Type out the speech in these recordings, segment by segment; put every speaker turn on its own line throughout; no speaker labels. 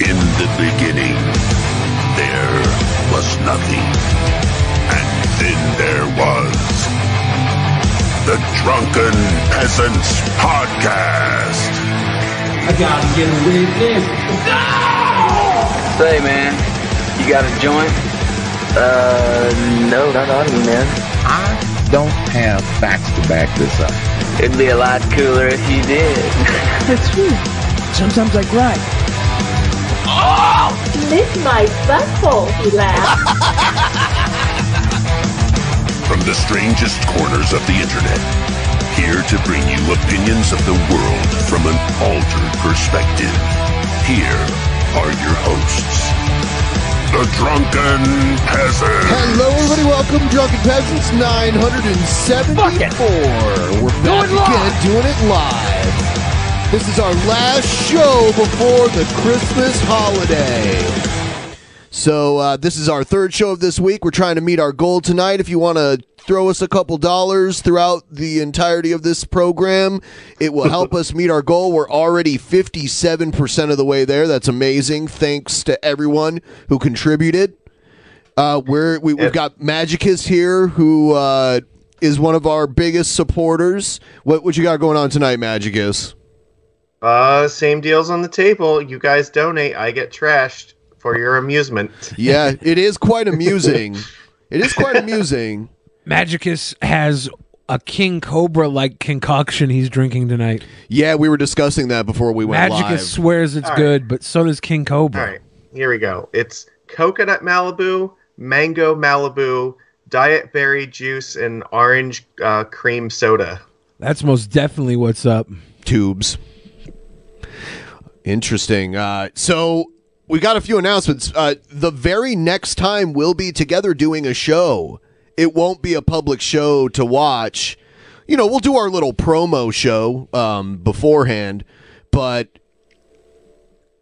In the beginning, there was nothing. And then there was the Drunken Peasants Podcast.
I gotta get away with this.
Say, man, you got a joint? Uh, no, not on me, man. I don't have facts to back this up. It'd be a lot cooler if you did. That's true. Sometimes I cry.
Lick my butthole, he laughed.
From the strangest corners of the internet, here to bring you opinions of the world from an altered perspective. Here are your hosts, the Drunken Peasant.
Hello, everybody. Welcome, Drunken Peasants 974. We're back again, doing it live. This is our last show before the Christmas holiday. So uh, this is our third show of this week. We're trying to meet our goal tonight. If you want to throw us a couple dollars throughout the entirety of this program, it will help us meet our goal. We're already fifty-seven percent of the way there. That's amazing. Thanks to everyone who contributed. Uh, we're, we, We've got Magicus here, who uh, is one of our biggest supporters. What what you got going on tonight, Magicus?
Uh, same deals on the table. You guys donate, I get trashed for your amusement.
Yeah, it is quite amusing. it is quite amusing.
Magicus has a King Cobra like concoction he's drinking tonight.
Yeah, we were discussing that before we went
Magicus
live.
swears it's
All right.
good, but so does King Cobra.
All right, here we go. It's coconut Malibu, mango Malibu, diet berry juice, and orange uh, cream soda.
That's most definitely what's up.
tubes. Interesting. Uh, so we got a few announcements. Uh, the very next time we'll be together doing a show, it won't be a public show to watch. You know, we'll do our little promo show um, beforehand, but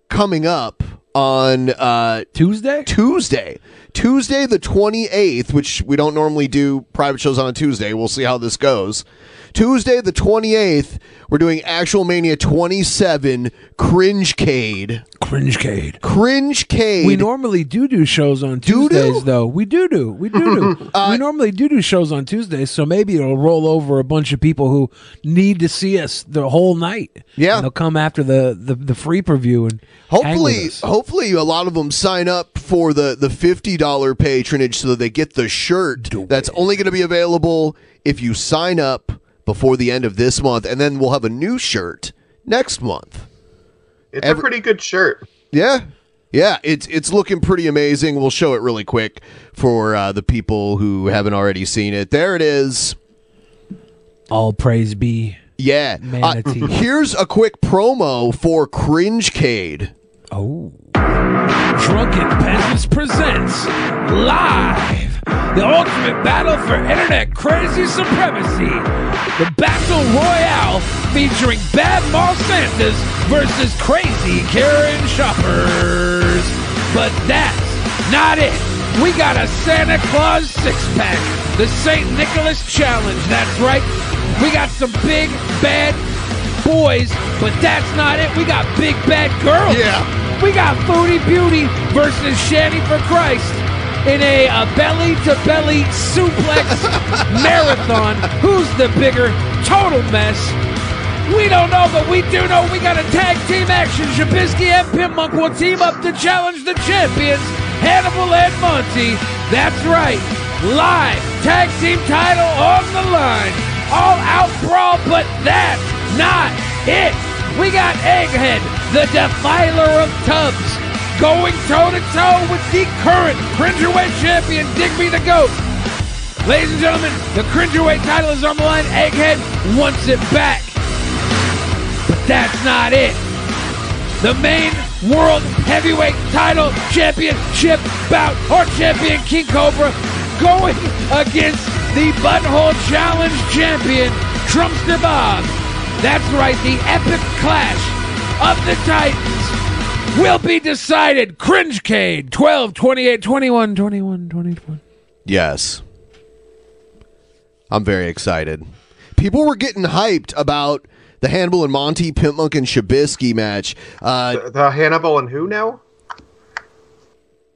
coming up on uh,
Tuesday?
Tuesday. Tuesday the 28th, which we don't normally do private shows on a Tuesday. We'll see how this goes. Tuesday the 28th, we're doing Actual Mania 27 Cringecade.
Cringecade.
Cringecade.
We normally do do shows on
Do-do? Uh,
Tuesdays, though. We do do. We do do. we normally do do shows on Tuesdays, so maybe it'll roll over a bunch of people who need to see us the whole night.
Yeah.
And they'll come after the, the, the free preview and hang with
Hopefully,
us.
hopefully a lot of them sign up for the the fifty dollar patronage so that they get the shirt. That's only going to be available if you sign up before the end of this month, and then we'll have a new shirt next month.
It's
Every-
a pretty good shirt.
Yeah. Yeah, it's it's looking pretty amazing. We'll show it really quick for uh, the people who haven't already seen it. There it is.
all praise be.
Yeah. Uh,
Manatee.
here's a quick promo for Cringecade.
Oh. Drunken Peasants presents live the ultimate battle for internet crazy supremacy. The Battle Royale featuring Bad Mal Santas versus crazy Karen Shoppers. But that's not it. We got a Santa Claus six pack, the St. Nicholas Challenge, that's right. We got some big, bad boys, but that's not it. We got big, bad girls.
Yeah.
We got Foodie Beauty versus Shanny for Christ in a, uh, belly to belly suplex marathon. Who's the bigger total mess? We don't know, but we do know we got a tag team action. Shabisky and Pimmonk will team up to challenge the champions, Hannibal and Monty. That's right. Live tag team title on the line. All out brawl, but that's not it. We got Egghead, the defiler of tubs, going toe to toe with the current Cruiserweight champion, Digby the Goat. Ladies and gentlemen, the Cruiserweight title is on the line. Egghead wants it back. But that's not it. The main World Heavyweight title championship bout or champion King Cobra going against the Butthole Challenge champion Trumpster Bob. That's right, the epic clash of the Titans will be decided. Cringecade 12, 28, 21, 21, 21.
Yes.
I'm very excited. People were getting hyped about the Hannibal and Monty, Pimp Monk and Shabisky match. Uh,
The, the Hannibal and who now?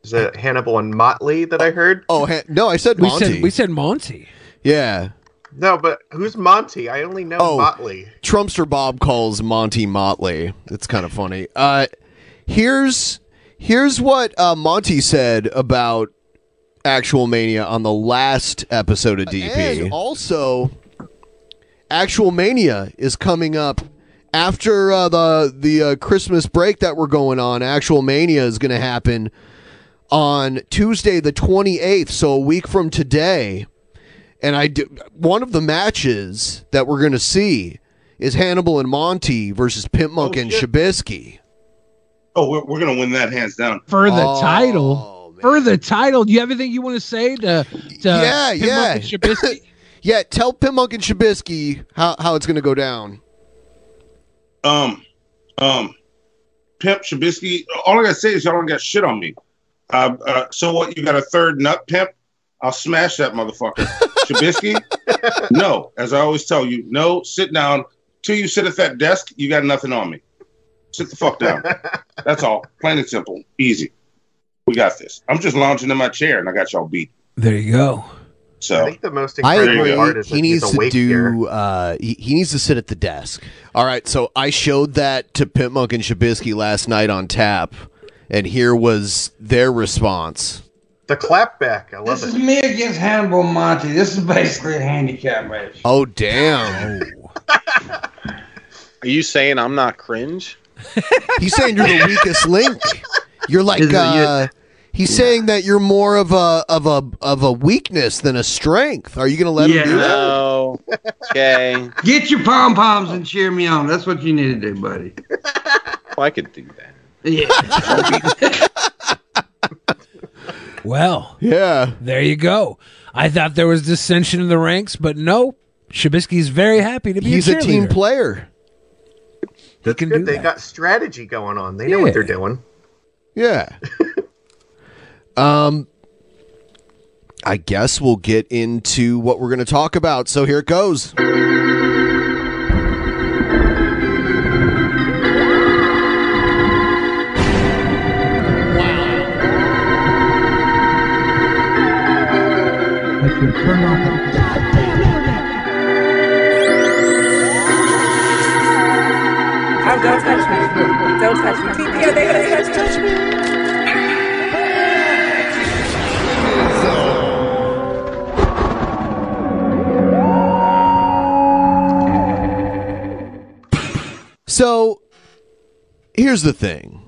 Is it Hannibal and Motley that I heard?
Oh ha- no, I said
We
Monty.
said- we
said Monty.
Yeah.
No, but who's Monty? I only know
Oh,
Motley.
Trumpster Bob calls Monty Motley. It's kind of funny. Uh, here's here's what uh, Monty said about actual mania on the last episode of DP. And also, actual mania is coming up after uh, the the uh, Christmas break that we're going on. Actual mania is going to happen on Tuesday the 28th, so a week from today. And I do, one of the matches that we're going to see is Hannibal and Monty versus Pimp Monk and Shabisky.
Oh, we're, we're gonna win that hands down.
For the
Oh,
title. For the title. Do you have anything you want to say to, to uh,
yeah,
Pimp
yeah.
Monk and Shabisky?
yeah, tell Pimp Monk and Shabisky how, how it's going to go down.
Um, um, Pimp Shabisky. All I gotta say is y'all don't got shit on me. Uh, uh, so what? You got a third nut, Pimp? I'll smash that motherfucker. Shabisky, no. As I always tell you, no. Sit down. Till you sit at that desk, you got nothing on me. Sit the fuck down. That's all. Plain and simple. Easy. We got this. I'm just lounging in my chair, and I got y'all beat.
There you go.
So
the most
I
incredible part
agree.
is
He needs to do. Uh, he, he needs to sit at the desk. All right. So I showed that to Pimp Monk and Shabisky last night on tap, and here was their response.
the clapback. I love
This is
it.
me against Hannibal Monty. This is basically a handicap match.
Oh damn!
Are you saying I'm not cringe?
He's saying you're the weakest link. You're like
Is it-
uh, he's saying that you're more of a of a of a weakness than a strength. Are you gonna let him do that?
No. Okay.
Get your pom poms and cheer me on. That's what you need to do, buddy.
Well, I could do that.
Well,
yeah.
There you go. I thought there was dissension in the ranks, but no. Shabisky's very happy to be.
He's a team
cheerleader.
player.
He can do
Good, they
that.
got strategy going on. They know what they're doing.
Yeah. um I guess we'll get into what we're going to talk about. So here it goes.
Oh, don't touch me. Don't touch me. TPO, they gonna touch me.
So here's the thing.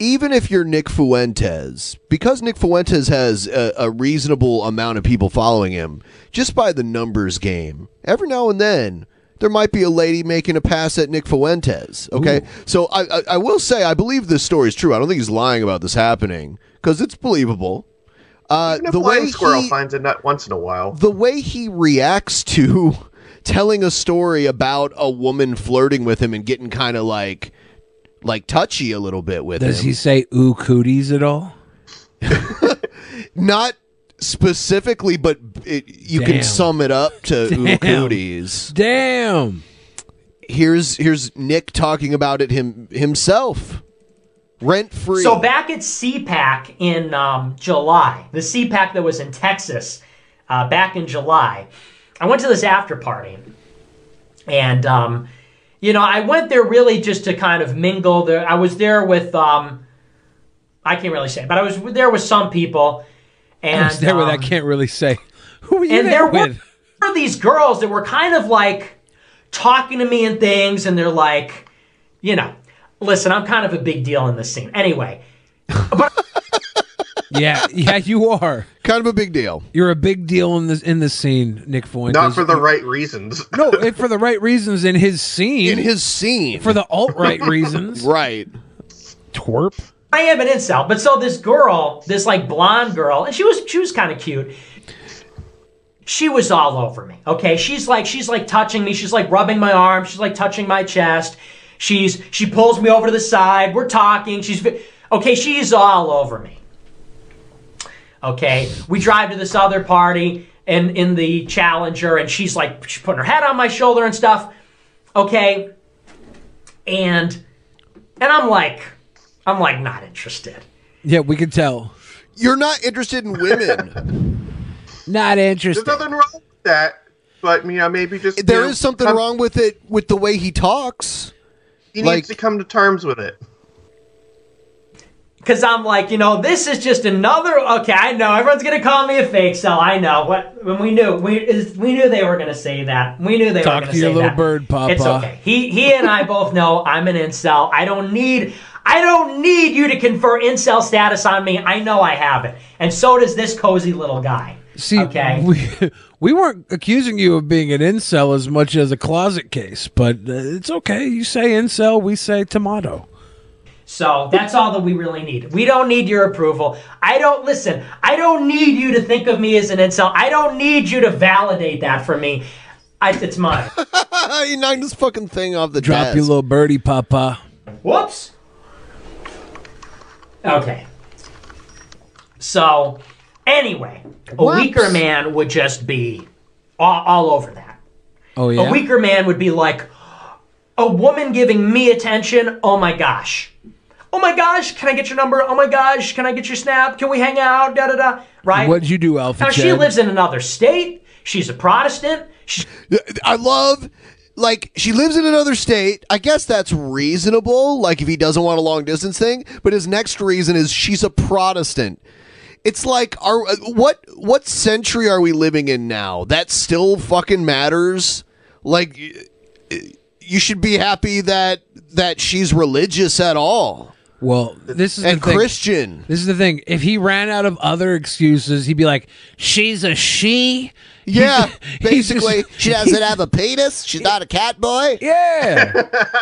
Even if you're Nick Fuentes, because Nick Fuentes has a, a reasonable amount of people following him, just by the numbers game, every now and then there might be a lady making a pass at Nick Fuentes. Okay, so I, I, I will say I believe this story is true. I don't think he's lying about this happening because it's believable. Uh,
Even if
the way
Lion Squirrel
he,
finds a nut once in a while.
the way he reacts to telling a story about a woman flirting with him and getting kind of like like touchy a little bit with
Does
him.
he say ooh cooties at all?
Not specifically, but it, you
Damn.
can sum it up to ooh
Damn.
cooties.
Damn.
Here's here's Nick talking about it him himself. Rent free.
So back at CPAC in um, July, the CPAC that was in Texas uh, back in July, I went to this after party, and um, you know, I went there really just to kind of mingle. There, I was there with um, I can't really say, but I was there with some people, and
I was there with I
um,
can't really say. Who were you
and
there
there
with?
were these girls that were kind of like talking to me and things, and they're like, you know, listen, I'm kind of a big deal in this scene. Anyway,
yeah, yeah, you are
kind of a big deal.
You're a big deal in this in this scene, Nick Fuentes.
Not for the right reasons.
no, and for the right reasons in his scene.
In his scene,
for the alt right reasons.
right.
Twerp.
I am an incel, but so this girl, this like blonde girl, and she was she was kind of cute. She was all over me. Okay, she's like she's like touching me. She's like rubbing my arm. She's like touching my chest. She's she pulls me over to the side. We're talking. She's ve- okay. She's all over me. Okay, we drive to this other party and in the Challenger, and she's like she's putting her head on my shoulder and stuff. Okay, and and I'm like I'm like not interested.
Yeah, we can tell.
You're not interested in women.
Not
There's
interested.
nothing wrong with that, but you know, maybe just
There
you know,
is something
come-
wrong with it with the way he talks.
He
like-
needs to come to terms with it.
Cause I'm like, you know, this is just another. Okay, I know everyone's gonna call me a fake cell. I know what when we knew we is- we knew they were gonna say that. We knew they were
Talk
gonna
to
say
your little
that.
bird, Papa.
It's okay. He he and I both know I'm an incel. I don't need I don't need you to confer incel status on me. I know I have it, and so does this cozy little guy.
See,
okay,
we, we weren't accusing you of being an incel as much as a closet case, but uh, it's okay. You say incel, we say tomato.
So that's all that we really need. We don't need your approval. I don't listen. I don't need you to think of me as an insult. I don't need you to validate that for me. I, it's mine.
he knocked this fucking thing off the
Drop
desk.
your little birdie, Papa.
Whoops. Okay. So, anyway, a
Whoops.
weaker man would just be all, all over that.
Oh yeah.
A weaker man would be like, a woman giving me attention. Oh my gosh. Oh my gosh. Can I get your number? Oh my gosh. Can I get your snap? Can we hang out? Da da da. Right.
What'd you do, Alpha?
Now she
Chad?
lives in another state. She's a Protestant.
I love like she lives in another state. I guess that's reasonable. Like if he doesn't want a long distance thing, but his next reason is she's a Protestant. It's like are what what century are we living in now? That still fucking matters. Like you should be happy that that she's religious at all.
Well, this is
and
the thing.
Christian.
This is the thing. If he ran out of other excuses, he'd be like, "She's a she."
Yeah,
he's just-
basically, she doesn't have a penis. She's not a cat boy.
Yeah,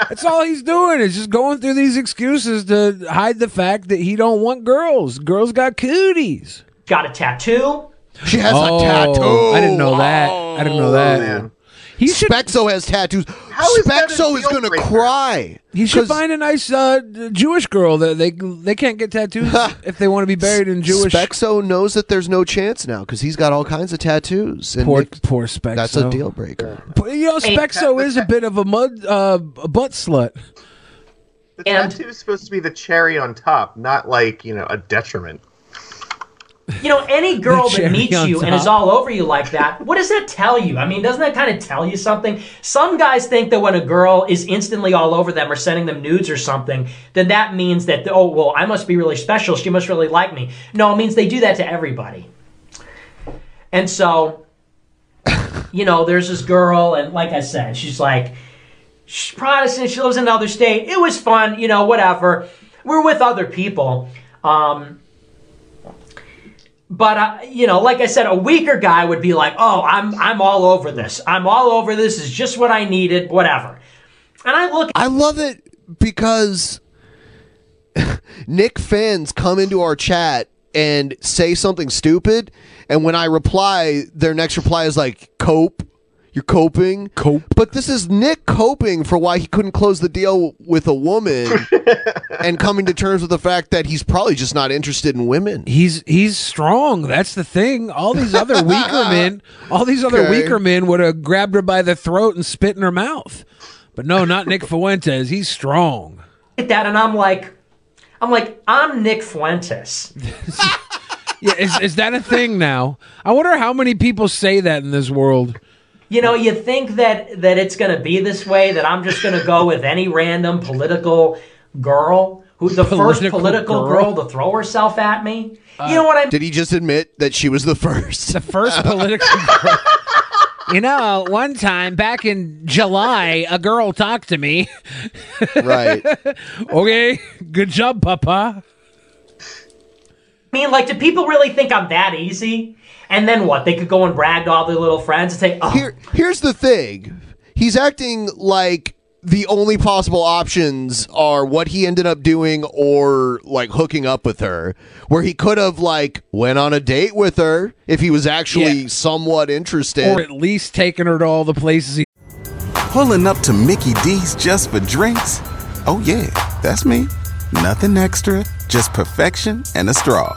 that's all he's doing is just going through these excuses to hide the fact that he don't want girls. Girls got cooties.
Got a tattoo.
She has
Oh,
a tattoo. Oh,
I didn't know that. I didn't know that. He should.
Spexo has tattoos.
is that a
Spexo is
deal
going to
breaker?
cry.
He should
'Cause
find a nice uh, Jewish girl that they they can't get tattoos if they want to be buried in Jewish.
Spexo knows that there's no chance now because he's got all kinds of tattoos. And
Poor-
Nick-
poor Spexo.
That's a deal breaker.
You know, Spexo is a bit of a mud uh, a butt slut.
The tattoo is supposed to be the cherry on top, not like you know a detriment.
You know, any girl
cherry
that meets
on
you and
top.
is all over you like that, what does that tell you? I mean, doesn't that kind of tell you something? Some guys think that when a girl is instantly all over them or sending them nudes or something, then that means that, oh, well, I must be really special. She must really like me. No, it means they do that to everybody. And so, you know, there's this girl, and like I said, she's like, she's Protestant, she lives in another state. It was fun, you know, whatever. We're with other people. Um, but uh, you know, like I said, a weaker guy would be like, "Oh, I'm I'm all over this. I'm all over this. Is just what I needed. Whatever." And I look.
I love it because Nick fans come into our chat and say something stupid, and when I reply, their next reply is like, "Cope." You're coping.
Cope.
But this is Nick coping for why he couldn't close the deal with a woman and coming to terms with the fact that he's probably just not interested in women.
He's he's strong. That's the thing. All these other weaker men, all these other
Okay.
weaker men would have grabbed her by the throat and spit in her mouth. But no, not Nick Fuentes. He's strong.
at that and I'm like, I'm like, I'm Nick Fuentes.
Yeah, is, is that a thing now? I wonder how many people say that in this world.
you know, you think that that it's going to be this way. That I'm just going to go with any random political girl who the first
Political
political
girl?
girl? to throw herself at me. you know what
Uh,
I mean?
Did he just admit that she was the first? The
first political You know, one time back in July, a girl talked to me.
Right.
okay. Good job, Papa.
I mean, like, do people really think I'm that easy? And then what? They could go and brag to all their little friends and say, "Oh,
Here's the thing. He's acting like the only possible options are what he ended up doing or like hooking up with her where he could have like went on a date with her if he was actually somewhat interested
Or at least taking her to all the places he
Pulling up to Mickey D's just for drinks? Oh, yeah, that's me. Nothing extra, just perfection and a straw.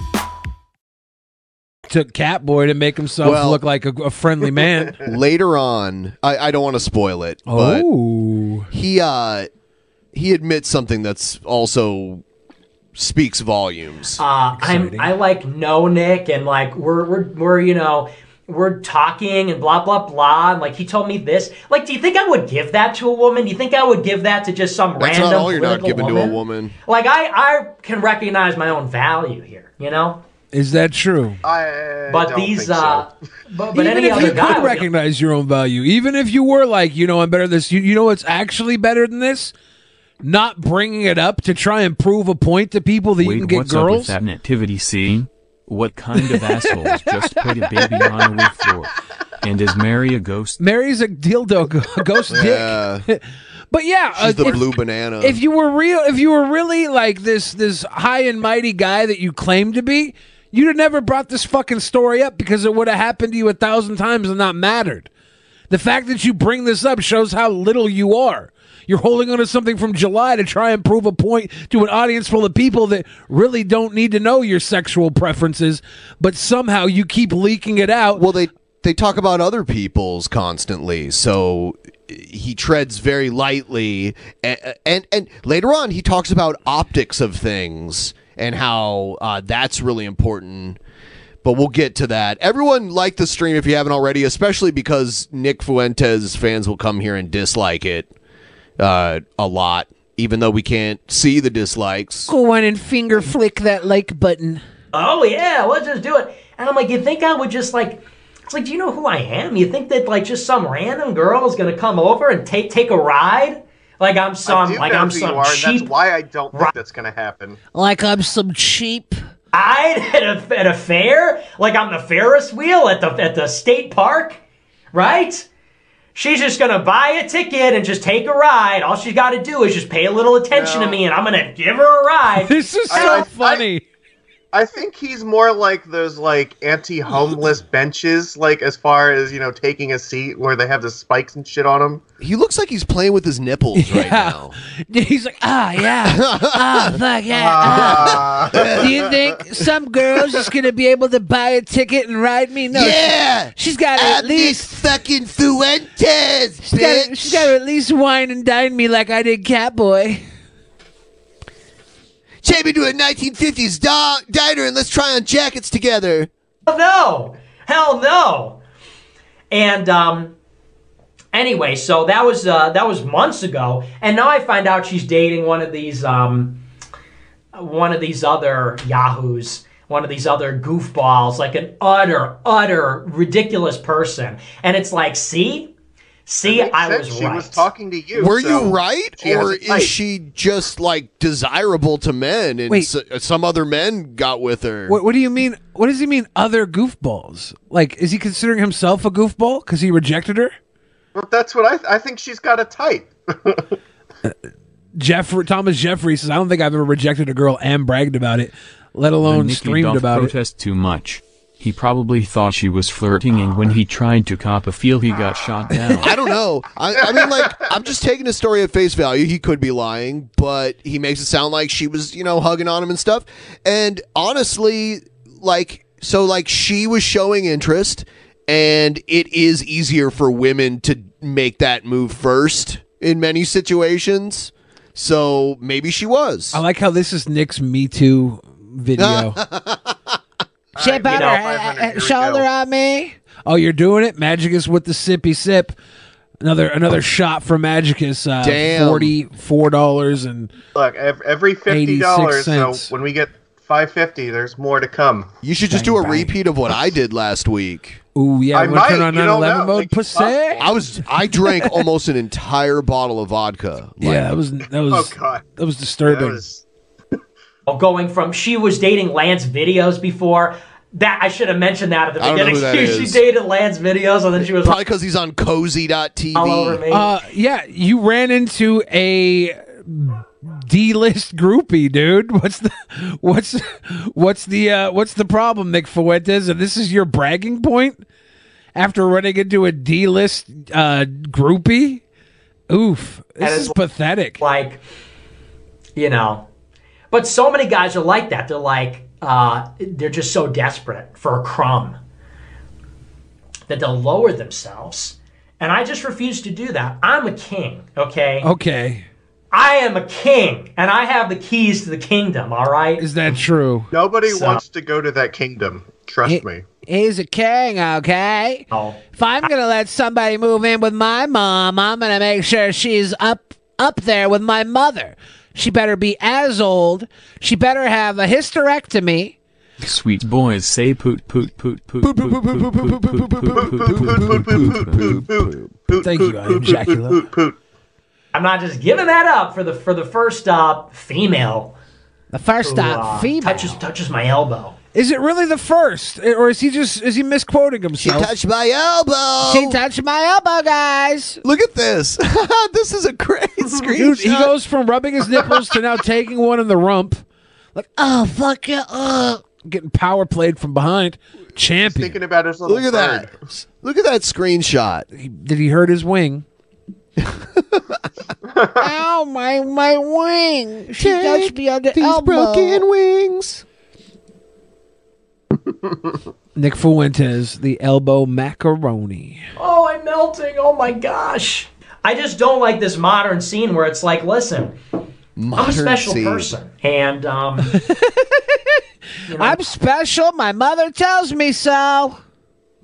took Catboy to make himself
Well-
look like a, a friendly man.
later on i, I don't want to spoil it but
Oh.
he uh he admits something that's also speaks volumes
Uh, I'm I like know Nick and like we're we're we're you know we're talking and blah blah blah and like he told me this. Like, do you think I would give that to a woman? Do you think I would give that to just some
that's
random
not all you're not
political
giving
woman?
to a woman
Like I I can recognize my own value here, you know.
Is that true?
but these uh, but, but
even
any
if
other
you
guy
could
would-
recognize your own value, even if you were like, you know, I'm better than this. You, you know, what's actually better than this. Not bringing it up to try and prove a point to people that
Wait,
you can get
what's up with
girls.
that nativity scene? What kind of assholes just put a baby on a leaf floor? And is Mary a ghost?
Mary's a dildo go- ghost dick. but yeah, uh,
She's the blue
banana.
If you were real, if you were really like this this high and mighty guy that you claim to be, you'd have never brought this fucking story up because it would have happened to you a thousand times and not mattered. The fact that you bring this up shows how little you are. You're holding on to something from July to try and prove a point to an audience full of people that really don't need to know your sexual preferences, but somehow you keep leaking it out.
Well, they they talk about other people's constantly, so he treads very lightly. And and, and later on, he talks about optics of things and how uh, that's really important. But we'll get to that. Everyone like the stream if you haven't already, especially because Nick Fuentes fans will come here and dislike it uh, a lot, even though we can't see the dislikes.
Go on and finger flick that like button.
oh yeah, let's just do it. And I'm like, you think I would just like? It's like, do you know who I am? You think that like just some random girl is gonna come over and take take a ride? Like I'm
I
some
do
like
know
I'm
who
some
you are, And
cheap.
that's why I don't think that's going to happen.
Like I'm some cheap.
I at a at a fair, like I'm the Ferris wheel at the at the state park, right? She's just gonna buy a ticket and just take a ride. All she's got to do is just pay a little attention to me, and I'm gonna give her a ride.
This is
so
funny.
I think he's more like those like anti-homeless benches, like as far as you know, taking a seat where they have the spikes and shit on them.
He looks like he's playing with his nipples right now.
He's like, ah, yeah, ah, fuck yeah. ah." Do you think some girls just gonna be able to buy a ticket and ride me? No,
Yeah.
she, has got to at least
fucking Fuentes.
She's got she's got to at least wine and dine me like I did Catboy.
Take me to a 1950s dog diner and let's try on jackets together.
Hell no! Hell no! And um, anyway, so that was uh, that was months ago, and now I find out she's dating one of these um, one of these other yahoos, one of these other goofballs, like an utter, utter ridiculous person. And it's like, see, see,
Makes
I
sense.
was
she
right.
was talking to you.
Were
so
you right,
she has
or
a
is
type.
she just like desirable to men? And
Wait.
s- some other men got with her.
What, what do you mean? What does he mean? Other goofballs? Like, is he considering himself a goofball because he rejected her?
Well, that's what I. I think she's got a type.
Jeff Thomas Jeffrey says, I don't think I've ever rejected a girl and bragged about it, let
Nikki
alone streamed
don't
about it.
protest too much. He probably thought she was flirting, and when he tried to cop a feel, he got shot down.
I don't know. I, I mean, like, I'm just taking his story at face value. He could be lying, but he makes it sound like she was, you know, hugging on him and stuff. And honestly, like, so, like, she was showing interest, and it is easier for women to make that move first in many situations. So maybe she was.
I like how this is Nick's Me Too video.
She put her uh, uh, shoulder on me.
oh, you're doing it? Magicus with the sippy sip. Another another shot for Magicus. Uh,
Damn.
$44 and
Look, ev- every fifty dollars. So when we get five fifty, there's more to come.
You should just do a repeat of what I did last week.
Ooh yeah,
I wanna turn might, on you don't 9/11 know. mode, Like,
pussy?
I was I drank almost an entire bottle of vodka.
yeah, that was that was
Oh,
that was disturbing.
Of going from she was dating Lance videos before. That I should have mentioned that at the
I don't know
beginning.
who that
She-
is.
she dated Lance videos, and then she was
Probably because he's on cozy.tv.
All over me.
Uh, yeah, you ran into a D-list groupie, dude. What's the what's what's the uh, what's the problem, Nick Fuentes? And this is your bragging point after running into a D-list uh, groupie. Oof, this is pathetic.
Like, you know. But so many guys are like that. They're like, uh, they're just so desperate for a crumb that they'll lower themselves. And I just refuse to do that. I'm a king, okay?
okay,
I am a king, and I have the keys to the kingdom, all right?
is that true?
Nobody
So-
wants to go to that kingdom. Trust me.
He's a king, okay? If I'm gonna let somebody move in with my mom, I'm gonna make sure she's up up there with my mother. She better be as old. She better have a hysterectomy.
Sweet boys say poot poot poot poot poot poot poot poot poot
Thank you, I'm Dracula.
I'm not just giving that up for the for the first uh, female.
The first
who,
uh, female.
touches touches my elbow.
Is it really the first, or is he just is he misquoting himself?
my elbow.
She touched my elbow, guys.
Look at this. this is a great screenshot.
Dude, he goes from rubbing his nipples to now taking one in the rump. Like,
oh fuck it, uh.
getting power played from behind. Champion.
Thinking about his little
Look at
bird.
that. Look at that screenshot.
Did he hurt his wing?
Ow, my my wing. She touched me on the
these
elbow.
broken wings.
Nick Fuentes, the elbow macaroni.
Oh, I'm melting. Oh my gosh. I just don't like this modern scene where it's like, listen, I'm a
Modern
special
scene.
person, and um,
I'm special. My mother tells me so.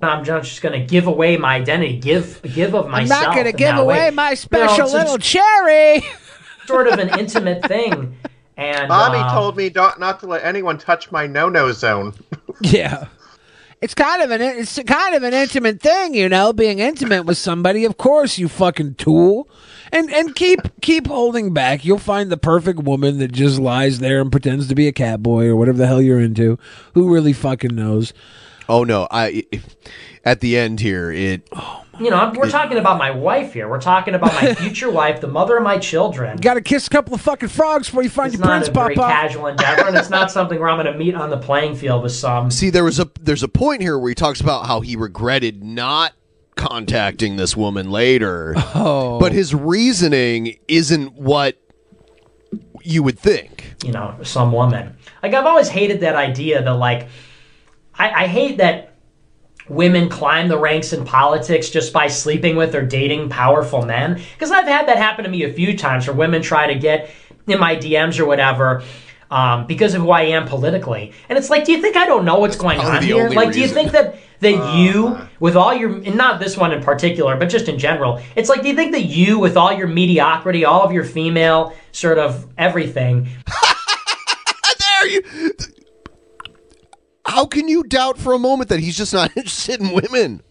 I'm not just gonna give away my identity, give give of myself.
I'm not gonna
in
give
that way.
away my
You know,
special
it's
little cherry.
sort of an intimate thing. And
Mommy
um,
told me not, not to let anyone touch my no-no zone.
Yeah.
It's kind of an it's kind of an intimate thing, you know, being intimate with
Somebody, of course, you fucking tool. And and keep keep holding back. You'll find the perfect woman that just lies there and pretends to be a cat boy or whatever the hell you're into. Who really fucking knows?
Oh no! I at the end here it.
You know, I'm- we're talking about my wife here. We're talking about my future wife, the mother of my children.
Got to kiss a couple of fucking frogs before you find
It's
your
not
prince,
a very
Papa.
casual endeavor, and it's not something where I'm going to meet on the playing field with some.
See, there was a there's a point here where he talks about how he regretted not contacting this woman later.
Oh.
But his reasoning isn't what you would think.
You know, some woman. Like I've always hated that idea that like I, I hate that women climb the ranks in politics just by sleeping with or dating powerful men. Because I've had that happen to me a few times where women try to get in my DMs or whatever. Um, because of who I am politically, and it's like, do you think I don't know what's going
probably
on
the
here?
only
Like, do you
reason.
think that that you, with all your, and not this one in particular, but just in general, it's like, do you think that you, with all your mediocrity, all of your female sort of everything,
How can you doubt for a moment that he's just not interested in women?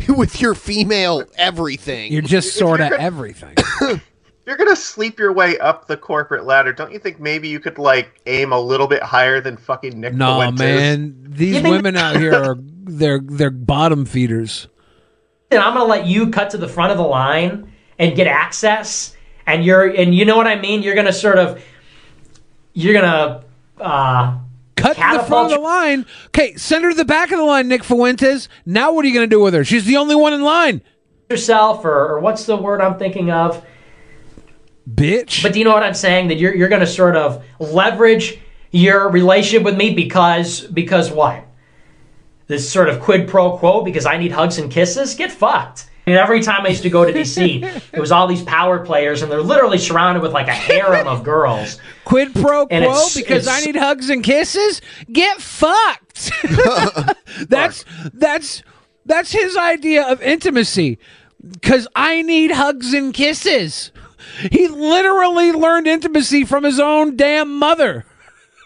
With your female everything.
You're just sort of everything.
If you're gonna sleep your way up the corporate ladder, don't you think maybe you could like aim a little bit higher than fucking Nick?
No
Fuentes?
man, these women out here are they're they're bottom feeders.
then I'm gonna let you cut to the front of the line and get access, and you're and you know what I mean. You're gonna sort of, you're gonna uh,
cut to the front of the line. Okay, send her to the back of the line, Nick Fuentes. Now what are you going to do with her? She's the only one in line.
yourself or, or what's the word I'm thinking of?
Bitch.
But do you know what I'm saying? That you're you're gonna sort of leverage your relationship with me because because what? This sort of quid pro quo because I need hugs and kisses? Get fucked. And every time I used to go to DC, it was all these power players and they're literally surrounded with like a harem of girls.
Quid pro
And
quo
it's-
because I
it's-
need hugs and kisses. Get fucked. that's that's that's his idea of intimacy. Cause I need hugs and kisses. He literally learned intimacy from his own damn mother.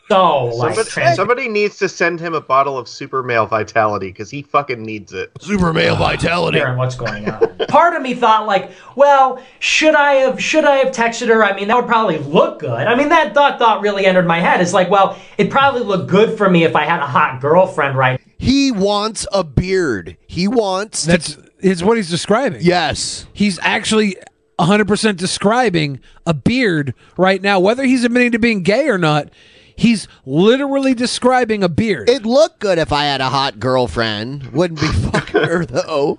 So
Somebody, somebody needs to send him a bottle of Super Male Vitality because he fucking needs it.
Super Male Vitality.
Aaron, what's going on? Part of me thought like, well, should I have should I have texted her? I mean, that would probably look good. I mean, that thought thought really entered my head. It's like, well, it probably looked good for me if I had a hot girlfriend right
He wants a beard. He wants.
That's is what he's describing.
Yes.
He's actually 100% describing a beard right now whether he's admitting to being gay or not. He's literally describing a beard.
It'd look good if I had a hot girlfriend. Wouldn't be fucking her though.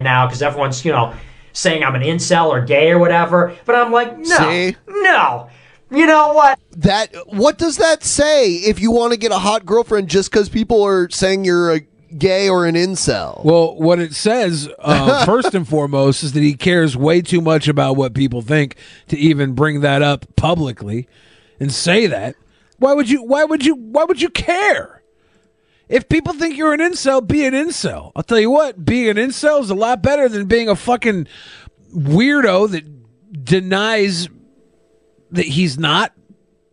now because everyone's you know saying I'm an incel or gay or whatever. But I'm like, no,
See?
no. You know what?
That what does that say? If you want to get a hot girlfriend just because people are saying you're a gay or an incel.
Well, what it says uh, first and foremost is that he cares way too much about what people think to even bring that up publicly and say that. Why would you? Why would you? Why would you care? If people think you're an incel, be an incel. I'll tell you what, being an incel is a lot better than being a fucking weirdo that denies that he's not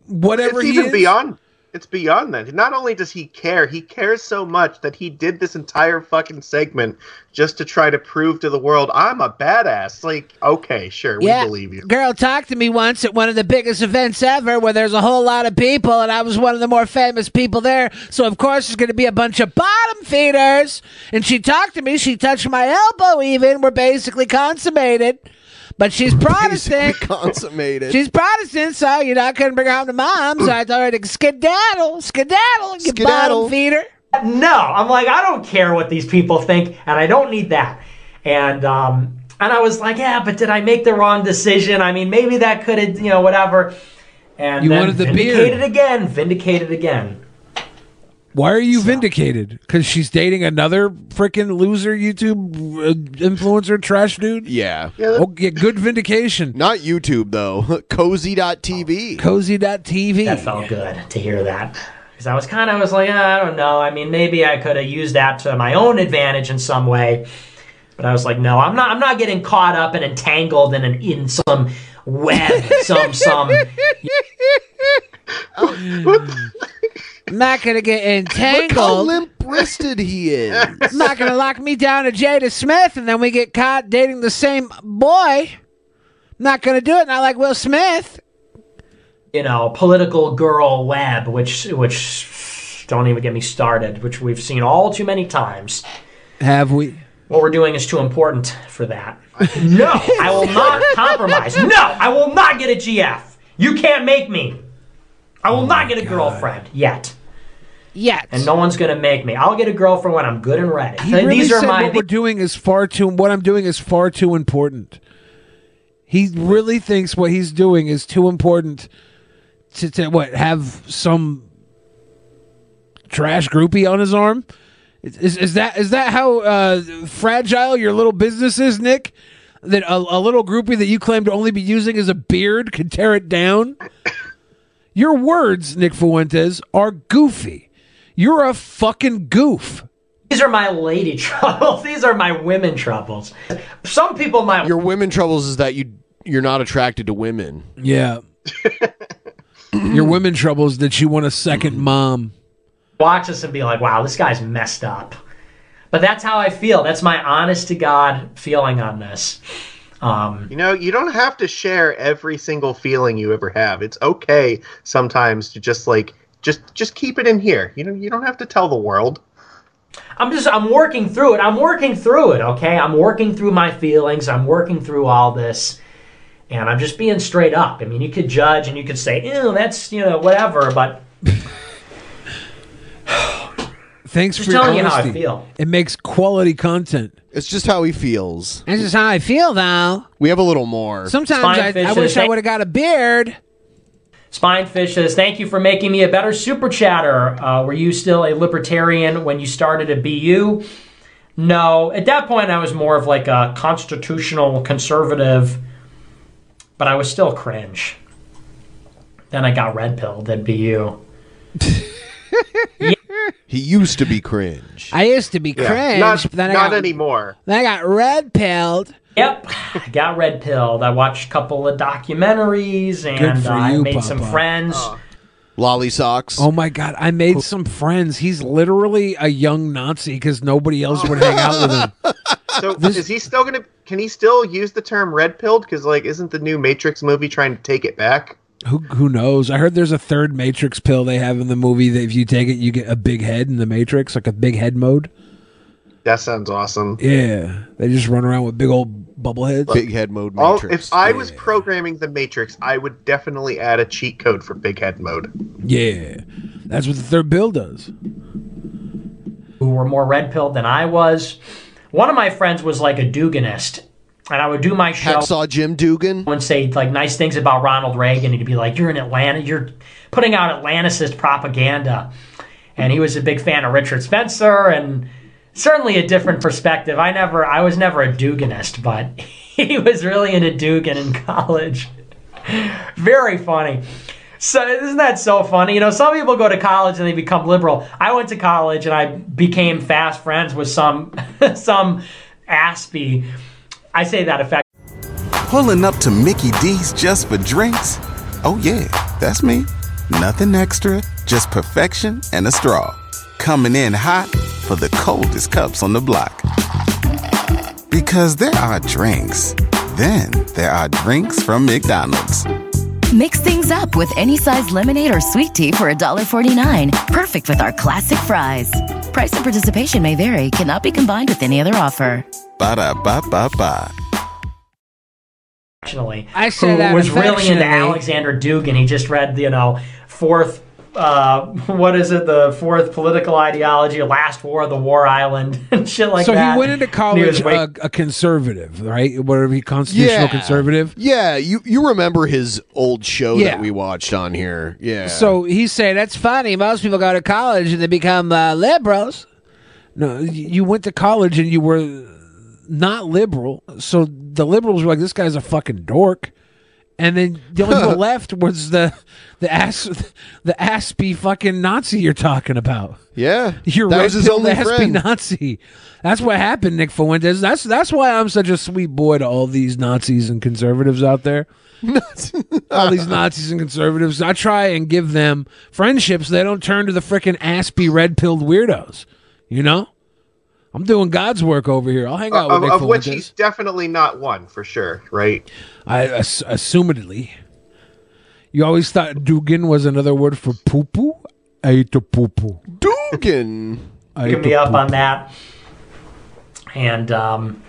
whatever
it's
he
even
is.
beyond it's beyond that not only does he care he cares so much that he did this entire fucking segment just to try to prove to the world i'm a badass like okay sure we believe you
Girl talked to me once at one of the biggest events ever where there's a whole lot of people, and I was one of the more famous people there. So, of course, there's going to be a bunch of bottom feeders. And she talked to me. She touched my elbow, even. We're basically consummated. But she's Protestant.
consummated.
She's Protestant, so, you know, I couldn't bring her home to mom. So I told her to skedaddle, skedaddle, you
Skedaddle.
bottom feeder.
No, I'm like, I don't care what these people think, and I don't need that. And um, and I was like, yeah, but did I make the wrong decision? I mean, maybe that could have, you know, whatever. And
You
then
wanted the
vindicated
beard.
again, vindicated again.
Why are you vindicated? Because she's dating another freaking loser YouTube uh, influencer trash dude?
Yeah.
Oh, yeah, good vindication.
Not YouTube though. Cozy.tv.
Cozy.tv.
That felt good to hear that. Because I was kind of, I was like, "Ah, I don't know. I mean, maybe I could have used that to my own advantage in some way. But I was like, no, I'm not. I'm not getting caught up and entangled in an in some web, some some
I'm not going to get entangled.
Look how limp wristed he is.
It's not gonna lock me down to Jada Smith and then we get caught dating the same boy. Not gonna do it, not like Will Smith.
you know, political girl web, which which don't even get me started, which we've seen all too many times.
Have we?
What we're doing is too important for that. No, I will not compromise. No, I will not get a GF. You can't make me. I
Oh
will not get a girlfriend yet.
Yet.
And no one's gonna make me. I'll get a girlfriend when I'm good and ready.
He
And
really
these are
said
my
what we're doing is far too. What I'm doing is far too important. He really thinks what he's doing is too important to, to what have some trash groupie on his arm. Is, is, is that is that how uh, fragile your little business is, Nick? That a, a little groupie that you claim to only be using as a beard could tear it down. Your words, Nick Fuentes, are goofy. You're a fucking goof.
these are my lady troubles. These are my women troubles. Some people might
Your women troubles is that you you're not attracted to women.
Yeah. Your women troubles that you want a second
Mm-hmm.
mom.
watch us and be like, wow, this guy's messed up. But that's how I feel. That's my honest to God feeling on this. Um,
you know you don't have to share every single feeling you ever have it's okay sometimes to just like just just keep it in here you know you don't have to tell the world
I'm just I'm working through it. I'm working through it, okay? I'm working through my feelings. I'm working through all this. And I'm just being straight up. I mean, you could judge and you could say, "Ew, that's, you know, whatever," but
Thanks
Just
for your
telling you how I
honesty.
feel.
It makes quality content.
It's just how he feels.
That's just how I feel, though.
We have a little more.
Sometimes I, I wish I would have got a beard.
Spinefish says, "Thank you for making me a better super chatter. Uh, were you still a libertarian when you started at BU?" No, at that point I was more of like a constitutional conservative, but I was still cringe. Then I got red pilled at BU.
He used to be cringe.
I used to be
Yeah.
cringe,
Not-
but then
not
I got,
anymore.
Then I got red pilled.
Yep, I got red pilled. I watched a couple of documentaries and
for
uh, I
you,
made some
Papa.
friends.
Oh. Lolly socks.
Oh my god, I made some friends. He's literally a young Nazi because nobody else would hang out with him.
So is he still gonna? Can he still use the term red pilled? Because like, isn't the new Matrix movie trying to take it back?
Who who knows? I heard there's a third Matrix pill they have in the movie that if you take it, you get a big head in the Matrix, like a big head mode.
That sounds awesome.
Yeah, they just run around with big old bubble heads.
Big head mode
Oh,
All, Oh, if I was programming the Matrix, I would definitely add a cheat code for big head mode.
Yeah, that's what the third bill does.
who were more red pilled than I was. One of my friends was like a Duganist, and I would do my show.
Hacksaw Jim Dugan
and say like nice things about Ronald Reagan. He'd be like, "You're in Atlanta. You're putting out Atlanticist propaganda," and he was a big fan of Richard Spencer and certainly a different perspective. I never, I was never a Duganist, but he was really into Dugan in college. Very funny. So isn't that so funny? You know, some people go to college and they become liberal. I went to college and I became fast friends with some some aspie. I say that effect.
Pulling up to Mickey D's just for drinks? Oh, yeah, that's me. Nothing extra, just perfection and a straw. Coming in hot for the coldest cups on the block. Because there are drinks, then there are drinks from McDonald's.
Mix things up with any size lemonade or sweet tea for $1.49. Perfect with our classic fries. Price and participation may vary, cannot be combined with any other offer.
Ba da ba ba ba.
affectionately.
I say
who
that
was really into
affectionately.
Alexander Dugan. He just read, you know, fourth, uh, what is it, the fourth political ideology, last war of the war island, and shit like
so
that.
he went into
And he was
college uh,
way-
a, a conservative, right? Whatever he constitutional conservative.
Yeah, you you remember his old show
Yeah.
that we watched on here? Yeah.
So he said, "That's funny. Most people go to college and they become uh, liberals."
No, y- you went to college and you were not liberal, so the liberals were like, "This guy's a fucking dork," and then the only people left was the the ass the aspie fucking Nazi you're talking about.
Yeah,
You're
that was his
red-pilled
only
aspie
friend.
Nazi. That's what happened, Nick Fuentes. That's that's why I'm such a sweet boy to all these Nazis and conservatives out there. all these Nazis and conservatives. I try and give them friendships. They don't turn to the freaking aspie red pilled weirdos. You know, I'm doing God's work over here. I'll hang out with
Uh, Of,
Nick
of which
Fuentes.
he's definitely not one for sure, right?
I ass- assumedly. You always thought Dugan was another word for poo poo. I ate the poo poo.
Dugan.
I
Give
ate
me
the
up on
poo-poo.
that. And um,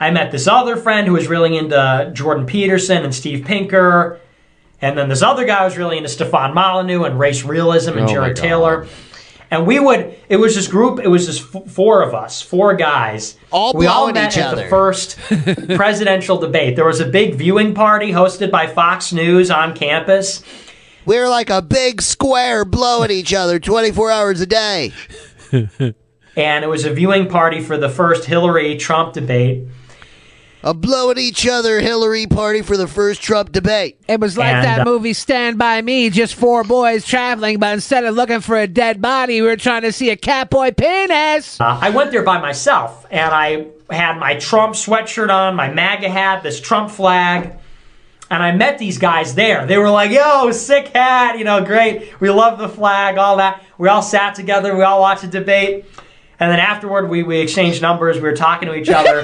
I met this other friend who was really into Jordan Peterson and Steve Pinker. And then this other guy was really into Stefan Molyneux and race realism and
Oh my
Jared
God.
Taylor. And we would, it was this group, it was this f- four of us, four guys.
All
we all
blowing
met
each
at
other.
the first presidential debate. There was a big viewing party hosted by Fox News on campus.
We were like a big square blowing each other 24 hours a day.
and it was a viewing party for the first Hillary Trump debate.
A blow at each other Hillary party for the first Trump debate.
It was like
And,
that
uh,
movie Stand By Me, just four boys traveling, but instead of looking for a dead body, we were trying to see a catboy penis.
Uh, I went there by myself, and I had my Trump sweatshirt on, my MAGA hat, this Trump flag, and I met these guys there. They were like, "Yo, sick hat, you know, great. We love the flag, all that." We all sat together, we all watched a debate, and then afterward, we we exchanged numbers. We were talking to each other,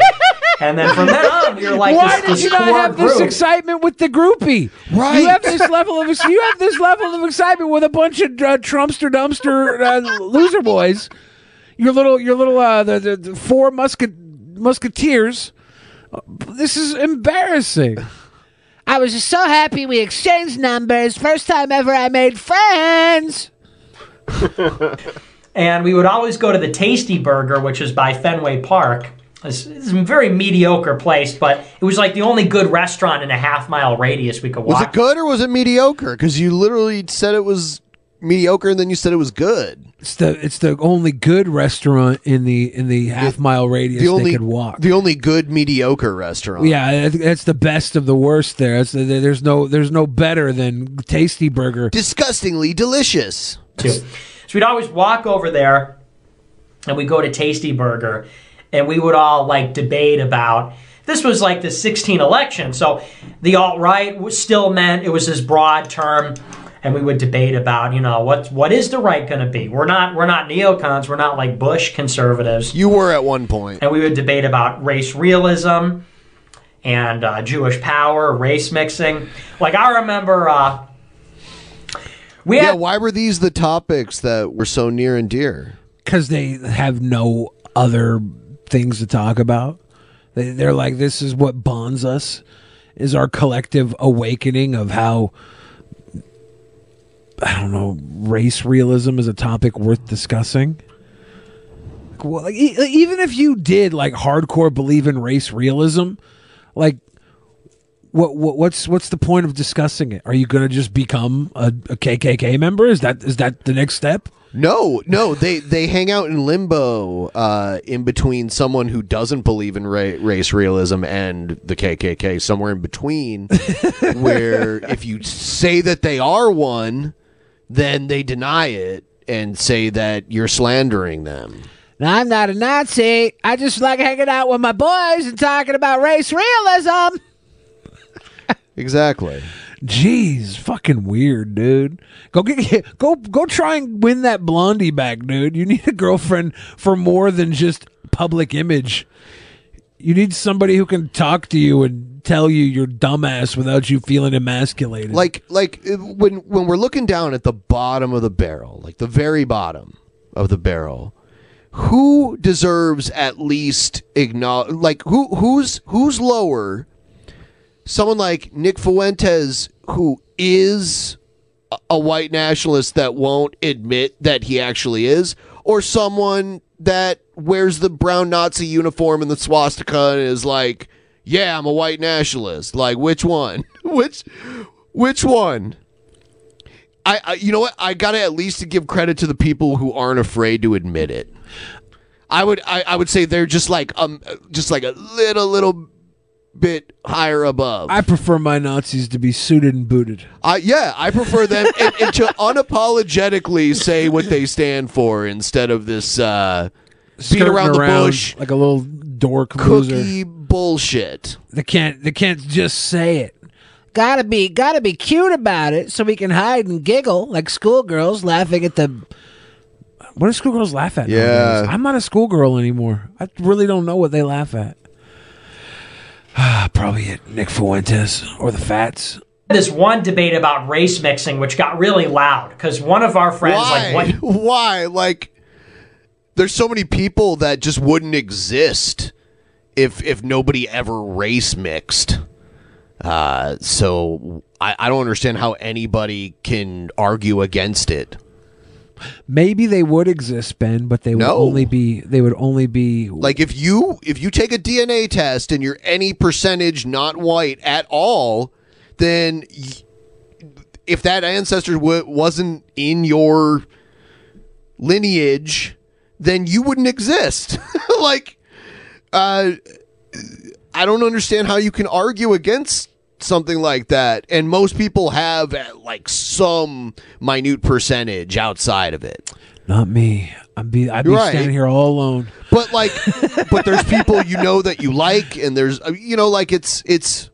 and then from then on, we were like,
Why
this,
did
this
you not
core
have
group.
this excitement with the groupie?
Right.
You have this level of ex- you have this level of excitement with a bunch of uh, Trumpster dumpster uh, loser boys. Your little your little uh, the, the, the four musket musketeers. This is embarrassing.
I was just so happy we exchanged numbers. First time ever I made friends.
And we would always go to the Tasty Burger, which is by Fenway Park. It's, it's a very mediocre place, but it was like the only good restaurant in a half mile radius we could
Was
walk.
it good or was it mediocre? Because you literally said it was mediocre and then you said it was good.
It's the it's the only good restaurant in the in the half mile radius
the only
they could walk.
the only good mediocre restaurant.
Yeah, I think that's the best of the worst. There, That's the- there's no there's no better than Tasty Burger.
Disgustingly delicious.
too. So we'd always walk over there and we'd go to Tasty Burger and we would all like debate about this was like the 16 election. So the alt right was still meant it was this broad term and we would debate about, you know, what what is the right going to be? We're not we're not neocons, we're not like Bush conservatives.
You were at one point.
And we would debate about race realism and uh, Jewish power, race mixing. Like I remember uh, we
yeah, why were these the topics that were so near and dear?
because they have no other things to talk about. They, they're like, this is what bonds us, is our collective awakening of how I don't know race realism is a topic worth discussing. Like, well, like, e- even if you did like hardcore believe in race realism, like. What, what what's what's the point of discussing it? Are you gonna just become a, a KKK member? Is that is that the next step?
No, no, they they hang out in limbo uh, in between someone who doesn't believe in ra- race realism and the KKK, somewhere in between, where if you say that they are one, then they deny it and say that you're slandering them.
Now, I'm not a Nazi. I just like hanging out with my boys and talking about race realism.
Exactly.
Jeez, fucking weird, dude. Go get go go try and win that blondie back, dude. You need a girlfriend for more than just public image. You need somebody who can talk to you and tell you you're dumbass without you feeling emasculated.
Like like uh, when when we're looking down at the bottom of the barrel, like the very bottom of the barrel, who deserves at least acknowledge like who who's who's lower? Someone like Nick Fuentes who is a- a white nationalist that won't admit that he actually is or someone that wears the brown Nazi uniform and the swastika and is like, "Yeah, I'm a white nationalist." Like which one? which which one? I, I you know what? I gotta at least give credit to the people who aren't afraid to admit it. I would I, I would say they're just like um just like a little little bit higher above.
I prefer my Nazis to be suited and booted.
I yeah, I prefer them and, and to unapologetically say what they stand for instead of this uh, beat
Skirting
around, the bush
like a little dork
cookie
loser.
bullshit.
They can't they can't just say it.
Gotta be, gotta be cute about it so we can hide and giggle like schoolgirls laughing at the.
What do schoolgirls laugh at?
Yeah.
nowadays? I'm not a schoolgirl anymore. I really don't know what they laugh at. Uh, Probably at Nick Fuentes or the Fats.
this one debate about race mixing, which got really loud because one of our friends,
Why?
like, what?
Why? Like, there's so many people that just wouldn't exist if if nobody ever race mixed. Uh, so I, I don't understand how anybody can argue against it.
Maybe they would exist, Ben, but they would
No.
only be they would only be
Like if you if you take a DNA test and you're any percentage not white at all, then y- if that ancestor w- wasn't in your lineage, then you wouldn't exist. like uh I don't understand how you can argue against something like that and most people have uh, like some minute percentage outside of it.
not me. I'd be I'd be
Right.
standing here all alone.
but like but there's people you know that you like and there's uh, you know like it's it's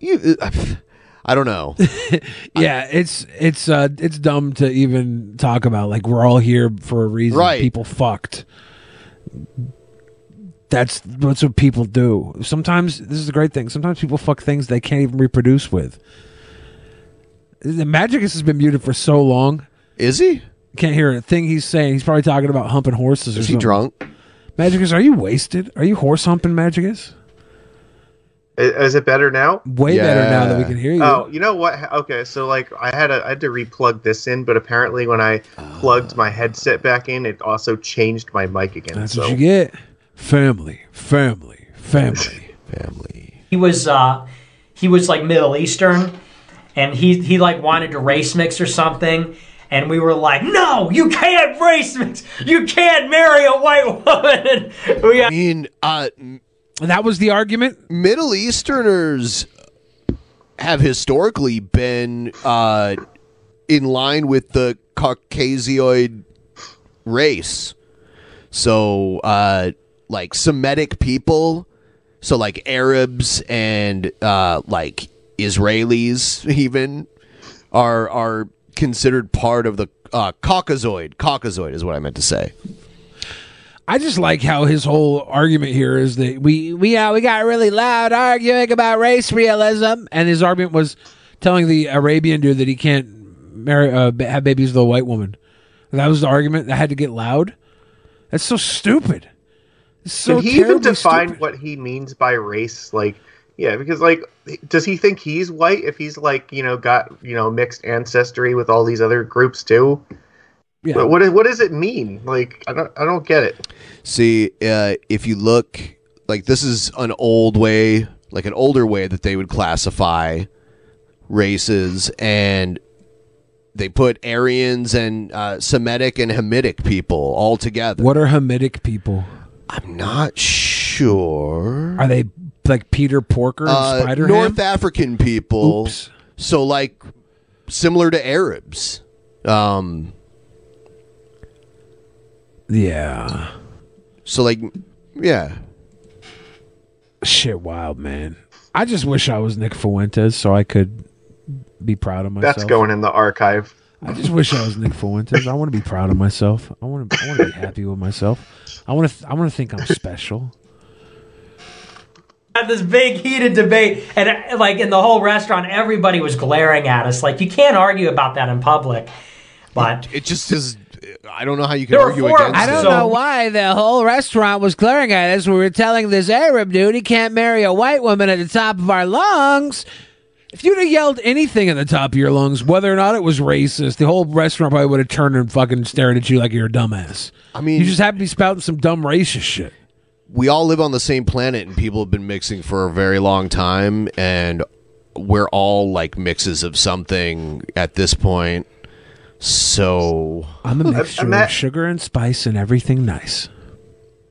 you uh, i don't know
yeah, it's it's uh it's dumb to even talk about. Like we're all here for a reason.
Right.
People fucked. That's that's what people do. Sometimes this is a great thing. Sometimes people fuck things they can't even reproduce with. The Magicus has been muted for so long.
Is he?
Can't hear a thing he's saying. He's probably talking about humping horses or
Is he
something.
drunk?
Magicus, are you wasted? Are you horse humping Magicus?
Is it better now?
Way better now that we can hear you.
Oh, you know what? Okay, so like I had a, I had to replug this in, but apparently when I
Ah.
plugged my headset back in, it also changed my mic again.
That's
so
what you get. Family, family, family.
he was uh he was like Middle Eastern and he he like wanted to race mix or something and we were like, "No, you can't race mix. You can't marry a white woman." And we
I mean, uh, that was the argument.
Middle Easterners have historically been uh, in line with the Caucasoid race. So, uh, like Semitic people, so like Arabs and uh, like Israelis, even are are considered part of the uh, Caucasoid. Caucasoid is what I meant to say.
I just like how his whole argument here is that we we uh, we got really loud arguing about race realism, and his argument was telling the Arabian dude that he can't marry uh, ba- have babies with a white woman. And that was the argument that had to get loud. That's so stupid. It's so
Did he even
terribly
define
stupid.
what he means by race? Like, yeah, because like, does he think he's white if he's like, you know, got you know mixed ancestry with all these other groups too?
Yeah.
But what what does it mean? Like, I don't I don't get it.
See, uh, if you look, like this is an old way, like an older way that they would classify races, and they put Aryans and uh, Semitic and Hamitic people all together.
What are Hamitic people?
I'm not sure.
Are they like Peter Porker and
Uh,
Spider
North African people. So like similar to Arabs. Um
Yeah.
So like yeah.
Shit, wild man. I just wish I was Nick Fuentes so I could be proud of myself.
That's going in the archive.
I just wish I was Nick Fuentes. I want to be proud of myself. I want to. I want to be happy with myself. I want to. I want to think I'm special.
had this big heated debate and uh, like in the whole restaurant everybody was glaring at us like you can't argue about that in public but
it just is I don't know how you
can
argue four against
I don't know why the whole restaurant was glaring at us. We were telling this Arab dude he can't marry a white woman at the top of our lungs. If you'd have yelled anything at the top of your lungs, whether or not it was racist, the whole restaurant probably would have turned and fucking stared at you like you're a dumbass.
I mean,
you just happened to be spouting some dumb racist shit.
We all live on the same planet and people have been mixing for a very long time and we're all like mixes of something at this point. So
I'm a
Look,
mixture
ima-
of sugar and spice and everything nice.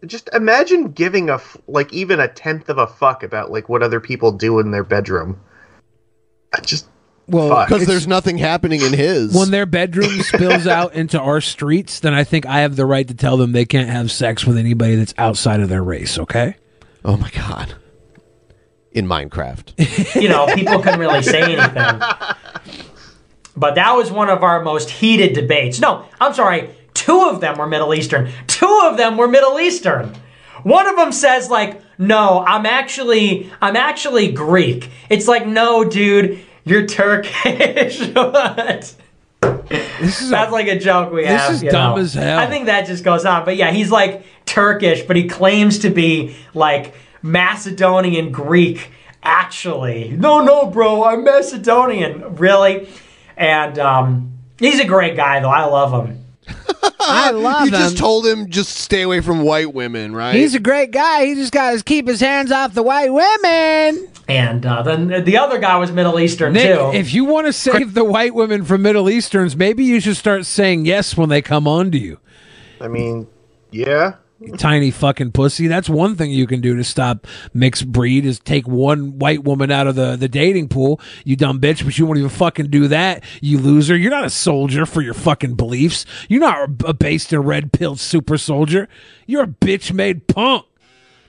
Just imagine giving a f- like even a tenth of a fuck about like what other people do in their bedroom. I just
Well,
Fuck. 'Cause
it's-
there's nothing happening in his.
When their bedroom spills out into our streets, then I think I have the right to tell them they can't have sex with anybody that's outside of their race, okay?
Oh my god. In Minecraft.
you know people couldn't really say anything but that was one of our most heated debates no i'm sorry two of them were middle eastern two of them were middle eastern one of them says like no i'm actually i'm actually greek it's like no dude you're turkish what that's like a joke we
This
have.
is
you
dumb
know.
as hell.
I think that just goes on. But yeah, he's like Turkish, but he claims to be like Macedonian Greek, actually. No, no, bro, I'm Macedonian. Really? And um, he's a great guy, though. I love him.
I
love
You just
him.
told him just stay away from white women, right?
He's a great guy. He just got to keep his hands off the white women.
And uh, then the other guy was Middle Eastern,
Nick,
too.
if you want to save the white women from Middle Easterns, maybe you should start saying yes when they come on to you.
I mean, yeah.
Tiny fucking pussy. That's one thing you can do to stop mixed breed is take one white woman out of the, the dating pool, you dumb bitch, but you won't even fucking do that, you loser. You're not a soldier for your fucking beliefs. You're not a- a based in red pilled super soldier. You're a bitch made punk.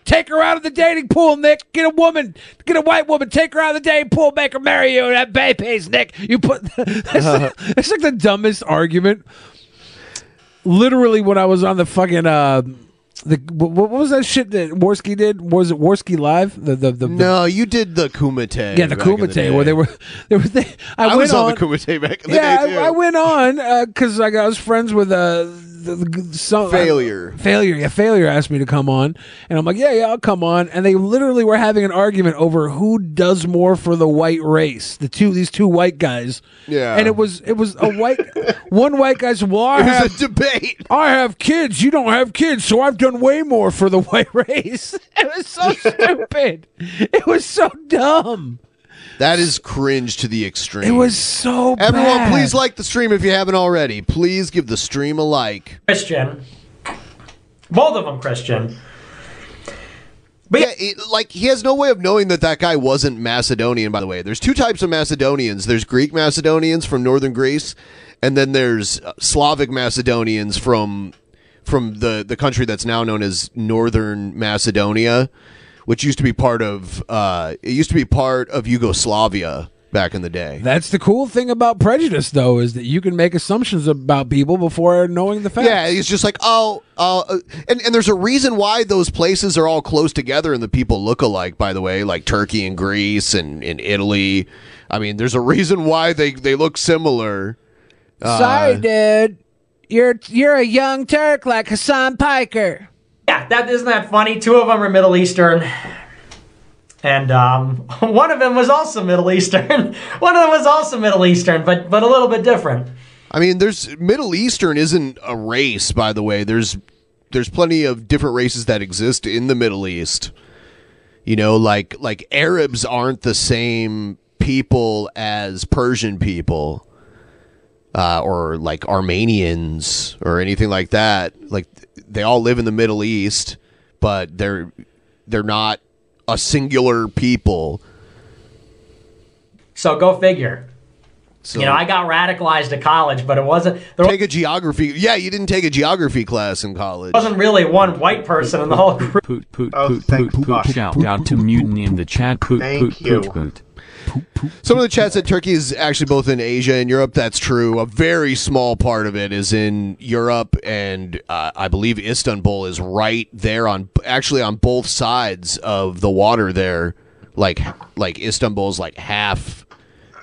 Take her out of the dating pool, Nick. Get a woman, get a white woman. Take her out of the dating pool, make her marry you and have babies, Nick. You put that's,
Uh,
that's like the dumbest argument. Literally, when I was on the fucking uh, the what, what was that shit that Worski did? Was it Worski live? The the, the
No, you did the kumite.
yeah the
back in
Kumite
day.
where they were they were they, I,
I,
went
was on,
on
the kumite back in the
yeah,
day too.
I, I went on because like I was friends with uh, the, the- some
Failure.
failure, yeah, failure asked me to come on, and I'm like, yeah, yeah, I'll come on. And they literally were having an argument over who does more for the white race, the two these two white guys.
Yeah.
and it was it was a white one white guy said, well, I
It was a
have, debate. I have kids, you don't have kids, so I've done way more for the white race. It was so stupid. It was so dumb.
That is cringe to the extreme.
It was so
Everyone,
bad.
please like the stream if you haven't already. Please give the stream a like.
Christian. Both of them Christian.
But yeah, it, like he has no way of knowing that that guy wasn't Macedonian. By the way, there's two types of Macedonians. There's Greek Macedonians from northern Greece, and then there's uh, Slavic Macedonians from from the the country that's now known as Northern Macedonia, which used to be part of uh, it used to be part of Yugoslavia back in the day.
That's the cool thing about prejudice, though, is that you can make assumptions about people before knowing the facts.
Yeah, it's just like oh, uh, uh, and and there's a reason why those places are all close together and the people look alike. By the way, like Turkey and Greece and in Italy, I mean, there's a reason why they they look similar. Uh,
Sorry, dude. You're you're a young Turk like Hassan Piker.
Yeah, that isn't that funny. Two of them are Middle Eastern, and um, one of them was also Middle Eastern. one of them was also Middle Eastern, but but a little bit different.
I mean, there's Middle Eastern isn't a race. By the way, there's there's plenty of different races that exist in the Middle East. You know, like like Arabs aren't the same people as Persian people, uh, or like Armenians or anything like that. Like they all live in the Middle East, but they're they're not a singular people.
So go figure. you know, I got radicalized at college, but it wasn't there
Take a geography. Yeah, you didn't take a geography class in college.
wasn't really one white person in the whole group.
Poot poot poot poot poot. Shout out to Mutiny in the chat. Poot poot
you.
poot poot.
Some of the chat said Turkey is actually both in Asia and Europe. That's true. A very small part of it is in Europe, and uh, I believe Istanbul is right there on actually on both sides of the water there. Like like Istanbul's like half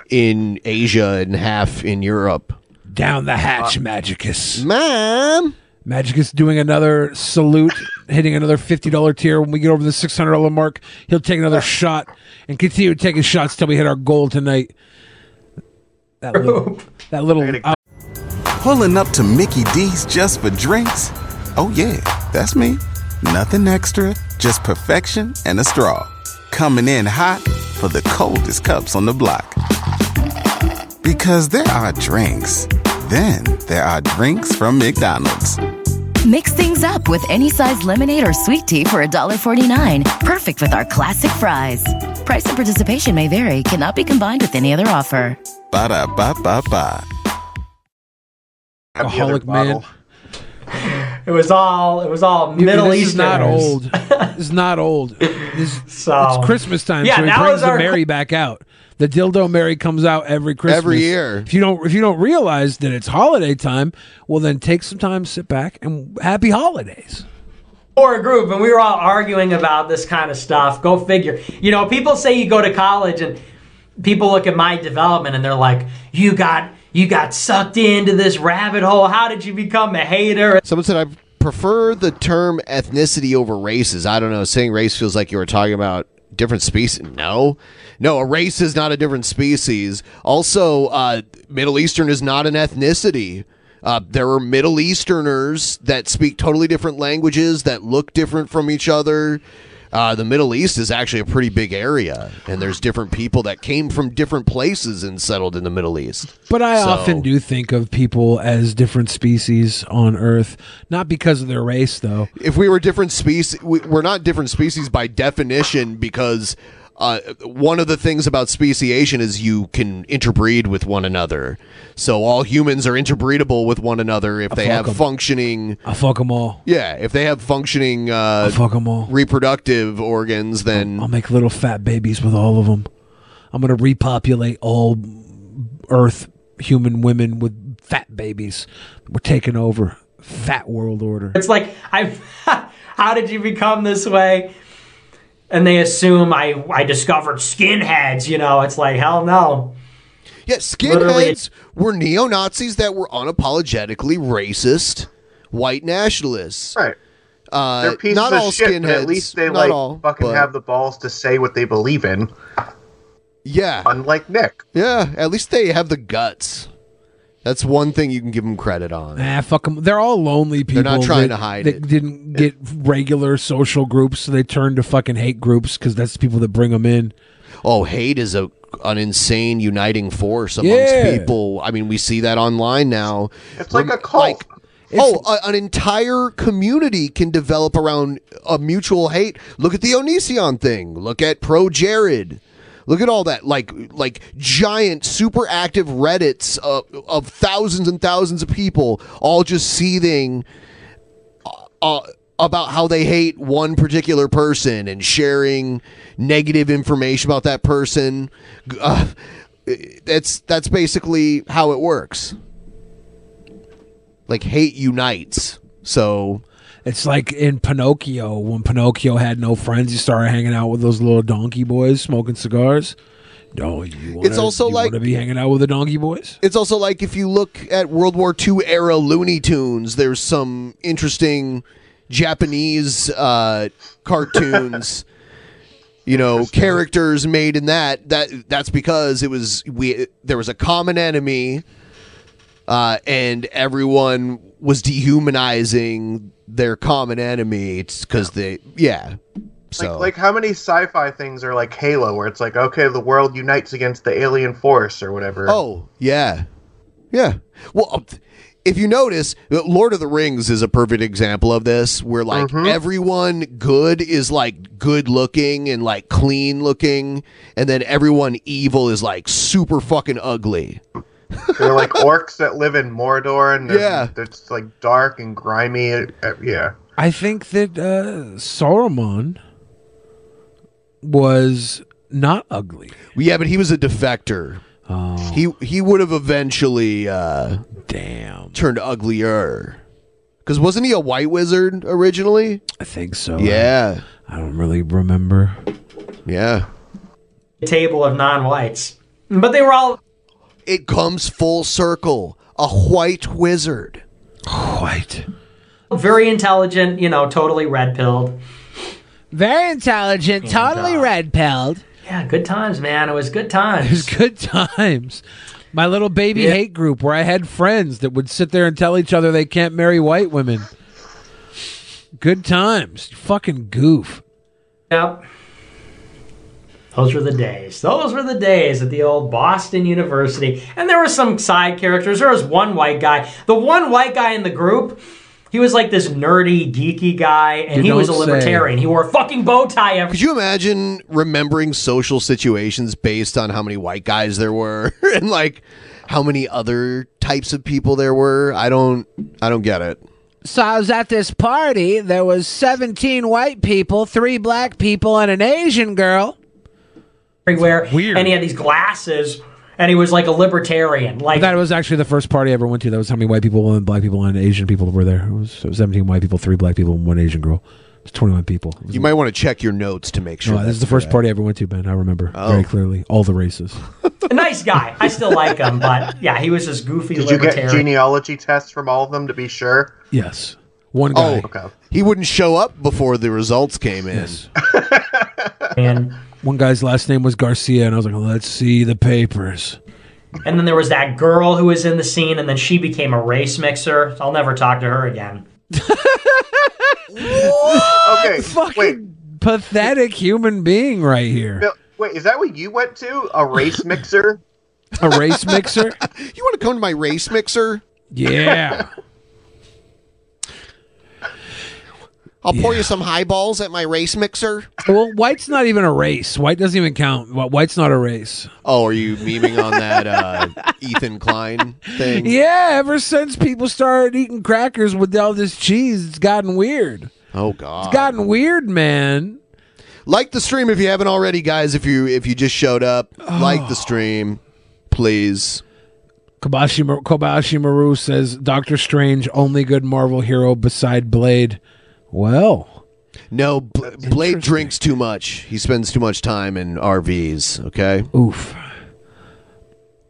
in Asia and half in Europe. Uh,
Down the hatch, Magicus.
Mom.
Magicus doing another salute, hitting another $50 tier. When we get over the $600 mark, he'll take
Ah.
another shot and continue taking shots till we hit our goal tonight. That little, that little
Pulling up to Mickey D's just for drinks? Oh, yeah, that's me. Nothing extra, just perfection and a straw. Coming in hot for the coldest cups on the block. Because there are drinks, then there are drinks from McDonald's.
Mix things up with any size lemonade or sweet tea for $1.49. Perfect with our classic fries. Price and participation may vary, cannot be combined with any other offer.
Ba da ba ba ba.
alcoholic man.
It was all it was all
You-
Middle
this
Easterners.
is not old. It's not old. This,
So-
it's Christmas time,
Yeah,
so it
that
brings
was
the
our-
Mary back out. The dildo Mary comes out every Christmas.
Every year.
If you don't if you don't realize that it's holiday time, well then take some time, sit back, and happy holidays.
Or a group, and we were all arguing about this kind of stuff. Go figure. You know, people say you go to college, and people look at my development, and they're like, "You got, you got sucked into this rabbit hole. How did you become a hater?"
Someone said I prefer the term ethnicity over races. I don't know. Saying race feels like you were talking about different species. No, no, a race is not a different species. Also, uh, Middle Eastern is not an ethnicity. Uh, there are Middle Easterners that speak totally different languages that look different from each other. Uh, the Middle East is actually a pretty big area, and there's different people that came from different places and settled in the Middle East.
But I
So-
often do think of people as different species on Earth, not because of their race though.
if we were different species, we, we're not different species by definition because uh, one of the things about speciation is you can interbreed with one another. So all humans are interbreedable with one another if they
fuck
have
'em.
functioning.
I fuck them all.
Yeah, if they have functioning uh,
fuck 'em all.
reproductive organs, then
I'll make little fat babies with all of them. I'm gonna repopulate all Earth human women with fat babies. We're taking over fat world order.
It's like I, how did you become this way? And they assume I, I discovered skinheads. You know, it's like hell no.
yeah,
Literally,
skinheads were neo Nazis that were unapologetically racist. white nationalists.
Right.
Uh,
They're pieces
not
of
all
shit, but
skinheads.
at least they
not
like
all,
fucking
but-
have the balls to say what they believe in.
Yeah.
Unlike Nick.
Yeah. At least they have the guts. That's one thing you can give them credit on.
Nah, fuck them. They're all lonely people.
They're not trying
that-
to hide
that
it.
didn't get regular social groups, so they turn to fucking hate groups because that's the people that bring them in.
Oh, hate is a an insane uniting force amongst
Yeah.
people. I mean, we see that online now.
It's like a cult.
oh, a, an entire community can develop around a mutual hate. Look at the Onision thing. Look at pro Jared. Look at all that, like like giant, super active Reddits of, of thousands and thousands of people all just seething uh, about how they hate one particular person and sharing negative information about that person. G- Uh, that's that's basically how it works. Like hate unites. So
it's like in Pinocchio when Pinocchio had no friends, he started hanging out with those little donkey boys smoking cigars. No, you want
It's also like-
to be hanging out with the donkey boys.
It's also like if you look at World War II era Looney Tunes, there's some interesting Japanese uh, cartoons. You know, characters made in that that that's because it was we there was a common enemy, uh, and everyone was dehumanizing their common enemy because they yeah. So
Like, like how many sci-fi things are like Halo, where it's like, okay, the world unites against the alien force or whatever.
Oh, yeah. Yeah. Well, uh, if you notice, uh, Lord of the Rings is a perfect example of this, where like
Mm-hmm.
everyone good is like good looking and like clean looking, and then everyone evil is like super fucking ugly.
they're like orcs that live in Mordor, and
Yeah.
yeah, it's like dark and grimy. uh, Yeah,
I think that uh, Saruman was not ugly. Oh.
Yeah, but he was a defector. He he would have eventually uh
damn
turned uglier. Cuz wasn't he a white wizard originally?
I think so.
Yeah.
I don't really remember.
Yeah.
table of non-whites, but they were all.
It comes full circle. A white wizard.
White.
Very intelligent, you know, totally red pilled.
Very intelligent, totally red pilled.
Yeah, good times, man. It was good times. It
was good times. My little baby
Yeah.
hate group where I had friends that would sit there and tell each other they can't marry white women. Good times. You fucking goof.
Yep. Those were the days. Those were the days at the old Boston University. And there were some side characters. There was one white guy. The one white guy in the group, he was like this nerdy, geeky guy, and
You
he was a
don't say.
libertarian. He wore a fucking bow tie every
Could you imagine remembering social situations based on how many white guys there were and like how many other types of people there were? I don't I don't get it.
So I was at this party. There was 17 white people, three black people, and an Asian girl.
everywhere. And he had these glasses, and he was like a libertarian. Like
that was actually the first party I ever went to. That was how many white people and black people and Asian people were there. It was, it was 17 white people, three black people, and one Asian girl. It was 21 people. It was
You might want to check your notes to make sure.
No, this is the
that's Oh.
first
correct.
party I ever went to, Ben. I remember very clearly all the races.
a nice guy. I still like him, but yeah, he was this goofy
did you
libertarian.
get genealogy tests from all of them to be sure?
Yes. One
guy.
Oh, okay.
He wouldn't show up before the results came in.
and
one guy's last name was Garcia, and I was like, "Let's see the papers."
And then there was that girl who was in the scene, and then she became a race mixer. I'll never talk to her again.
okay,
fucking
wait,
pathetic human being right here.
Bill- wait, is that what you went to? A race mixer?
A race mixer?
You want to come to my race mixer?
Yeah.
I'll pour you some highballs at my race mixer.
well, white's not even a race. White doesn't even count. Wh- White's not a race.
Oh, are you memeing on that uh, Ethan Klein thing?
Yeah, ever since people started eating crackers with all this cheese, it's gotten weird.
Oh god.
It's gotten weird, man.
Like the stream if you haven't already, guys. If you if you just showed up, like the stream, please.
Kobashi, Mar- Kobashi Maru says Doctor Strange only good Marvel hero beside Blade. Well,
No, Bl- Blade drinks too much. He spends too much time in RVs. Okay.
Oof.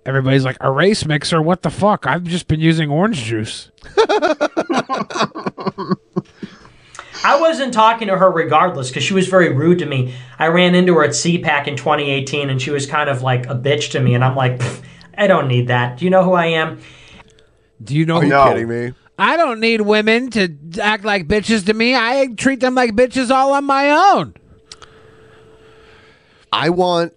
Everybody's like, a race mixer? What the fuck? I've just been using orange juice.
I wasn't talking to her regardless because she was very rude to me. I ran into her at CPAC in 2018 and she was kind of like a bitch to me. And I'm like, "Pfft, I don't need that. Do you know who I am?
Do you know?
Are you
No.
kidding me?
I don't need women to act like bitches to me. I treat them like bitches all on my own.
I want.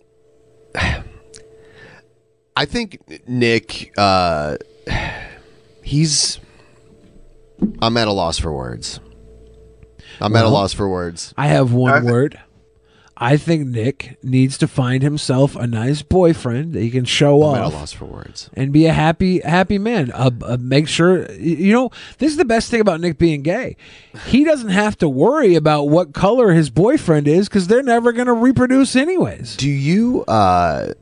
I think Nick, uh, he's. I'm at a loss for words. I'm at a
Well,
loss for words.
I have one word. I think Nick needs to find himself a nice boyfriend that he can show
I'm
off.
at a loss for words.
and be a happy happy man. Uh, uh, make sure y- you know this is the best thing about Nick being gay. He doesn't have to worry about what color his boyfriend is because they're never going to reproduce anyways.
Do you uh,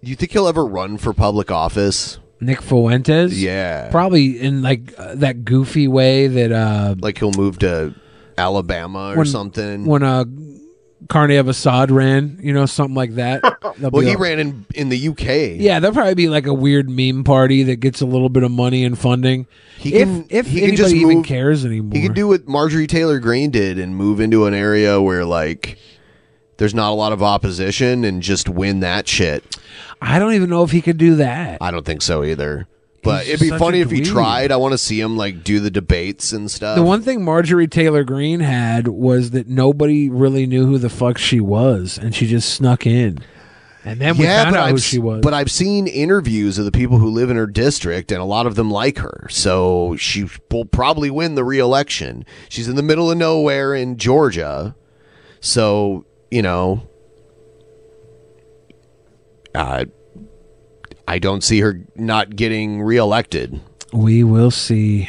you think he'll ever run for public office?
Nick Fuentes?
Yeah.
Probably in like uh, that goofy way that uh,
like he'll move to Alabama or
when-
something.
When uh, Carney of Assad ran, you know, something like that. They'll
well,
be
he
like-
ran in in the UK.
Yeah, there'll probably be like a weird meme party that gets a little bit of money and funding.
He
if
can-
if
he can
anybody
just
even
move-
cares anymore,
He could do what Marjorie Taylor Greene did and move into an area where like there's not a lot of opposition and just win that shit.
I don't even know if he could do that.
I don't think so either. But
He's
it'd be
such
funny
a
if he
dweeb.
tried. I want to see him like do the debates and stuff.
The one thing Marjorie Taylor Greene had was that nobody really knew who the fuck she was, and she just snuck in. And then we found
but
out
I've
who
s-
she was.
But I've seen interviews of the people who live in her district, and a lot of them like her. So she will probably win the reelection. She's in the middle of nowhere in Georgia, so you know, I I don't see her not getting reelected.
we will see.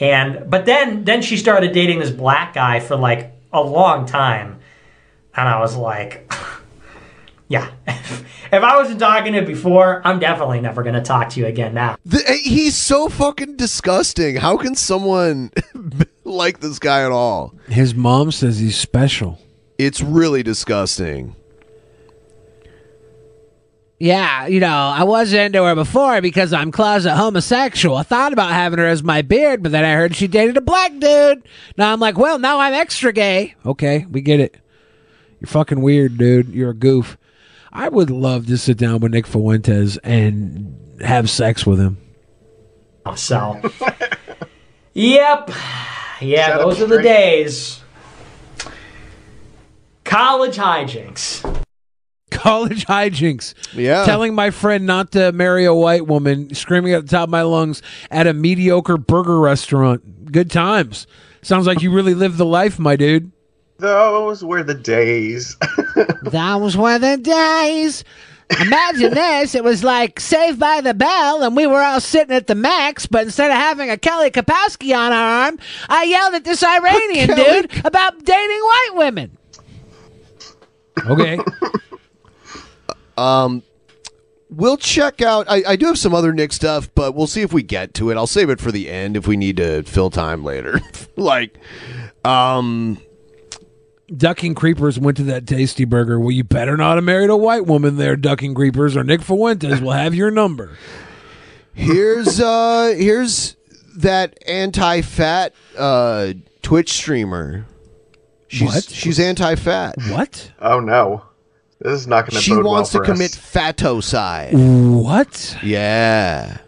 And but then then she started dating this black guy for like a long time, and I was like, yeah. if I wasn't talking to you before, I'm definitely never gonna talk to you again now.
The, eh, he's so fucking disgusting. How can someone like this guy at all?
His mom says he's special.
It's really disgusting.
Yeah, you know, I was into her before because I'm closet homosexual. I thought about having her as my beard, but then I heard she dated a black dude. Now I'm like, well, now I'm extra gay.
Okay, we get it. You're fucking weird, dude. You're a goof. I would love to sit down with Nick Fuentes and have sex with him.
So, yep, yeah,
Shut up,
those are the
Drake.
days. College hijinks.
College hijinks.
Yeah.
Telling my friend not to marry a white woman, screaming at the top of my lungs at a mediocre burger restaurant. Good times. Sounds like you really lived the life, my dude.
Those were the days.
Those were the days. Imagine this. It was like Saved by the Bell, and we were all sitting at the max, but instead of having a Kelly Kapowski on our arm, I yelled at this Iranian dude about dating white women.
Okay.
Um, we'll check out. I, I do have some other Nick stuff, but we'll see if we get to it. I'll save it for the end if we need to fill time later. like, um,
Ducking Creepers went to that tasty burger. Well, you better not have married a white woman there, Ducking Creepers, or Nick Fuentes will have your number.
here's uh, here's that anti-fat uh Twitch streamer. She's
What?
she's anti-fat.
What?
oh no, this is not going to.
She
bode
wants
well
to
for
commit
Us.
fatocide.
What?
Yeah.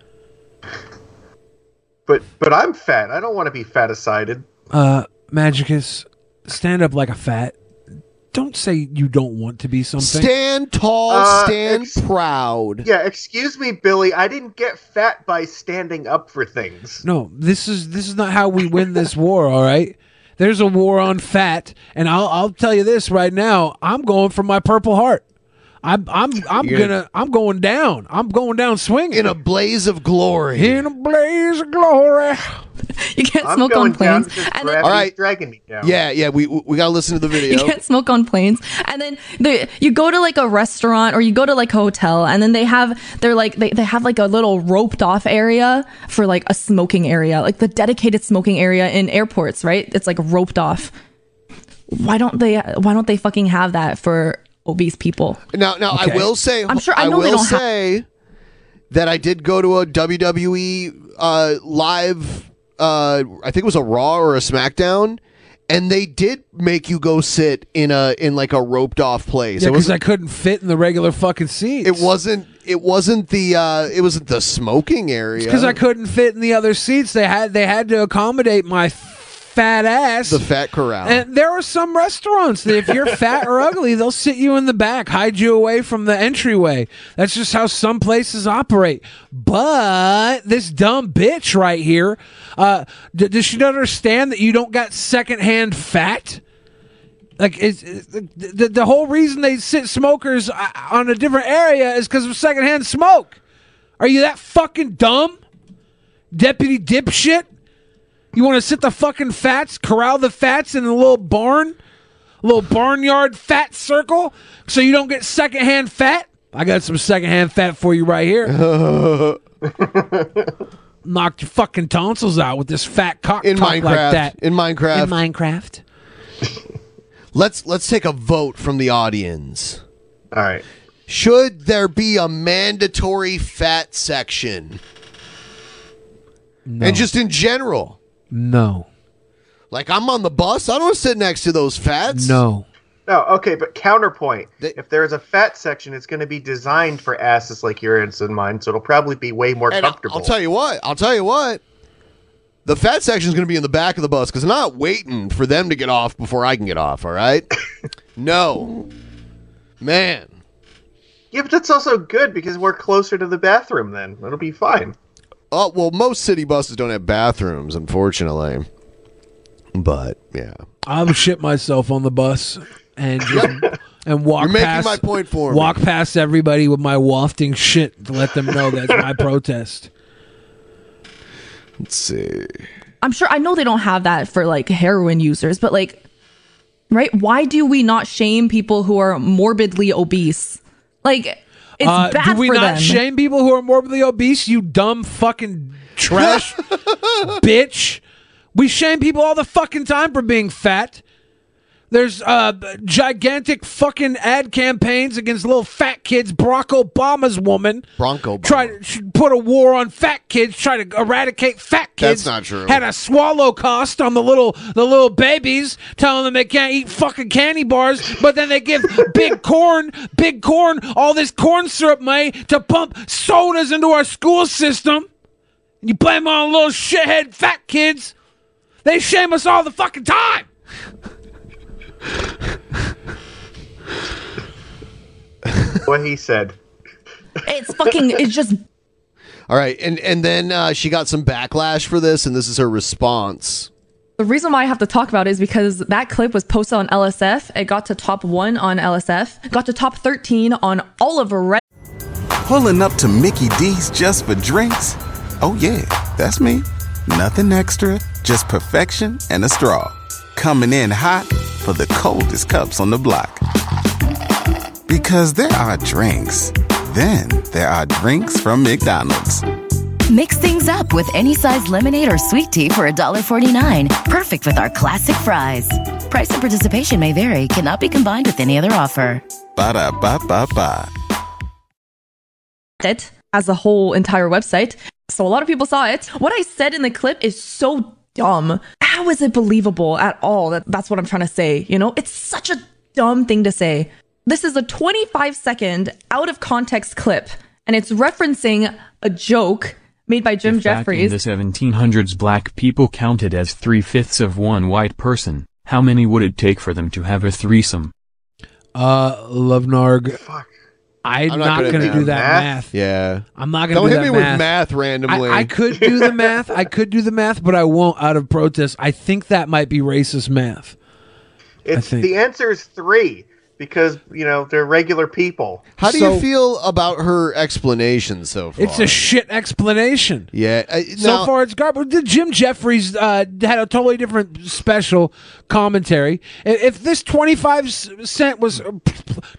But but I'm fat. I don't want to be faticided.
Uh, Magicus, stand up like a fat. Don't say you don't want to be something.
Stand tall,
Uh,
stand proud.
Yeah, excuse me, Billy. I didn't get fat by standing up for things.
No, this is this is not how we win this war. All right, there's a war on fat, and I'll I'll tell you this right now. I'm going for my Purple Heart. I'm I'm I'm
You're-
gonna I'm going down. I'm going down swinging
In a blaze of glory.
In a blaze of glory.
You can't
I'm
smoke
going
on planes.
down because
And then,
gravity's dragging me down.
Yeah, yeah. We we gotta listen to the
you
video.
can't smoke on planes. And then the, you go to like a restaurant or you go to like a hotel and then they have they're like they, they have like a little roped off area for like a smoking area, like the dedicated smoking area in airports, right? It's like roped off. Why don't they why don't they fucking have that for obese people.
Now, now I will say,
I'm sure I know
will
they don't have-
say that I did go to a WWE uh, live. Uh, I think it was a Raw or a SmackDown, and they did make you go sit in a in like a roped off place.
Yeah,
it
'cause
wasn't-
I couldn't fit in the regular fucking seats.
It wasn't. It wasn't the. Uh, it wasn't the smoking area.
because I couldn't fit in the other seats. They had they had to accommodate my fat ass.
the fat corral.
And there are some restaurants that if you're fat or ugly, they'll sit you in the back, hide you away from the entryway. That's just how some places operate. But this dumb bitch right here, uh, d- does she not understand that you don't got secondhand fat? Like it's, it's- the, the- the whole reason they sit smokers uh, on a different area is because of secondhand smoke. Are you that fucking dumb, deputy dipshit? You want to sit the fucking fats, corral the fats in a little barn, a little barnyard fat circle, so you don't get secondhand fat? I got some secondhand fat for you right here. Knocked your fucking tonsils out with this fat cock
in
talk
Minecraft.
like that.
In Minecraft.
In Minecraft.
Let's let's take a vote from the audience.
All right.
Should there be a mandatory fat section? And just in general,
No.
like I'm on the bus, I don't want to sit next to those fats.
No.
No, okay, but counterpoint. If there is a fat section, it's going to be designed for asses like yours and mine, so it'll probably be way more
And I'll,
comfortable.
I'll tell you what. I'll tell you what. The fat section is going to be in the back of the bus because I'm not waiting for them to get off before I can get off. All right. no, man.
yeah, but that's also good because we're closer to the bathroom then. It'll be fine.
Oh well, most city buses don't have bathrooms, unfortunately. But yeah,
I'm shit myself on the bus and just and walk
You're making
past
my point for me.
walk past everybody with my wafting shit to let them know that's my protest.
Let's see.
I'm sure I know they don't have that for like heroin users, but like, right? Why do we not shame people who are morbidly obese? Like, it's
Uh,
bad
do we
for
not
them.
shame people who are morbidly obese? You dumb fucking trash bitch. We shame people all the fucking time for being fat. There's uh, gigantic fucking ad campaigns against little fat kids. Barack Obama's woman
Bronco.
try to she put a war on fat kids, try to eradicate fat
That's
kids.
not true.
Had a swallow cost on the little the little babies, telling them they can't eat fucking candy bars, but then they give big corn, big corn, all this corn syrup money to pump sodas into our school system. And you blame it on little shithead fat kids. They shame us all the fucking time.
what he said.
It's fucking. It's just
All right, and and then uh, she got some backlash for this, and this is her response.
The reason why I have to talk about it is because that clip was posted on LSF. It got to top one on LSF, got to top 13 on all of Reddit.
Pulling up to Mickey D's just for drinks? Oh, yeah, that's me. Nothing extra, just perfection and a straw. Coming in hot for the coldest cups on the block. Because there are drinks, then there are drinks from McDonald's.
Mix things up with any size lemonade or sweet tea for $1.49. Perfect with our classic fries. Price and participation may vary, cannot be combined with any other offer.
Ba da ba ba ba.
it as a whole entire website. So a lot of people saw it. What I said in the clip is so dumb. How is it believable at all? That that's what I'm trying to say. You know, it's such a dumb thing to say. This is a 25 second out of context clip, and it's referencing a joke made by Jim
If back in
Jeffries.
the 1700s black people counted as three-fifths of one white person, how many would it take for them to have a threesome?
Uh, Lovenarg. I'm,
I'm
not,
not good at
gonna do
math.
that math.
Yeah,
I'm not gonna
Don't
do
hit
that
me
math.
with math randomly.
I, I could do the math. I could do the math, but I won't out of protest. I think that might be racist math. I
It's
think.
the answer is 3 because, you know, they're regular people.
How do you feel about her explanation so far?
It's a shit explanation.
yeah. I,
so far, it's garbage. The Jim Jeffries uh, had a totally different special commentary. I- If this twenty-five cent was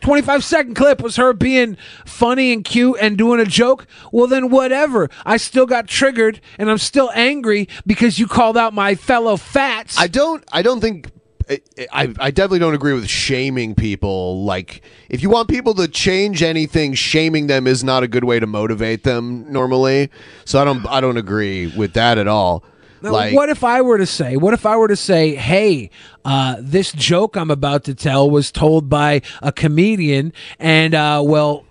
twenty-five second clip was her being funny and cute and doing a joke, well then whatever. I still got triggered and I'm still angry because you called out my fellow fats.
I don't. I don't think I, I I definitely don't agree with shaming people. Like, if you want people to change anything, shaming them is not a good way to motivate them normally. So I don't I don't agree with that at all.
Now,
like,
what if I were to say? What if I were to say, "Hey, uh, this joke I'm about to tell was told by a comedian, and uh, well,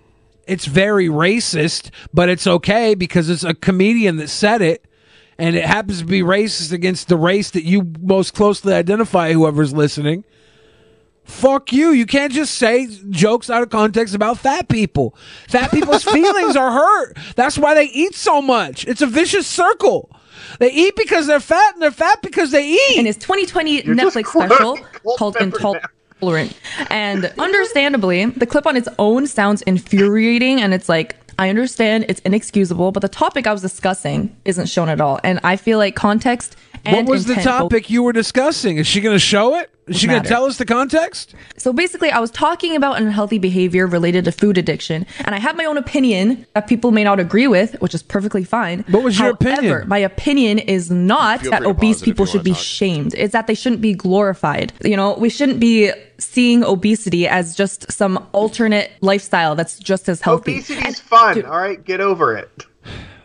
it's very racist, but it's okay because it's a comedian that said it, and it happens to be racist against the race that you most closely identify. Whoever's listening." Fuck you. You can't just say jokes out of context about fat people. Fat people's feelings are hurt. That's why they eat so much. It's a vicious circle. They eat because they're fat, and they're fat because they eat.
And his 2020
You're just
Netflix
quoting
special
Cold
called
Pepper
Intolerant. And understandably, the clip on its own sounds infuriating and it's like, I understand it's inexcusable, but the topic I was discussing isn't shown at all. And I feel like context
What
and
was the
intent both
topic you were discussing? Is she going to show it? Is she going to
matter.
tell us the context?
So basically, I was talking about unhealthy behavior related to food addiction, and I have my own opinion that people may not agree with, which is perfectly fine. What
was
your opinion? My opinion is not
Feel
that
free to
obese
pause it if you
people should
wanna
be
talk.
shamed. It's that they shouldn't be glorified. You know, we shouldn't be seeing obesity as just some alternate lifestyle that's just as healthy.
Obesity's fun. all right, get over it.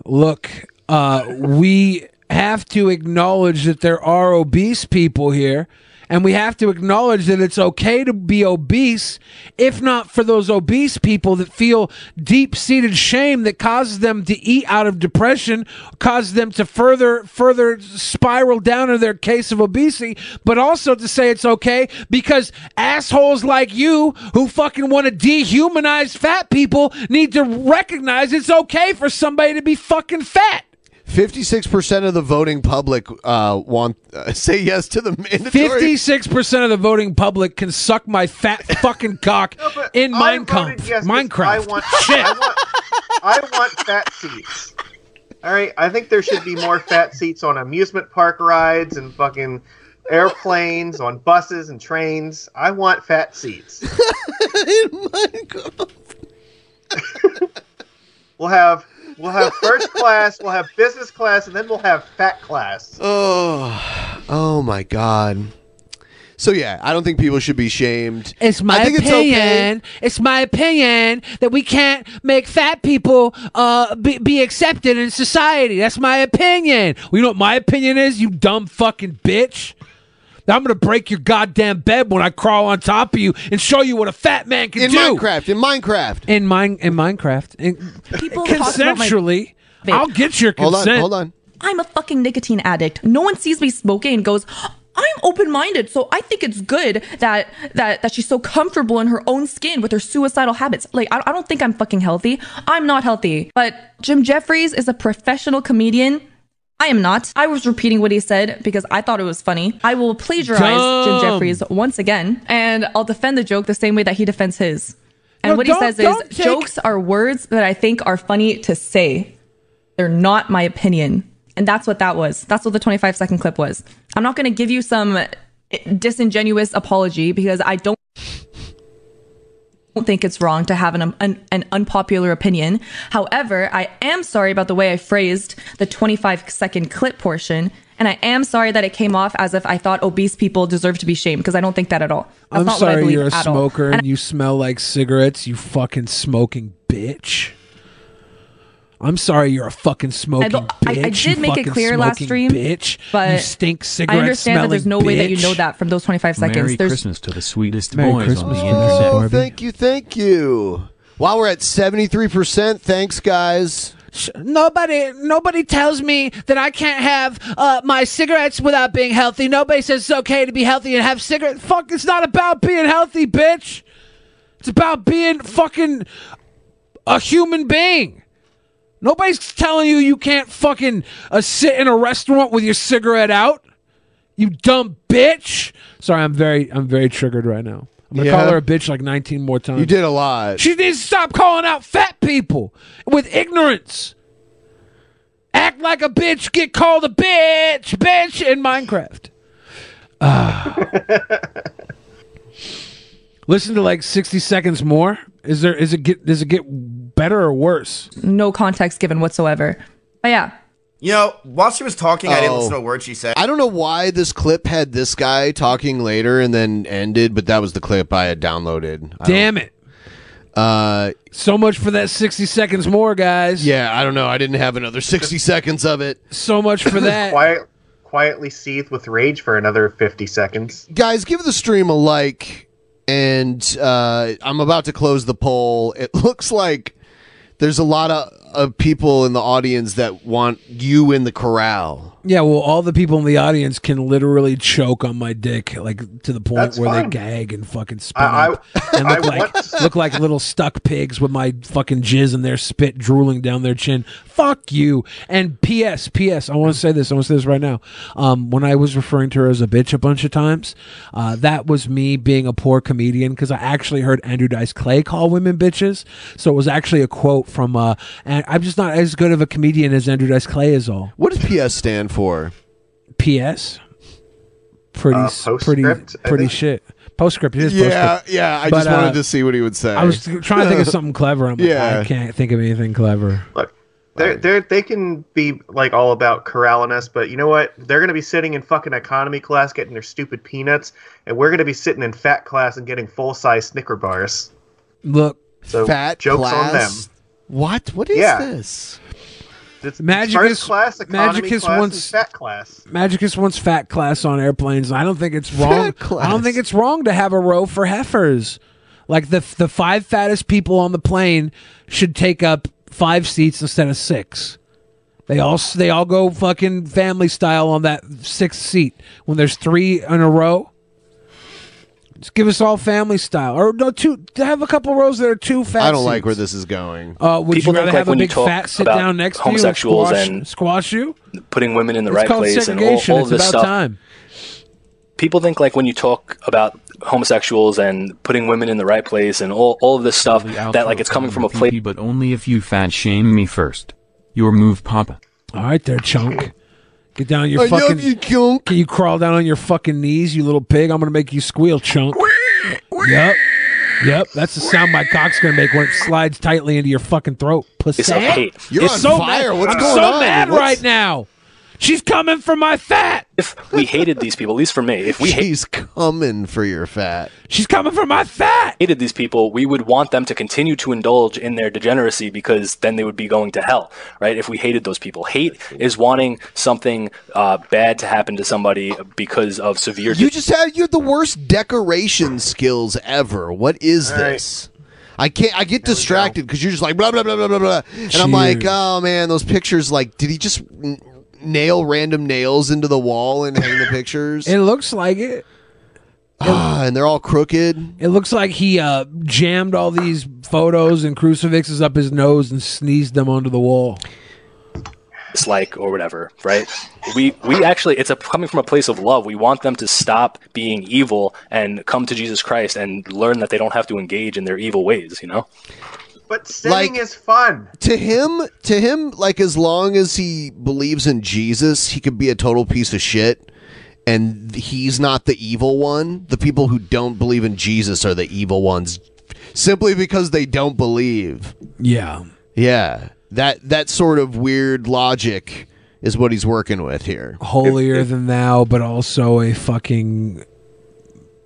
Look, uh, we have to acknowledge that there are obese people here, and we have to acknowledge that it's okay to be obese, if not for those obese people that feel deep seated shame that causes them to eat out of depression, causes them to further further spiral down in their case of obesity, but also to say it's okay because assholes like you who fucking want to dehumanize fat people need to recognize it's okay for somebody to be fucking fat.
Fifty-six percent of the voting public uh, want uh, say yes to the mandatory.
Fifty-six percent of the voting public can suck my fat fucking cock in Minecraft. Minecraft.
I want
Shit.
I want, I want fat seats. All right, I think there should be more fat seats on amusement park rides and fucking airplanes, on buses and trains. I want fat seats. We'll have we'll have first class, we'll have business class, and then we'll have fat class.
Oh, oh my God. So yeah, I don't think people should be shamed.
It's my
I think it's okay.
opinion. It's, my opinion that we can't make fat people uh, be, be accepted in society. That's my opinion. Well, you know what my opinion is? You dumb fucking bitch. I'm gonna break your goddamn bed when I crawl on top of you and show you what a fat man can
In
do.
Minecraft, in Minecraft,
in mine, in Minecraft, in,
People talk about my-
consensually.
Babe.
I'll get your
Hold on,
consent.
hold
on.
I'm a fucking nicotine addict. No one sees me smoking and goes, I'm open-minded, so I think it's good that that that she's so comfortable in her own skin with her suicidal habits. Like I, I don't think I'm fucking healthy. I'm not healthy. But Jim Jeffries is a professional comedian. I am not. I was repeating what he said because I thought it was funny. I will plagiarize
Dumb.
Jim Jeffries once again, and I'll defend the joke the same way that he defends his. And
No,
what he
don't-
says is
don't take-
jokes are words that I think are funny to say. They're not my opinion. And that's what that was. That's what the 25 second clip was. I'm not going to give you some eh, disingenuous apology because I don't don't think it's wrong to have an, um, an an unpopular opinion. However, I am sorry about the way I phrased the 25 second clip portion, and I am sorry that it came off as if I thought obese people deserve to be shamed because I don't think that at all. That's
I'm
not what I
sorry
believe
you're a
at all.
smoker
And
and you smell like cigarettes, you fucking smoking bitch. I'm sorry you're a fucking smoking
don't- I- I
bitch.
did
you
make it
fucking
clear last
smoking
stream,
bitch. you
but
stink cigarette
I understand that there's no
smelling
way that you
bitch.
know that from those 25 seconds.
Merry
there's
Christmas to the sweetest
Merry
boys on
Christmas,
the
Oh,
internet.
thank you, thank you. While we're at seventy-three percent, thanks guys.
Nobody, nobody tells me that I can't have uh, my cigarettes without being healthy. Nobody says it's okay to be healthy and have cigarettes. Fuck, it's not about being healthy, bitch. It's about being fucking a human being. Nobody's telling you you can't fucking uh, sit in a restaurant with your cigarette out. You dumb bitch. Sorry, I'm very, I'm very triggered right now. I'm gonna
Yeah.
call her a bitch like 19 more times.
You did a lot.
She needs to stop calling out fat people with ignorance. Act like a bitch, get called a bitch, bitch in Minecraft. Ah. Listen to like 60 seconds more. Is there is it get does it get better or worse?
no context given whatsoever. But yeah,
You know, while she was talking, I didn't
Oh.
listen to a word she said.
I don't know why this clip had this guy talking later and then ended, but that was the clip I had downloaded. I
Damn it.
don't- Uh,
so much for that 60 seconds more, guys.
Yeah, I don't know. I didn't have another 60 seconds of it.
So much for that.
Quiet, quietly seethe with rage for another 50 seconds.
Guys, give the stream a like, and uh, I'm about to close the poll. It looks like there's a lot of, of people in the audience that want you in the corral.
Yeah, well, all the people in the audience can literally choke on my dick, like to the point
That's
where
fine.
they gag and fucking spit
I-
up and look like look like little stuck pigs with my fucking jizz in their spit drooling down their chin. Fuck you. And P.S. P.S. I want to say this. I want to say this right now. Um, when I was referring to her as a bitch a bunch of times, uh, that was me being a poor comedian because I actually heard Andrew Dice Clay call women bitches. So it was actually a quote from. Uh, and I'm just not as good of a comedian as Andrew Dice Clay is all.
What does PS stand for?
P.S. Pretty,
Uh,
s- pretty,
postscript, I
pretty
think.
shit. Postscript. It is
Yeah,
postscript.
yeah. I
But,
just wanted
uh,
to see what he would say.
I was trying to think of something clever. I'm like,
Yeah.
I can't think of anything clever.
They're, they're, they can be like all about corralling us, but you know what? They're going to be sitting in fucking economy class getting their stupid peanuts, and we're going to be sitting in fat class and getting full size Snicker bars.
Look,
So
fat
jokes on
class.
them.
What? What is
Yeah.
this?
It's
Magicus-
first class, economy
Magicus
class,
wants-
and fat class.
Magicus wants fat class on airplanes. and I don't think it's wrong. I don't think it's wrong to have a row for heifers. Like the the five fattest people on the plane should take up five seats instead of six. They all s- they all go fucking family style on that sixth seat when there's three in a row. Just give us all family style, or no, two. Have a couple rows that are two fat.
I don't like
seats.
where this is going.
Uh, would
People
you rather
think, like,
have a
when you
big
talk
fat sit
about
down next to you and
homosexuals
squash,
and-
squash you?
putting women in the
It's
right
called
place and all,
segregation.
all
It's
this
about
stuff.
time.
People think like when you talk about homosexuals and putting women in the right place and all, all of this stuff that like it's coming from a place.
Pee, but only if you fat shame me first. Your move, Papa.
All right, there, chunk. Get down on your
I love
fucking.
you,
Can you crawl down on your fucking knees, you little pig? I'm gonna make you squeal, chunk. yep, yep. That's the sound my cock's gonna make when it slides tightly into your fucking throat, pussy.
It's a hate. You're
It's
on
so
fire.
Mad.
What's
I'm
going
so
on?
mad
What's-
right now. She's coming for my fat.
If we hated these people, at least for me, if we hate,
She's coming for your fat.
She's coming for my fat.
hated these people, we would want them to continue to indulge in their degeneracy because then they would be going to hell, right? If we hated those people, hate is wanting something uh, bad to happen to somebody because of severe.
You just had you had the worst decoration skills ever. What is this? I can't. I get distracted because you're just like blah blah blah blah blah blah, and I'm like,
Cheers.
oh man, those pictures. Like, did he just n- nail random nails into the wall and hang the pictures?
It looks like it.
Ah, and they're all crooked.
It looks like he uh, jammed all these photos and crucifixes up his nose and sneezed them onto the wall.
dislike or whatever, right? We we actually it's a, coming from a place of love. We want them to stop being evil and come to Jesus Christ and learn that they don't have to engage in their evil ways, you know?
But sinning
Like-
is fun.
To him, to him, like as long as he believes in Jesus, he could be a total piece of shit, and he's not the evil one. The people who don't believe in Jesus are the evil ones, simply because they don't believe.
Yeah.
Yeah, that that sort of weird logic is what he's working with here.
Holier than thou, but also a fucking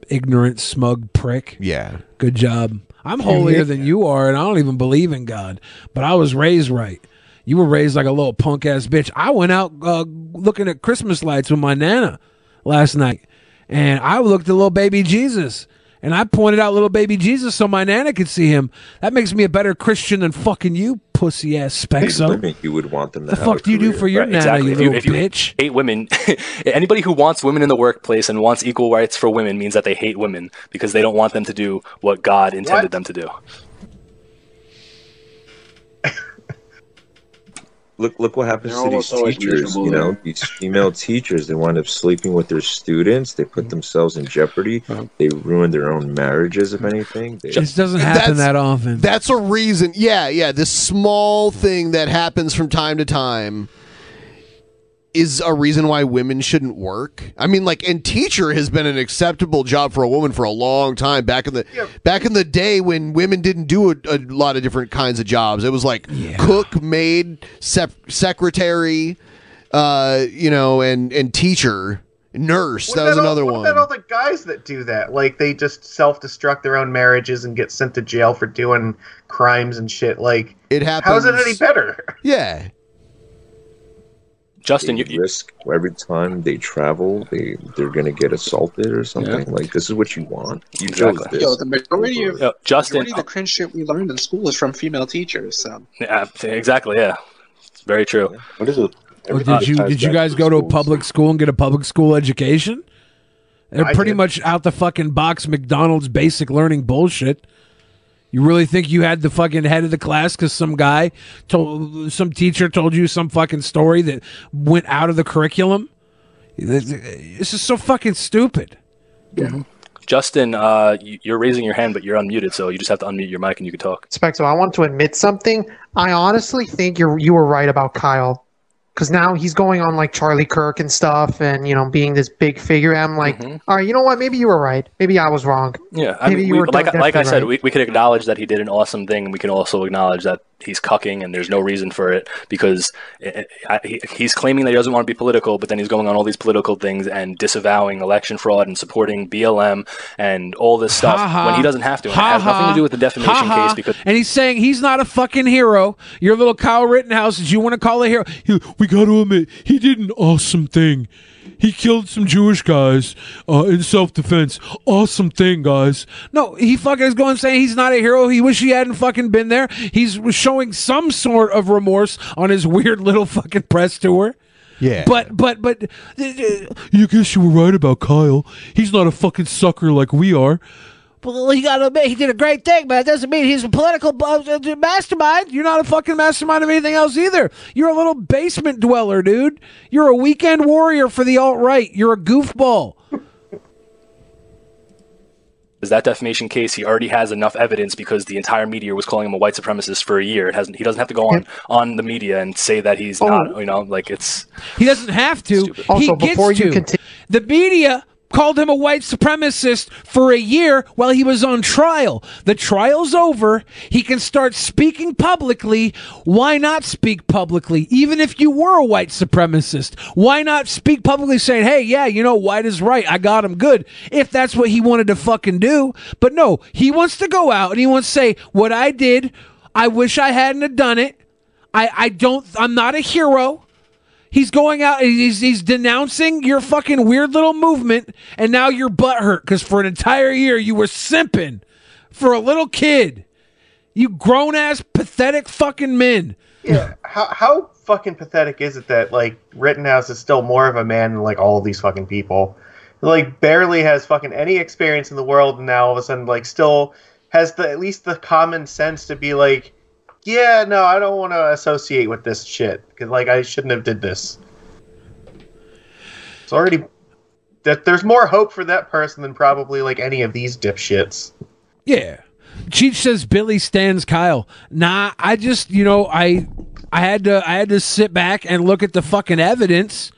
ignorant, smug prick.
Yeah.
Good job. I'm holier than you are, and I don't even believe in God, but I was raised right. You were raised like a little punk ass bitch. I went out uh, looking at Christmas lights with my nana last night, and I looked at little baby Jesus, and I pointed out little baby Jesus so my nana could see him. That makes me a better Christian than fucking you, pussy ass spexo.
women you would want them to
The
have
fuck
a
do you do
career.
for your
Right,
nana,
exactly.
you
If
little
you, if you
bitch?
hate women, anybody who wants women in the workplace and wants equal rights for women means that they hate women because they don't want them to do what God intended
What?
them to do.
Look, look what happens
They're
to these
almost always
teachers.
miserable,
You know,
though.
these female teachers they wind up sleeping with their students. They put themselves in jeopardy. They ruin their own marriages, if anything. They,
It doesn't happen that often.
That's a reason. Yeah, yeah. This small thing that happens from time to time is a reason why women shouldn't work. I mean, like, and teacher has been an acceptable job for a woman for a long time. Back in the back in the day when women didn't do a, a lot of different kinds of jobs, it was like cook, maid, sep- secretary. uh, you know, and and teacher, nurse.
What
that was
about all-
another
what
one.
about all the guys that do that? Like they just self-destruct their own marriages and get sent to jail for doing crimes and shit. Like
it
How's it
happens-
any better?
yeah.
Justin,
you risk every time they travel, they they're gonna get assaulted or something. Like this is what you want. You chose this.
Yo, the majority of
Yo, Justin- uh,
majority of the cringe shit we learned in school is from female teachers. So
Yeah, exactly. Yeah, it's very true.
What is it?
Or did you did you guys go to a public school and get a public school education? They're
I
pretty
did.
much out the fucking box McDonald's basic learning bullshit. You really think you had the fucking head of the class because some guy told some teacher told you some fucking story that went out of the curriculum? This is so fucking stupid.
Mm-hmm.
Justin, uh, y- you're raising your hand, but you're unmuted, so you just have to unmute your mic and you can talk.
Spectrum, I want to admit something. I honestly think you you were right about Kyle, because now he's going on like Charlie Kirk and stuff, and you know being this big figure. I'm like, all right, you know what? Maybe you were right. Maybe I was wrong.
Yeah, I
Maybe
mean,
you
we,
were
like,
definitely
like I said,
right.
we, we could acknowledge that he did an awesome thing, and we can also acknowledge that he's cucking, and there's no reason for it because eh, eh, I, he, he's claiming that he doesn't want to be political, but then he's going on all these political things and disavowing election fraud and supporting BLM and all this stuff
Ha-ha.
when he doesn't have to. And it has
Ha-ha.
nothing to do with the defamation
Ha-ha.
case because
and he's saying he's not a fucking hero. Your little Kyle Rittenhouse that you want to call a hero. He- we got to admit he did an awesome thing. He killed some Jewish guys uh, in self-defense. Awesome thing, guys. No, he fucking is going saying he's not a hero. He wish he hadn't fucking been there. He's showing some sort of remorse on his weird little fucking press tour.
Yeah.
But but but you guess you were right about Kyle. He's not a fucking sucker like we are.
Well, you gotta admit he did a great thing, but it doesn't mean he's a political bu- uh, mastermind.
You're not a fucking mastermind of anything else either. You're a little basement dweller, dude. You're a weekend warrior for the alt right. You're a goofball.
that defamation case, he already has enough evidence because the entire media was calling him a white supremacist for a year. It hasn't he doesn't have to go on on the media and say that he's
Oh.
not. You know, like it's
He doesn't have to.
Also,
he gets
before you
to.
continue-
the media called him a white supremacist for a year while he was on trial. The trial's over. He can start speaking publicly. Why not speak publicly? Even if you were a white supremacist, why not speak publicly saying, hey, yeah, you know, white is right. I got him good. If that's what he wanted to fucking do. But no, he wants to go out and he wants to say, what I did, I wish I hadn't have done it. I, I don't, I'm not a hero. He's going out. and He's, he's denouncing your fucking weird little movement, and now you're butthurt because for an entire year you were simping for a little kid. You grown ass, pathetic fucking men.
Yeah. How how fucking pathetic is it that like Rittenhouse is still more of a man than like all of these fucking people? Like barely has fucking any experience in the world and now all of a sudden like still has the at least the common sense to be like, yeah, no, I don't want to associate with this shit because like I shouldn't have did this. It's already that there's more hope for that person than probably like any of these dipshits.
Yeah. Cheech says Billy stands Kyle. Nah, I just you know I I had to I had to sit back and look at the fucking evidence,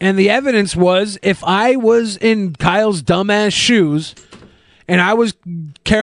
and the evidence was if I was in Kyle's dumbass shoes, and I was carrying.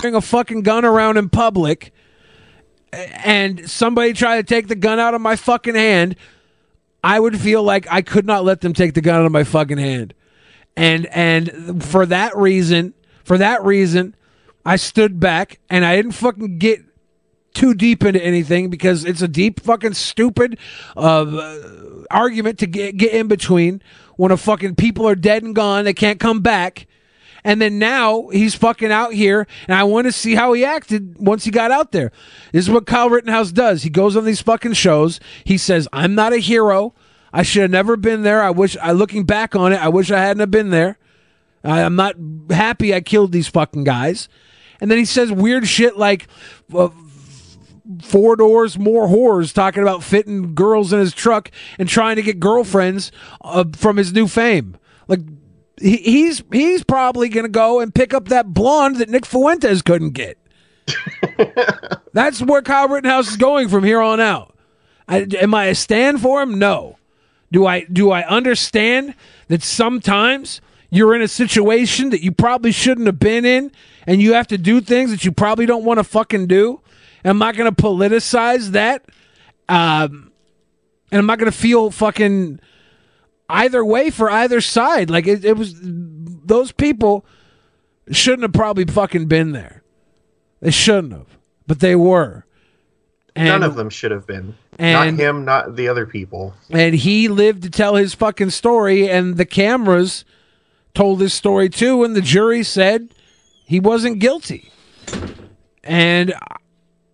carrying a fucking gun around in public and somebody tried to take the gun out of my fucking hand, I would feel like I could not let them take the gun out of my fucking hand. And and for that reason, for that reason, I stood back and I didn't fucking get too deep into anything because it's a deep fucking stupid uh, argument to get, get in between when a fucking people are dead and gone they can't come back and then now he's fucking out here and i want to see how he acted once he got out there this is what kyle rittenhouse does he goes on these fucking shows he says i'm not a hero i should have never been there i wish i looking back on it i wish i hadn't have been there I, I'm not happy I killed these fucking guys. And then he says weird shit like, uh, four doors more whores talking about fitting girls in his truck and trying to get girlfriends uh, from his new fame. Like he, he's he's probably gonna go and pick up that blonde that Nick Fuentes couldn't get. That's where Kyle Rittenhouse is going from here on out. I, am I a stand for him? No. Do I do I understand that sometimes you're in a situation that you probably shouldn't have been in, and you have to do things that you probably don't want to fucking do? I'm not going to politicize that, um, and I'm not going to feel fucking either way for either side. Like it, it was those people shouldn't have probably fucking been there. They shouldn't have, but they were.
None of them should have been.
and-
not him, not the other people.
and he lived to tell his fucking story and the cameras told his story too and the jury said he wasn't guilty and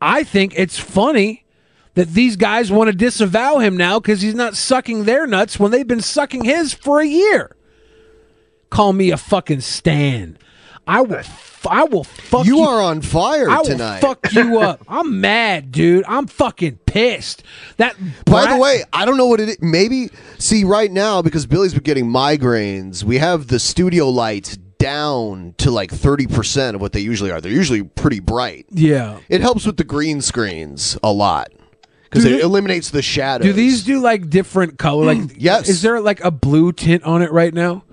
i think it's funny that these guys want to disavow him now because he's not sucking their nuts when they've been sucking his for a year call me a fucking stan i will f- i will fuck you,
are on fire
I will
tonight.
fuck you up i'm mad dude i'm fucking pissed that
By the
brat-
way, I don't know what it. Maybe see right now because Billy's been getting migraines. We have the studio lights down to like thirty percent of what they usually are. They're usually pretty bright.
yeah
It helps with the green screens a lot because
Do
it
they-
eliminates the shadows. Mm.
Do these do like different color? Like, yes. Is there like a blue tint on it right now?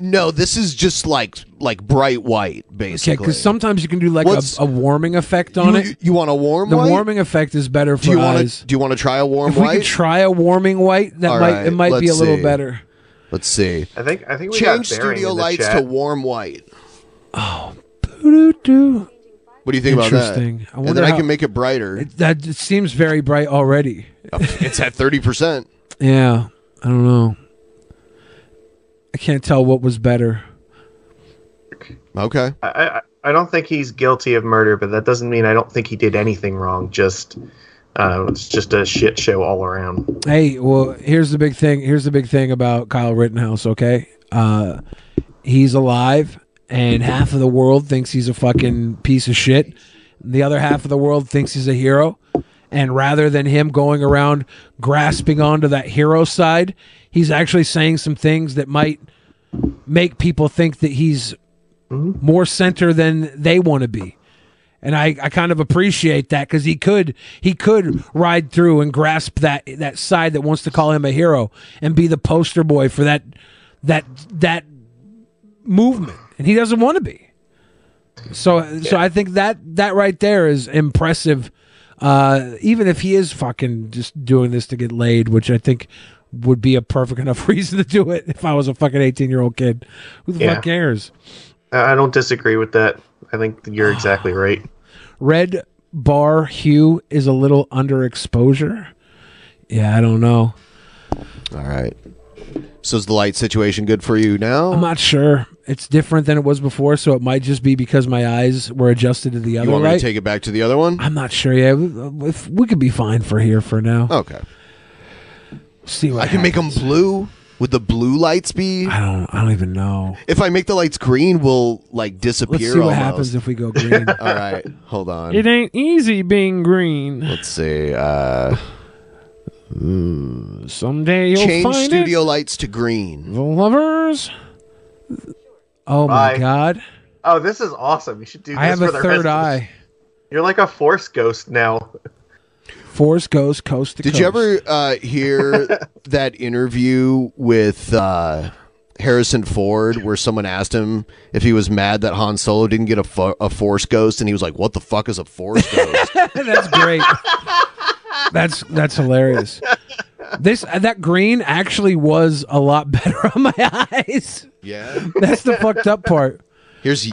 No, this is just like like bright white
Okay,
basically.
because sometimes you can do like a,
What's-
a warming effect on
you,
it.
You want a warm?
the
white?
warming effect is better for
Do you want
eyes.
to? Do you want to try a warm
if we
white?
could try a warming white, that
All
might
right,
it might be a
let's
little
see.
better.
Let's see.
I think I think we
Change
got Barry
studio
in the
lights
chat.
to warm white.
Doo-doo-doo.
What do you think about that?
Interesting. I
and
wonder
then
how-
I can make it brighter.
That it seems very bright already.
it's at thirty percent.
Yeah, I don't know. I can't tell what was better.
Okay.
I, I I don't think he's guilty of murder, but that doesn't mean I don't think he did anything wrong. Just uh, it's just a shit show all around.
Hey, well, here's the big thing. Here's the big thing about Kyle Rittenhouse. Okay, uh, he's alive, and half of the world thinks he's a fucking piece of shit. The other half of the world thinks he's a hero. And rather than him going around grasping onto that hero side, he's actually saying some things that might make people think that he's more center than they want to be. And I, I kind of appreciate that because he could he could ride through and grasp that that side that wants to call him a hero and be the poster boy for that that that movement. And he doesn't want to be. So so I think that that right there is impressive. Uh, even if he is fucking just doing this to get laid, which I think would be a perfect enough reason to do it if I was a fucking eighteen year old kid. Who the
Yeah.
fuck cares?
I I don't disagree with that. I think you're exactly right.
Red bar hue is a little underexposure. Yeah, I don't know.
All right. So is the light situation good for you now?
I'm not sure. It's different than it was before, so it might just be because my eyes were adjusted to the other
you want me
light.
to take it back to the other one?
I'm not sure yet. We- If we could be fine for here for now.
Okay.
See what
I can make them blue. Would the blue lights be?
I don't. I don't even know.
If I make the lights green, will like disappear.
Let's see what
almost.
happens if we go green.
All right. Hold on.
ain't easy being green.
Let's see. Uh,
Hmm, Someday you'll
change
find
studio lights to green.
The lovers. Oh
Bye.
my god!
Oh, this is awesome. You should do. This
I have
for
a
the rest of
third
the-
eye.
You're like a force ghost now.
Force goes coast to
Did
coast.
you ever uh, hear that interview with uh, Harrison Ford where someone asked him if he was mad that Han Solo didn't get a, fo- a Force Ghost? And he was like, What the fuck is a Force Ghost?
that's great. That's that's hilarious. This that green actually was a lot better on my eyes.
yeah.
That's the fucked up part.
Here's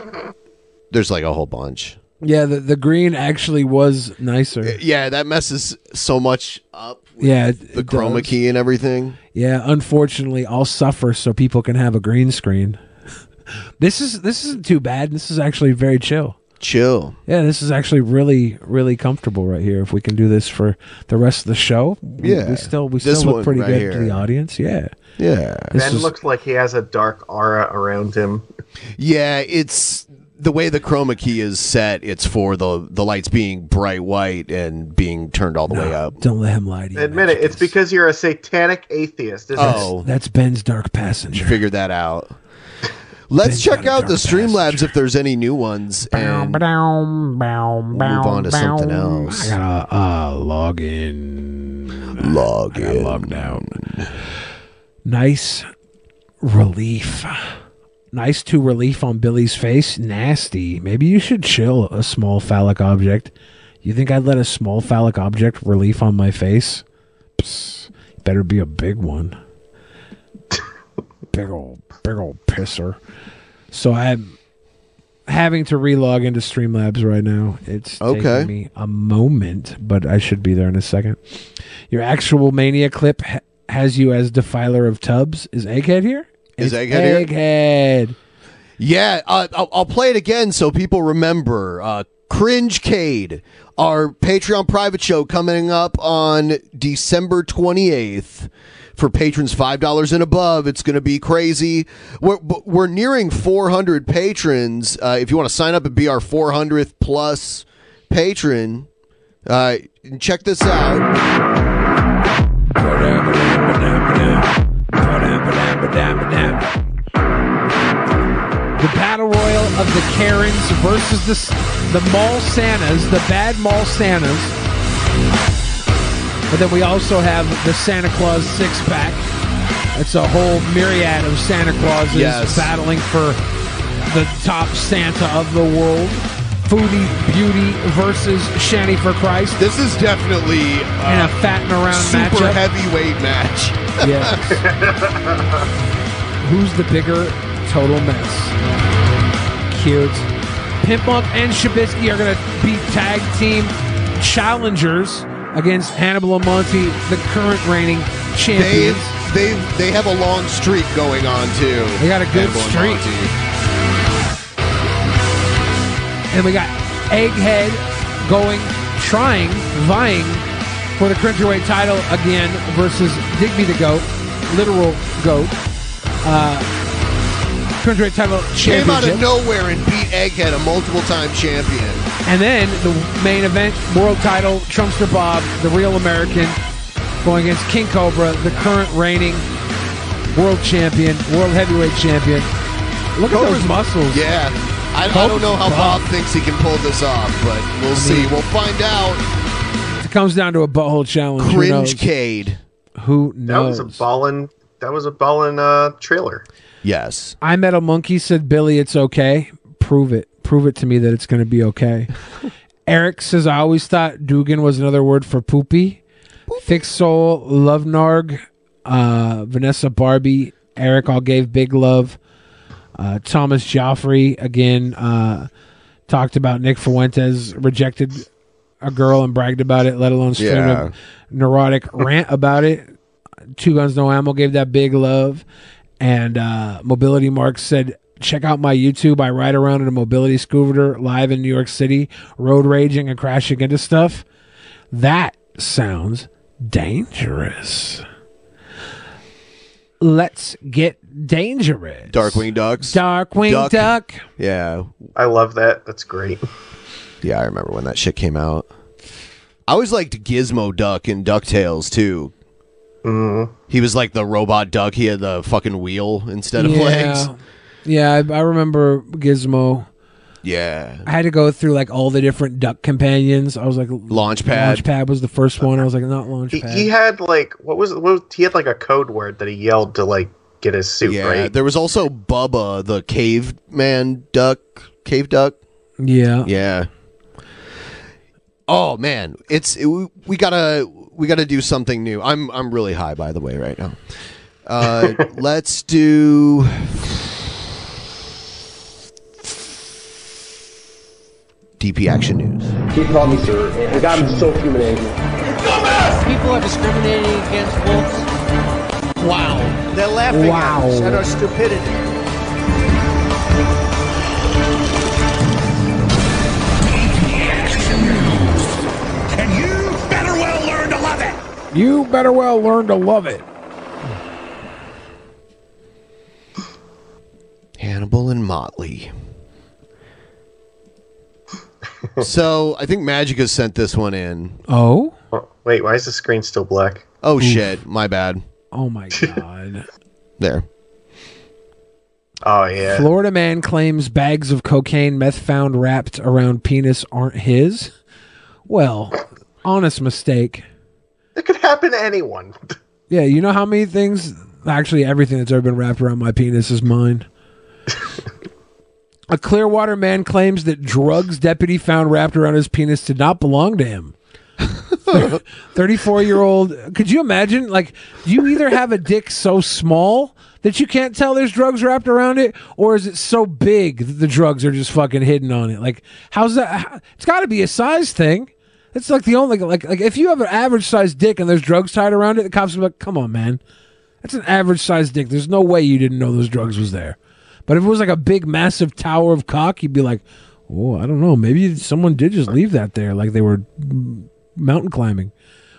There's like a whole bunch.
Yeah, the, the green actually was nicer.
Yeah, that messes so much up.
Yeah, it-
The
it
chroma
does.
key and everything.
Yeah, unfortunately, I'll suffer so people can have a green screen. This is this isn't too bad. This is actually very chill.
Chill.
Yeah, this is actually really really comfortable right here. If we can do this for the rest of the show, we-
Yeah,
we still we
this
still look
one
pretty
right
good to
here.
the audience. Yeah,
Yeah.
This
ben
is-
looks like he has a dark aura around him.
Yeah, it's the way the chroma key is set, it's for the the lights being bright white and being turned all the way up.
Don't let him lie to
Admit it. It's because you're a satanic atheist. Isn't
Oh,
that's Ben's dark passenger.
Figured that out. Let's check out the Streamlabs if there's any new ones, and
Bow, bow,
we'll move on to something
bow.
else.
I gotta uh, log in.
Log
in. Logged out. Nice relief. Nice to relief on Billy's face. Nasty. Maybe you should chill a small phallic object. You think I'd let a small phallic object relief on my face? Psst, better be a big one. big old, big old pisser. So I'm having to relog into Streamlabs right now. It's
Okay.
taking me a moment, but I should be there in a second. Your actual mania clip ha- has you as defiler of tubs. Is Egghead here?
Is
It's
Egghead here?
Egghead.
Yeah, uh, I'll, I'll play it again so people remember. Uh, Cringecade, our Patreon private show coming up on December 28th. For patrons $5 and above, it's going to be crazy. We're, but we're nearing 400 patrons. Uh, if you want to sign up and be our 400th plus patron, uh, check this out.
The battle royal of the Karens versus the s- the mall Santas, the bad mall Santas. But then we also have the Santa Claus six pack. It's a whole myriad of Santa Clauses
Yes.
battling for the top Santa of the world. Foodie Beauty versus Shanty for Christ.
This is definitely uh,
in a fat and around
super
matchup.
heavyweight match.
Yes. Who's the bigger total mess? Cute. Pimp Up and Shabisky are going to be tag team challengers against Hannibal Monty, the current reigning
They
champions.
they they have a long streak going on too.
They got a good
Hannibal
streak.
and Monty.
and we got Egghead going, trying, vying for the Cruiserweight title again versus Digby the Goat, literal goat. Uh, Cruiserweight title championship.
Came out of nowhere and beat Egghead, a multiple time champion.
And then the main event, world title, Trumpster Bob, the real American, going against King Cobra, the current reigning world champion, world heavyweight champion. Look at those muscles.
Yeah. I, I don't know how Bob thinks he can pull this off, but we'll see. We'll find out.
If It comes down to a butthole challenge. who knows?
Cringecade.
Who
That was
knows?
a ballin'. That was a ballin' uh, trailer.
Yes.
I met a monkey said, Billy, it's okay. Prove it. Prove it to me that it's going to be okay. Eric says, I always thought Dugan was another word for poopy. Thick Soul, Love Narg, uh, Vanessa Barbie, Eric all gave big love. Uh, Thomas Joffrey, again, uh, talked about Nick Fuentes, rejected a girl and bragged about it, let alone stream
Yeah.
a neurotic rant about it. Two Guns No Ammo gave that big love. And uh, Mobility Mark said, check out my YouTube. I ride around in a mobility scooter live in New York City, road raging and crashing into stuff. That sounds dangerous. Let's get dangerous.
Darkwing Ducks.
Darkwing Duck.
Yeah.
I love that. That's great.
Yeah, I remember when that shit came out. I always liked Gizmo Duck in DuckTales too. He was like the robot duck. He had the fucking wheel instead of
yeah.
legs.
Yeah, I, I remember Gizmo.
Yeah.
I had to go through like all the different duck companions. I was like
Launchpad.
Launchpad was the first one. I was like not
He,
Launchpad.
he had like what was, what was he had like a code word that he yelled to like get his suit
Yeah,
right.
there was also Bubba, the caveman duck, cave duck.
Yeah.
Yeah. Oh man, it's it, we- we gotta we gotta do something new. I'm I'm really high by the way right now. Uh, let's do. DP Action News.
He called me sir, and it got him so human angry.
People are discriminating against wolves.
Wow. They're laughing
Wow.
at us at our stupidity.
And you better well learn to love it.
You better well learn to love it.
Hannibal and Motley.
so I think Magica sent this one in.
Oh?
Wait, why is the screen still black?
Oh shit! My bad.
Oh my god.
There.
Oh yeah.
Florida man claims bags of cocaine meth found wrapped around penis aren't his. Well, honest mistake.
It could happen to anyone.
Yeah, you know how many things? Actually, everything that's ever been wrapped around my penis is mine. A Clearwater man claims that drugs deputy found wrapped around his penis did not belong to him. 34 year old. Could you imagine? Like, you either have a dick so small that you can't tell there's drugs wrapped around it, or is it so big that the drugs are just fucking hidden on it? Like, how's that? It's got to be a size thing. It's like the only like like if you have an average sized dick and there's drugs tied around it, the cops are like, "Come on, man, that's an average sized dick. There's no way you didn't know those drugs was there." But if it was like a big, massive tower of cock, you'd be like, "Oh, I don't know. Maybe someone did just leave that there, like they were mm, mountain climbing."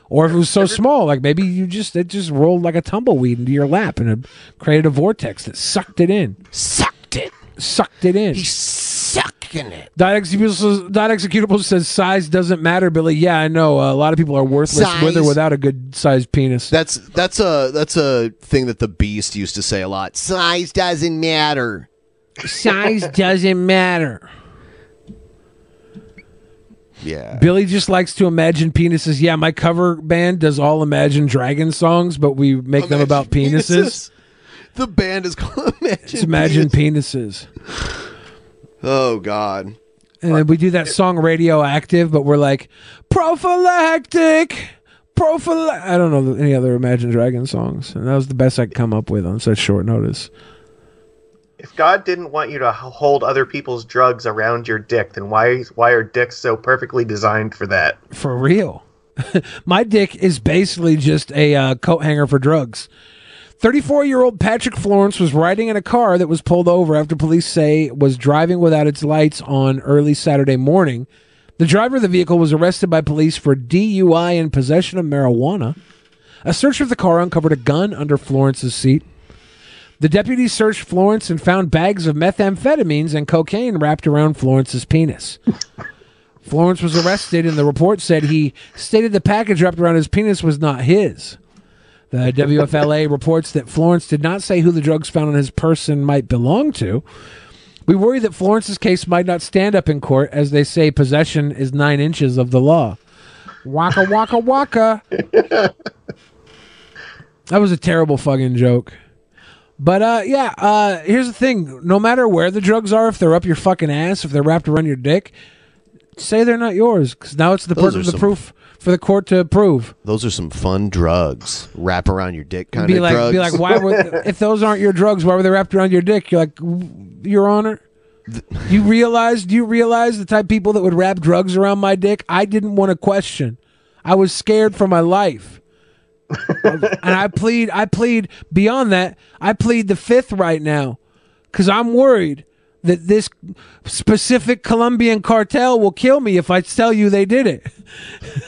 Or if it was so small, like maybe you just it just rolled like a tumbleweed into your lap and it created a vortex that sucked it in,
Sucked it.
sucked it in.
Sucking it.
Dot executable, dot executable says size doesn't matter, Billy. Yeah, I know. Uh, a lot of people are worthless
Size.
with or without a good sized penis.
That's that's a that's a thing that the Beast used to say a lot. Size doesn't matter.
Size doesn't matter.
Yeah.
Billy just likes to imagine penises. Yeah, my cover band does all Imagine Dragon songs, but we make them about penises.
The band is called Imagine.
Just imagine penises.
Oh God.
And then we do that song Radioactive, but we're like prophylactic, prophylact. I don't know any other Imagine Dragon songs, and that was the best I could come up with on such short notice.
If God didn't want you to h- hold other people's drugs around your dick, then why why are dicks so perfectly designed for that?
For real. My dick is basically just a uh, coat hanger for drugs. 34 year old Patrick Florence was riding in a car that was pulled over after police say was driving without its lights on early Saturday morning. The driver of the vehicle was arrested by police for DUI and possession of marijuana. A search of the car uncovered a gun under Florence's seat. The deputies searched Florence and found bags of methamphetamines and cocaine wrapped around Florence's penis. Florence was arrested, and the report said he stated the package wrapped around his penis was not his. The WFLA reports that Florence did not say who the drugs found on his person might belong to. We worry that Florence's case might not stand up in court, as they say possession is nine inches of the law. Waka waka waka. that was a terrible fucking joke. But uh, yeah, uh, here's the thing: no matter where the drugs are, if they're up your fucking ass, if they're wrapped around your dick, say they're not yours, because now it's the
Those
burden of
are
the
some-
proof for the court to prove.
Those are some fun drugs. Wrap around your dick kind
be
of
like,
drugs.
be like, why were if those aren't your drugs? Why were they wrapped around your dick? You're like, Your Honor, you realize? Do you realize the type of people that would wrap drugs around my dick? I didn't want to question. I was scared for my life. and I plead, I plead beyond that. I plead the fifth right now because I'm worried that this specific Colombian cartel will kill me if I tell you they did it.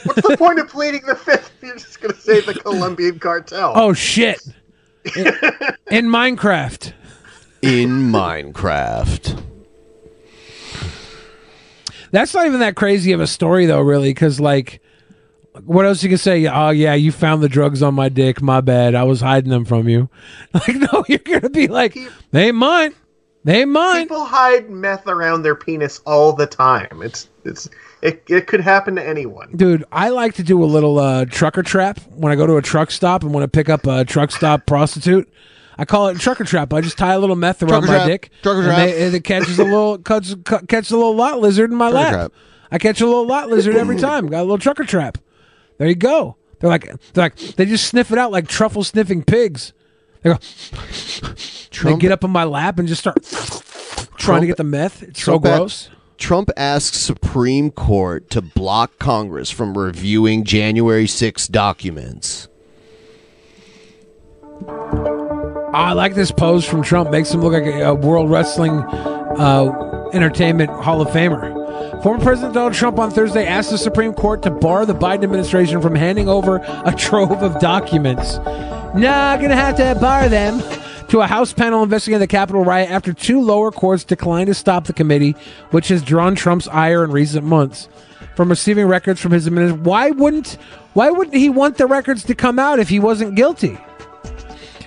What's the point of pleading the fifth? if You're just gonna say the Colombian cartel.
Oh, shit. In, in Minecraft.
in Minecraft.
That's not even that crazy of a story, though, really, because, like, what else you can say? Oh, yeah, you found the drugs on my dick. My bad. I was hiding them from you. Like, no, you're going to be like, they ain't mine. They ain't mine.
People hide meth around their penis all the time. It's it's it, it could happen to anyone.
Dude, I like to do a little uh, trucker trap when I go to a truck stop and want to pick up a truck stop prostitute. I call it trucker trap. I just tie a little meth around
Trucker
my
trap.
dick.
Trucker
and
trap.
they- and it catches a little catch, catch a little lot lizard in my
Trucker trap.
lap. I catch a little lot lizard every time. Got a little trucker trap. There you go. They're like they're like they just sniff it out like truffle sniffing pigs. They go. They get up in my lap and just start trying to get the meth. It's so
a-
gross.
Trump asks Supreme Court to block Congress from reviewing January 6 documents.
I like this pose from Trump. Makes him look like a, a World Wrestling uh, Entertainment Hall of Famer. Former President Donald Trump on Thursday asked the Supreme Court to bar the Biden administration from handing over a trove of documents. Nah, gonna have to bar them to a House panel investigating the Capitol riot after two lower courts declined to stop the committee, which has drawn Trump's ire in recent months from receiving records from his administration. Why wouldn't why wouldn't he want the records to come out if he wasn't guilty?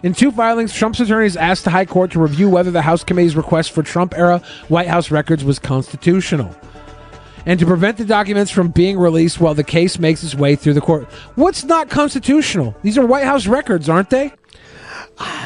In two filings, Trump's attorneys asked the High Court to review whether the House committee's request for Trump era White House records was constitutional and to prevent the documents from being released while the case makes its way through the court. What's not constitutional? These are White House records, aren't they?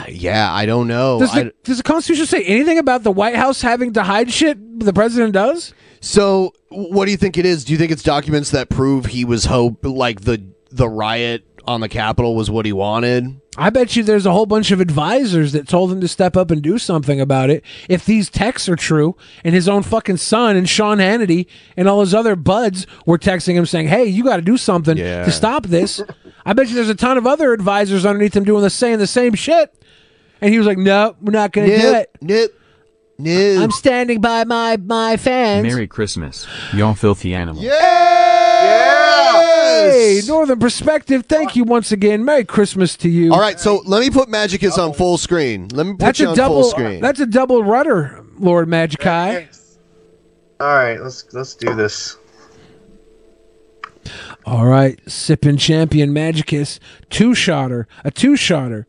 Yeah, I don't know.
Oh,
Does
I-
the, does the Constitution say anything about the White House having to hide shit the president does?
So, what do you think it is? Do you think it's documents that prove he was hope like the the riot on the Capitol was what he wanted?
I bet you there's a whole bunch of advisors that told him to step up and do something about it. If these texts are true, and his own fucking son and Sean Hannity and all his other buds were texting him saying, "Hey, you got to do something
Yeah.
to stop this," I bet you there's a ton of other advisors underneath him doing the saying the same shit. And he was like, "No, we're not going to do
Nope,
it.
Nope, nope.
I'm standing by my my fans."
Merry Christmas, y'all filthy animals.
Hey, Northern Perspective, thank you once again. Merry Christmas to you.
All right, so let me put Magicus on full screen. Let me put
That's
you
a
on
double uh,
full screen.
That's a double rudder, Lord Magikai.
All right, let's let's do this.
All right, sipping champion Magicus, two shotter, a two shotter.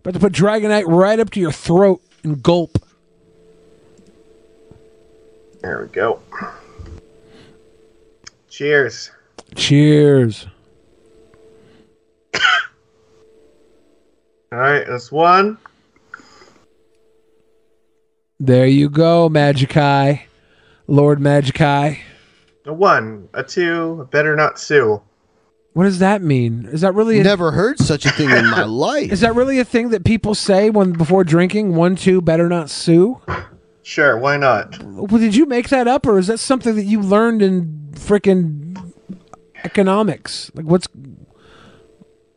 About to put Dragonite right up to your throat and gulp.
There we go. Cheers.
Cheers.
All right, that's one.
There you go, Magikai. Lord Magikai.
A one, a two, a better not sue.
What does that mean? Is that really
Never heard such a thing in my life.
Is that really a thing that people say when before drinking? One, two, better not sue.
Sure, why not?
Well, did you make that up, or is that something that you learned in frickin' economics? Like, what's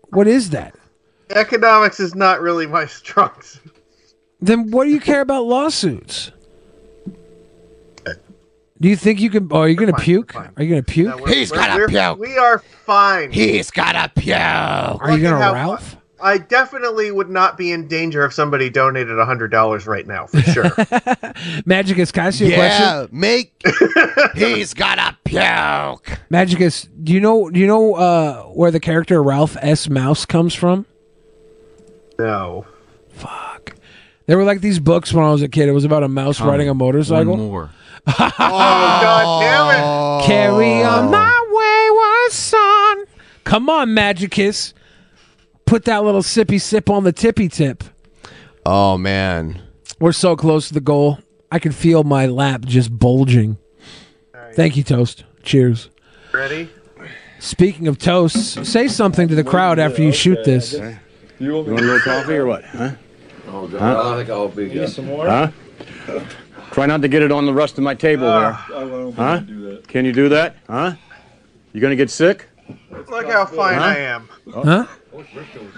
what is that?
Economics is not really my strong suit.
Then what do you care about lawsuits? Do you think you can? Oh, are you gonna puke? Are you gonna puke?
We're- we're- We are fine.
He's gotta puke.
Are you
Look at
gonna
how-
Ralph?
I definitely would not be in danger if somebody donated hundred dollars right now, for sure.
Magicus, can I ask you a
yeah,
question?
make. he's gotta puke.
Magicus, do you know do you know uh, where the character Ralph S. Mouse comes from?
No.
There were like these books when I was a kid. It was about a mouse
Come
riding a motorcycle.
One more.
Oh,
Carry on my wayward son. Come on, Magicus. Put that little sippy sip on the tippy tip.
Oh man,
we're so close to the goal. I can feel my lap just bulging. Thank you, Toast. Cheers.
Ready?
Speaking of toasts, say something to the crowd after you shoot this.
You want, a little coffee or what? Huh? Oh, God. I think I'll be good. some more? Huh? Try not to get it on the rest of my table there. Ah, I won't Huh? Can you do that? Huh? You gonna get sick?
Look how fine
Huh?
I am.
Huh?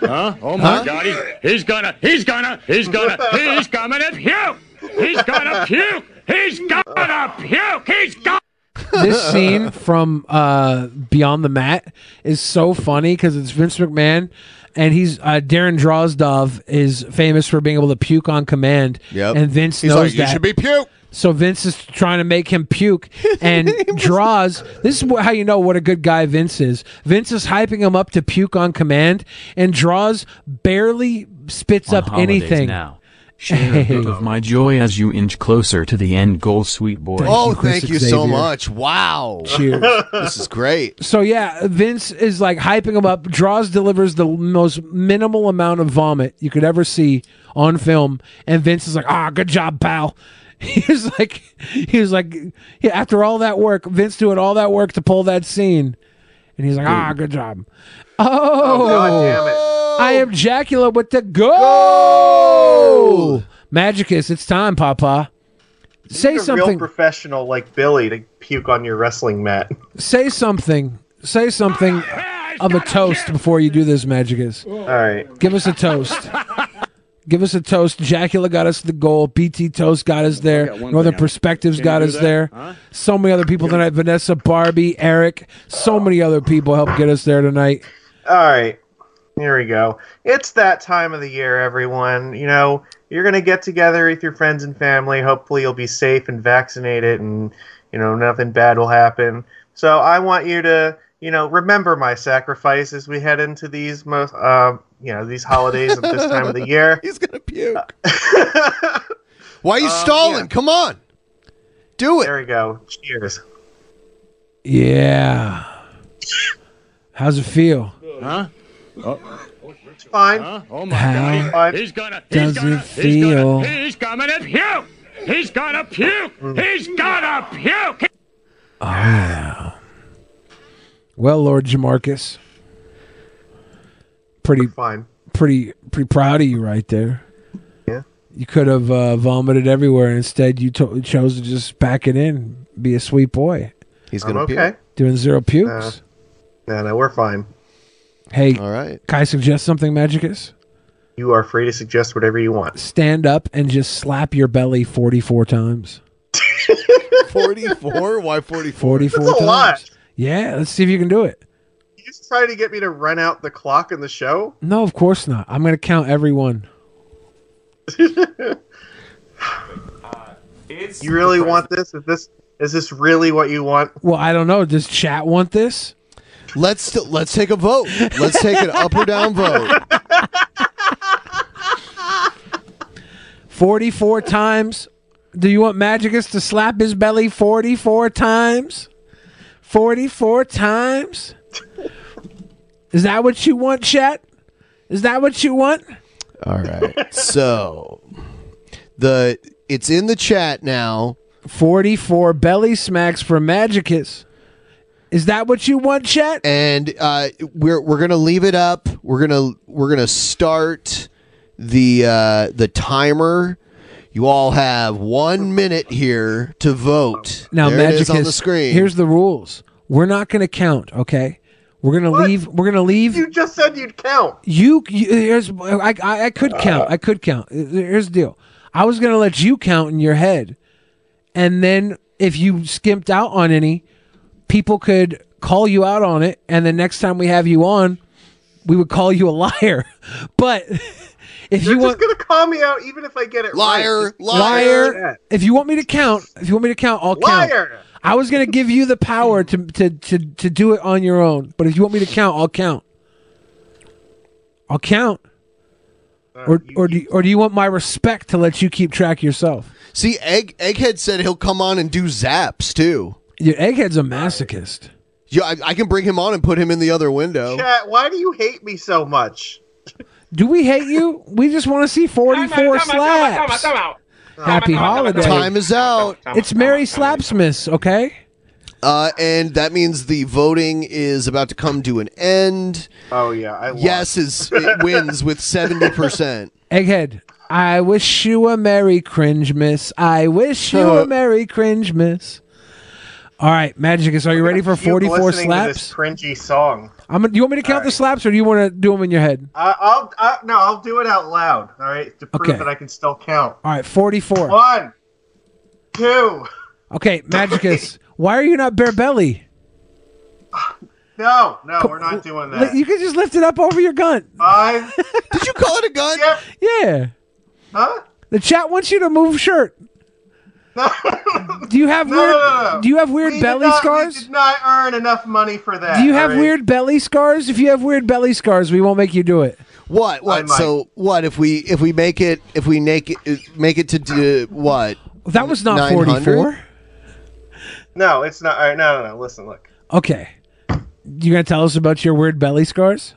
Huh? Oh my
Huh?
God! He's, he's gonna, he's gonna, he's gonna, he's coming to puke! He's gonna puke! He's gonna puke! He's gonna.
this scene from uh, Beyond the Mat is so funny because it's Vince McMahon, and he's uh, Darren Drozdov is famous for being able to puke on command.
Yep.
And Vince
He's
knows
like, "You
that.
should be puke.
So Vince is trying to make him puke, and Draws. This is wh- how you know what a good guy Vince is. Vince is hyping him up to puke on command, and Draws barely spits
On
up
holidays
anything.
now. Share a bit of my joy as you inch closer to the end goal, sweet boy.
oh, thank you so
Xavier.
much. Wow.
Cheers.
this is great.
So yeah, Vince is like hyping him up. Draws delivers the most minimal amount of vomit you could ever see on film, and Vince is like, "Ah, good job, pal." He was like, he was like, yeah. After all that work, Vince doing all that work to pull that scene, and he's like, "Ah, good job." Oh, I am Jacula with the goal. Magicus, it's time, Papa. Say
He's a
something.
Real professional like Billy to puke on your wrestling mat.
Say something. Say something of a toast before you do this, Magicus.
All right.
Give us a toast. Give us a toast. Jacula got us the goal. BT Toast got us there.
got one
Northern
thing.
Perspectives
Can you
got
do
us
that?
there.
Huh?
So many other people tonight. Vanessa, Barbie, Eric. So many other people helped get us there tonight.
All right. Here we go. It's that time of the year, everyone. You know, you're going to get together with your friends and family. Hopefully, you'll be safe and vaccinated, and you know nothing bad will happen. So I want you to, you know, remember my sacrifice as we head into these most, uh, you know, these holidays at this time of the year. Um,
He's gonna puke. Why are you stalling? Come on, do it.
There we go. Cheers.
Yeah. How's it feel?
Huh?
Fine.
Oh
my How
God. He's gonna.
Does it feel?
He's coming to puke. He's gonna puke. He's gonna puke.
Ah. Well, Lord Jamarcus, pretty
fine,
pretty pretty proud of you right there.
Yeah.
You could have uh, vomited everywhere. Instead, you to- chose to just pack it in, be a sweet boy.
He's
gonna I'm puke. okay.
Doing zero pukes.
Uh, No, no, we're fine.
hey,
all right.
Can I suggest something, Magicus?
You are free to suggest whatever you want.
Stand up and just slap your belly forty-four times.
44? Why 44?
Forty-four
That's a
times.
lot.
Yeah. Let's see if you can do it.
You just trying to get me to run out the clock in the show.
No, of course not. I'm going to count everyone.
you really want this? Is this is this really what you want?
Well, I don't know. Does chat want this?
Let's let's take a vote. Let's take an up or down vote.
44 times. Do you want Magicus to slap his belly 44 times? 44 times? Is that what you want, chat? Is that what you want?
All right. So the it's in the chat now.
44 belly smacks for Magicus. Is that what you want, chat?
And uh, we're we're gonna leave it up. We're gonna we're gonna start the uh, the timer. You all have one minute here to vote.
Now,
there
Magicus,
it is on the screen.
here's the rules. We're not going to count, okay? We're going to leave we're going to leave
You just said you'd count. Uh.
You, you here's I, I I could count. I could count. Here's the deal. I was gonna let you count in your head, and then if you skimped out on any, people could call you out on it, and the next time we have you on, we would call you a liar. But if you want
You're gonna call me out even if I get it right.
liar, if you want me to count, if you want me to count, I'll count.
Liar.
I was gonna give you the power to to to to do it on your own, but if you want me to count, I'll count. I'll count.
Uh,
or or do you, or do you want my respect to let you keep track yourself?
See, Egg Egghead said he'll come on and do zaps too.
Your Egghead's a masochist.
Yeah, I, I can bring him on and put him in the other window.
Chat, why do you hate me so much?
Do we hate you? We just want to see forty four slaps. Happy holiday.
Time is out.
It's Mary Slapsmiths. Okay.
Uh, and that means the voting is about to come to an end.
Oh yeah, I lost.
yes is it wins with seventy percent.
Egghead, I wish you a merry cringe miss. I wish you
Uh,
a merry cringe miss. All right, Magicus, are you ready for
You
forty four
listening To
slaps?
this cringy song.
I'm. gonna- Do you want me to count the slaps, or do you want to do them in your head?
I, I'll I, no, I'll do it out loud. All right, to prove
Okay.
that I can still count.
All right, forty-four.
One, two.
Okay, Magicus, why are you not bare belly?
No, no, we're not doing that.
Li- You could just lift it up over your gun.
Five.
Did you call it a gun?
Yep.
Yeah.
Huh?
The chat wants you to move shirt. do you have
No,
weird?
no, no, no.
Do you have weird
We did
belly
not-
scars?
We did not earn enough money for that.
Do you have
all right?
weird belly scars? If you have weird belly scars, we won't make you do it.
What? What? So what if we if we make it if we make it uh, make it to do, what?
That was not 44.
No, it's not. All right, no, no, no. Listen, look.
Okay. You gonna tell us about your weird belly scars?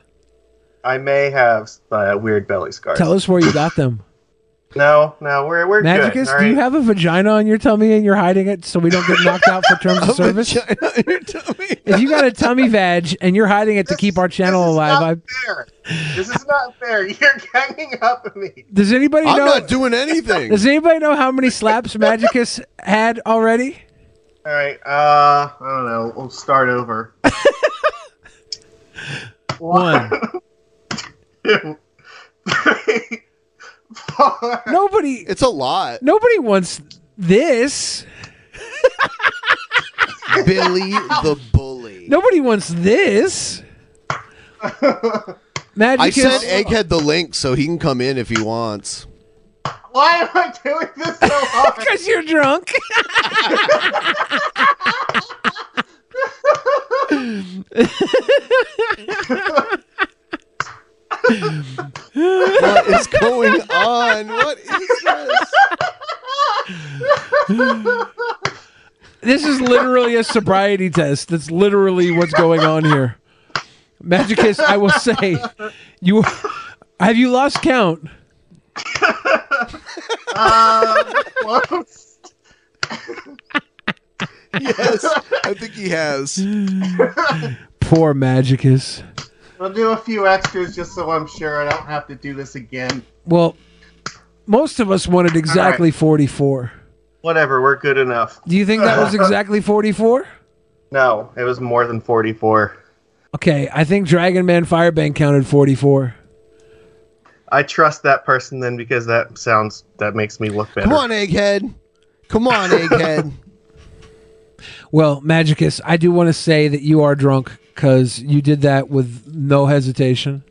I may have uh, weird belly scars.
Tell us where you got them.
No, no, we're we're
Magicus,
good. all
do you
right?
have a vagina on your tummy and you're hiding it so we don't get knocked out for terms of service? if you got a tummy vag and you're hiding it to keep our channel alive,
This is not fair. You're ganging up on me.
I, does anybody
I'm
know?
not
doing anything.
Does anybody know how many slaps Magicus had already?
All right. Uh, I don't know. We'll start over.
One.
Two, three, four.
Nobody.
It's a lot.
Nobody wants this.
Billy the bully.
Nobody wants this. Magicus.
I sent Egghead the link so he can come in if he wants.
Why am I doing this so hard? Because
you're drunk.
what is going on? What is this?
This is literally a sobriety test. That's literally what's going on here. Magicus, I will say, you have you lost count?
Um, close.
yes, I think he has.
Poor Magicus.
We'll do a few extras just so I'm sure I don't have to do this again.
Well, most of us wanted exactly 44.
Whatever, we're good enough.
Do you think that was exactly 44?
No, it was more than 44.
Okay, I think Dragon Man Firebank counted 44.
I trust that person then because that sounds that makes me look better.
Come on, egghead. Come on, egghead.
Well, Magicus, I do want to say that you are drunk because you did that with no hesitation.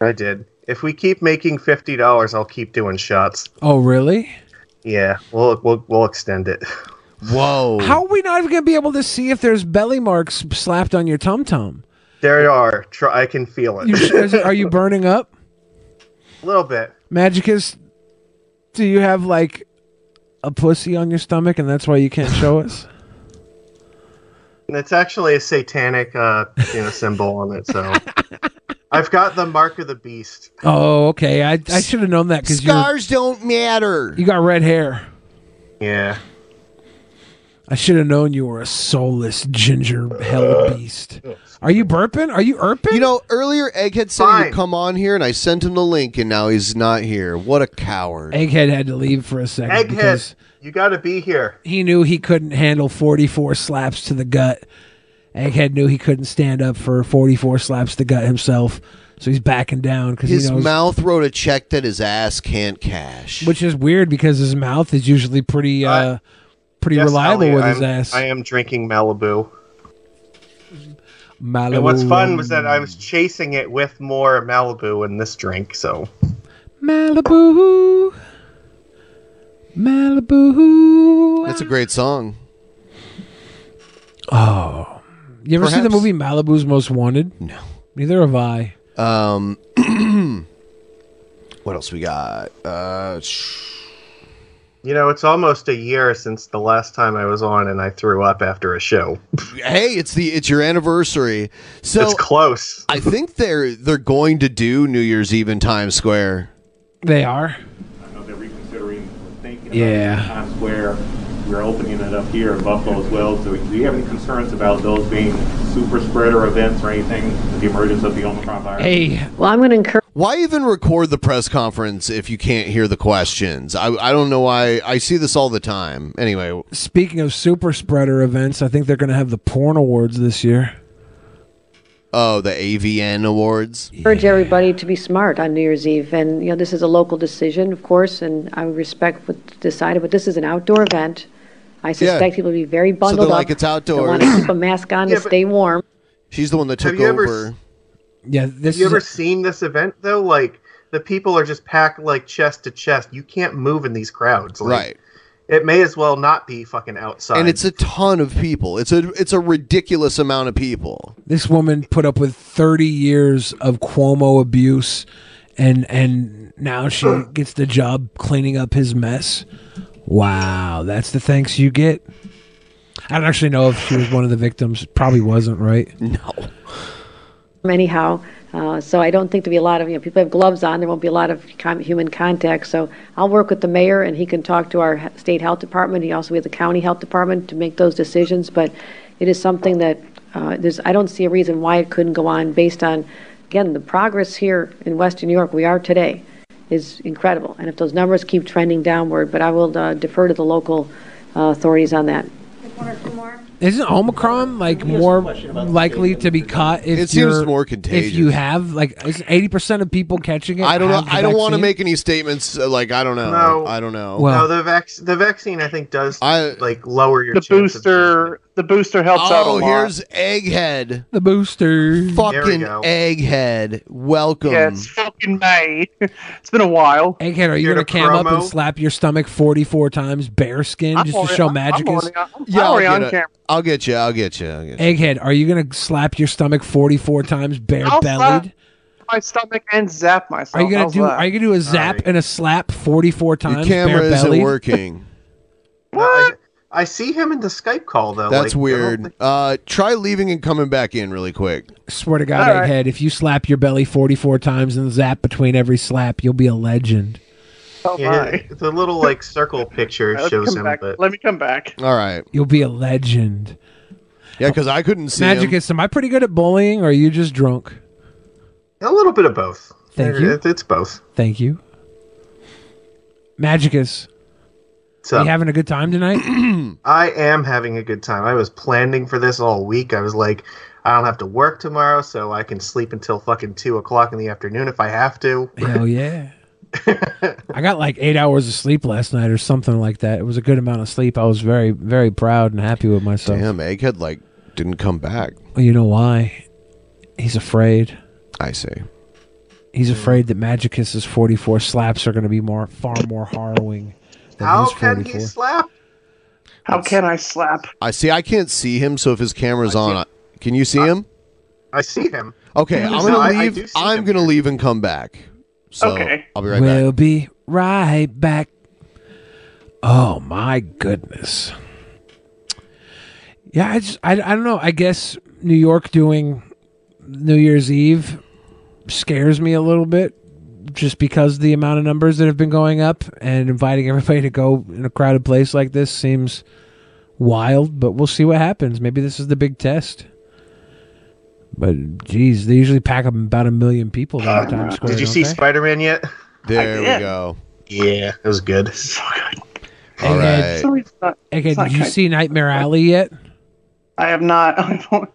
I did. If we keep making fifty dollars, I'll keep doing shots.
Oh, really?
Yeah, we'll we'll, we'll extend it. Oh.
Whoa!
How are we not even going to be able to see if there's belly marks slapped on your tum tum?
There are. Try, I can feel it.
Are you burning up?
A little bit.
Magicus, do you have like a pussy on your stomach and that's why you can't show us?
And It's actually a satanic uh, you know, symbol on it. So I've got the mark of the beast.
Oh, okay. I, I should have known that because
Scars don't matter.
you got red hair.
Yeah.
I should have known you were a soulless ginger hell beast. Are you burping? Are you burping?
You know, earlier Egghead said he would come on here, and I sent him the link, and now he's not here. What a coward!
Egghead had to leave for a second
Egghead,
because
you got to be here.
he knew he couldn't handle 44 slaps to the gut. Egghead knew he couldn't stand up for 44 slaps to the gut himself, so he's backing down because
His
he knows.
mouth wrote a check that his ass can't cash.
which is weird because his mouth is usually pretty uh, pretty
Yes,
reliable
Elliot,
with his
I'm-
ass.
I am drinking Malibu.
Malibu.
And what's fun was that I was chasing it with more Malibu in this drink. So
Malibu. Malibu.
That's a great song.
Oh, you ever seen the
Perhaps.
movie Malibu's Most Wanted?
No,
neither have I.
Um, what else we got? Uh, sh-
you know, it's almost a year since the last time I was on, and I threw up after a show.
hey, it's the it's your anniversary, so
It's close.
I think they're they're going to do New Year's Eve in Times Square.
They are. Yeah.
Times Square. We're opening it up here in Buffalo as well. So, do you have any concerns about those being super spreader events or anything with the emergence of the Omicron virus?
well, I'm going to encourage. Why even record the press conference if you can't hear the questions? I I don't know why. I see this all the time. Anyway,
Speaking of super spreader events, I think they're going to have the porn awards this year.
oh, the AVN awards.
encourage everybody to be smart on New Year's Eve. And, you know, this is a local decision, of course, and I respect what's decided, but this is an outdoor event. I suspect people will be very
So
bundled
they're like
up.
it's
They
outdoors.
want to keep a mask on to stay warm.
She's the one that
Have
took
you ever
over.
yeah, this
Have you
is
ever
a-
seen this event though? Like the people are just packed like chest to chest. You can't move in these crowds. Like,
Right.
It may as well not be fucking outside.
and it's a ton of people. It's a it's a ridiculous amount of people.
This woman put up with 30 years of Cuomo abuse, and and now she gets the job cleaning up his mess. Wow, that's the thanks you get. I don't actually know if she was one of the victims. Probably wasn't, right?
No.
Anyhow, uh, so I don't think there'll be a lot of, you know, people have gloves on. There won't be a lot of com- human contact. So I'll work with the mayor and he can talk to our he- state health department. He also, we have the county health department to make those decisions. But it is something that uh, there's, I don't see a reason why it couldn't go on based on, again, the progress here in Western New York we are today is incredible. And if those numbers keep trending downward, but I will uh, defer to the local uh, authorities on that.
Isn't Omicron like more likely to be caught if
It seems
you're,
more
If you
contagious.
have like eighty percent of people catching it?
I don't know.
have the
I don't want to
vaccine?
make any statements. uh, Like I don't know.
No.
I don't know.
no, the vac- the vaccine I think does like lower your
The
chance of
booster-
transmission. The booster helps out a
Oh,
lot.
here's Egghead.
The booster.
Fucking
go.
Egghead. Welcome.
Yeah, it's fucking May. it's been a while.
Egghead, are you
Here
going to
to
cam up and
promo.
slap your stomach 44 times bare skin
I'm
just to
already-
show
I'm
magic is?
already- I'm already
I'll
on
get it.
camera.
I'll get you. I'll get you. I'll get you.
Egghead, are you going to slap your stomach 44 times bare
I'll slap
bellied?
my stomach and zap myself.
Are you going
How's
to do
that?
are you going to do a zap and a slap 44
Your
times
camera
bare
isn't
bellied?
working.
What? I, I see him in the Skype call though.
That's
like,
weird. Uh, try leaving and coming back in really quick.
Swear to God,
All right.
Egghead, if you slap your belly 44 times and zap between every slap, you'll be a legend.
Oh yeah, the little like circle picture
let's
shows
come
him.
back.
But... Let me come back.
All right.
You'll be a legend.
Yeah, because I couldn't see
Magic
him.
is, am I pretty good at bullying or are you just drunk?
A little bit of both.
Thank
It-
you.
it- it's both.
Thank you. Magicus.
So-
you having a good time tonight?
I am having a good time. I was planning for this all week. I was like, I don't have to work tomorrow, so I can sleep until fucking two o'clock in the afternoon if I have to.
Hell yeah. I got like eight hours of sleep last night or something like that. It was a good amount of sleep. I was very, very proud and happy with myself.
Damn, Egghead like didn't come back.
Well, you know why? He's afraid.
I see.
He's afraid that Magicus's 44 slaps are going to be more, far more harrowing than
How
his
can
44.
he slap? How can I slap?
I see. I can't see him. So if his camera's on, I- can you see him?
I see him.
Okay, I'm
No, I- I
gonna
do
leave.
see
I'm gonna leave and come back. So
Okay.
I'll be right back.
we'll be right back. Oh my goodness. Yeah, I just I, I don't know. I guess New York doing New Year's Eve scares me a little bit just because the amount of numbers that have been going up and inviting everybody to go in a crowded place like this seems wild, but we'll see what happens. Maybe this is the big test. But geez, they usually pack about a million people down at Times Square.
Did you
don't
see
they?
Spider Man yet?
There we go.
Yeah, it was good.
All
right.
Okay,
it's not
did you
good.
see Nightmare Alley yet?
I have not. I've only,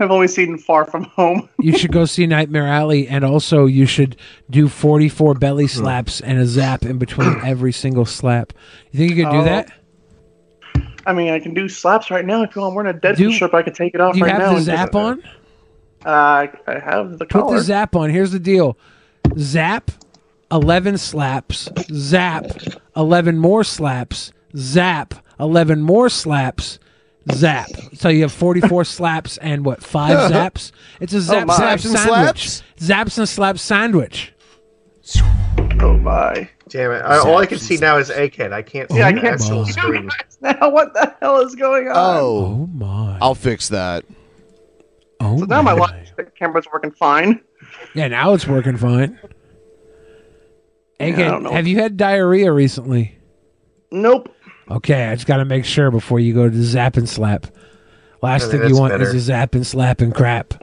I've only seen Far From Home.
You should go see Nightmare Alley, and also you should do 44 belly slaps and a zap in between every single slap. You think you could do
Oh,
that?
I mean, I can do slaps right now if you want. We're in a Deadpool strip. I can take it off
do you
right
have
now.
the
and just-
zap on?
Uh, I I have the
Put
collar.
the zap on. Here's the deal zap, 11 slaps, zap, 11 more slaps, zap, 11 more slaps. Zap. So you have 44 slaps and what, five zaps?
Oh,
Oh
It's a zap
my.
slap
Zaps and
sandwich. Zaps and slaps sandwich.
Oh my! Damn it! I, all I can see now is Egghead. I can't see
Yeah, I
oh
the
can't
actual
see
screen.
now what the hell is going on?
Oh,
my!
I'll fix that.
Oh,
so now my watch the camera's working fine.
Yeah, now it's working fine. Egghead,
Yeah, I don't know.
have you had diarrhea recently?
Nope.
Okay, I just got to make sure before you go to zap and slap. Last
Yeah,
thing you
that's
want is
better.
a zap and slap and crap.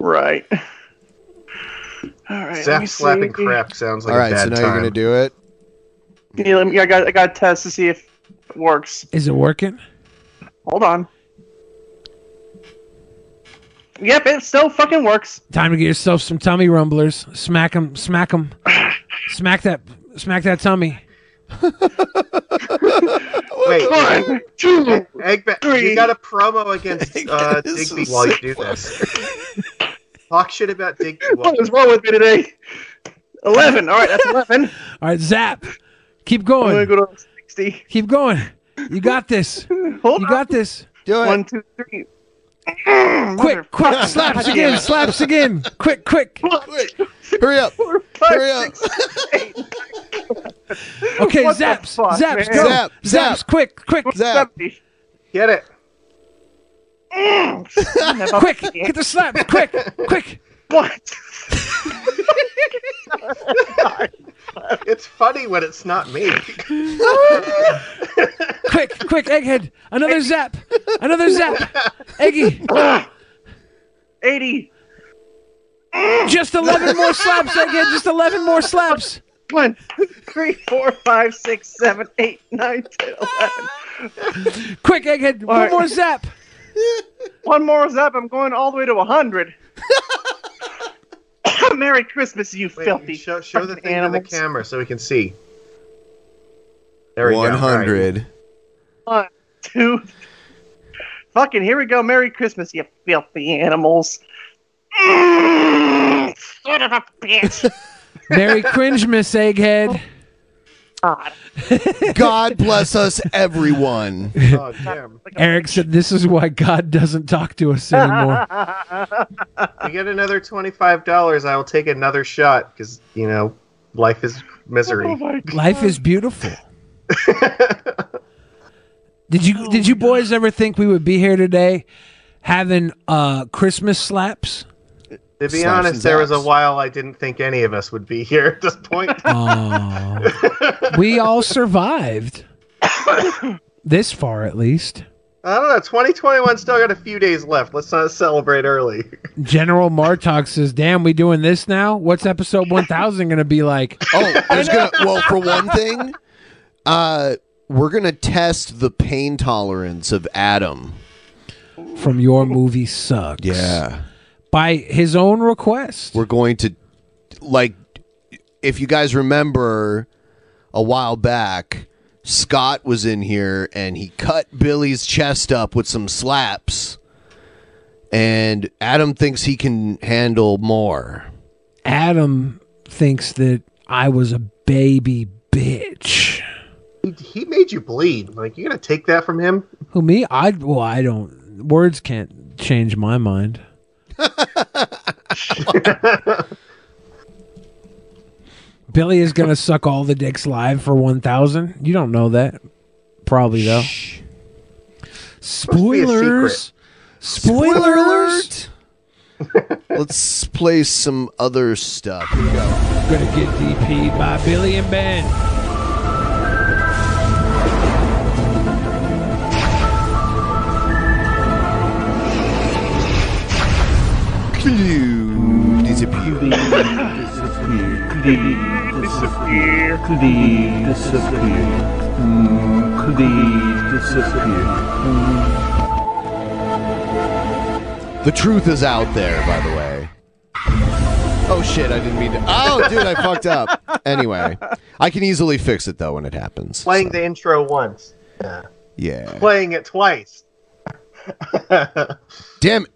Right. All right. let me
Zap slapping
see.
crap sounds like
All
a
right,
bad
so now
time.
you're gonna do it.
Yeah, let me, I got I got to test to see if it works.
Is it working?
Hold on. Yep, it still fucking works.
Time to get yourself some tummy rumblers. Smack them, smack them, smack that, smack that tummy.
Wait,
one,
two, Eggba- You got a promo against uh, Digby while you do this. Talk shit about Digby.
What is wrong with me today? Eleven. All right, that's eleven.
All right, zap. Keep going.
I'm gonna go to sixty.
Keep going. You got this. you got this. Mm,
Do
it. One, two, three.
Quick, quick, slaps again, slaps again. Quick, quick.
Hurry up.
Hurry
up.
Okay,
What the
zaps,
fuck,
zaps,
man?
go.
Zap,
zaps,
zap.
quick, quick,
zap.
Get it.
Mm,
quick, get the slap, quick, quick.
What?
It's funny when it's not me.
quick, quick, egghead, another zap, another zap, Eggy.
Eighty.
Just eleven more slaps, egghead. Just eleven more slaps.
One, two, three, four, five, six, seven, eight, nine, ten, eleven.
Quick, egghead!
All
One
right.
more zap.
One more zap. I'm going all the way to hundred. Merry Christmas, you filthy
show, show the thing to the
animals.
camera so we can see. There we go. All right.
100.
One, two, Fucking here we go. Merry Christmas, you filthy animals. Mm, son of a bitch.
Merry Cringemas, egghead.
God.
God bless us, everyone.
Eric said this is why God doesn't talk to us anymore.
you get another twenty-five dollars, I will take another shot because you know life is misery.
Life is beautiful. did you did you boys ever think we would be here today having uh Christmas slaps?
To be
Slaps
honest,
and
there was a
zaps.
while I didn't think any of us would be here at this point.
we all survived. this far at least.
I don't know. Twenty twenty-one still got a few days left. Let's not celebrate early.
General Martok says, "Damn, we doing this now? What's episode 1000 going to be like?"
Oh, there's gonna well for one thing, uh, we're gonna test the pain tolerance of Adam.
From your movie sucks.
Yeah.
By his own request.
We're going to like if you guys remember a while back, Scott was in here and he cut Billy's chest up with some slaps. And Adam thinks he can handle more.
Adam thinks that I was a baby bitch.
He, he made you bleed. Like you gonna take that from him?
Who me? I well, I don't. Words can't change my mind. Billy is gonna suck all the dicks live for one thousand. You don't know that, probably though.
be a secret.
Spoilers. Spoilers.
Let's play some other stuff. Here we go.
Gonna get DP'd by Billy and Ben.
Clue disappear.
disappear. Clue disappear. Clue disappear. Mm, Clue disappear. Mm.
The truth is out there, by the way. Oh shit, I didn't mean to. Oh, dude, I fucked up. Anyway, I can easily fix it though when it happens.
Playing the intro once,
Yeah.
playing it twice.
Damn it.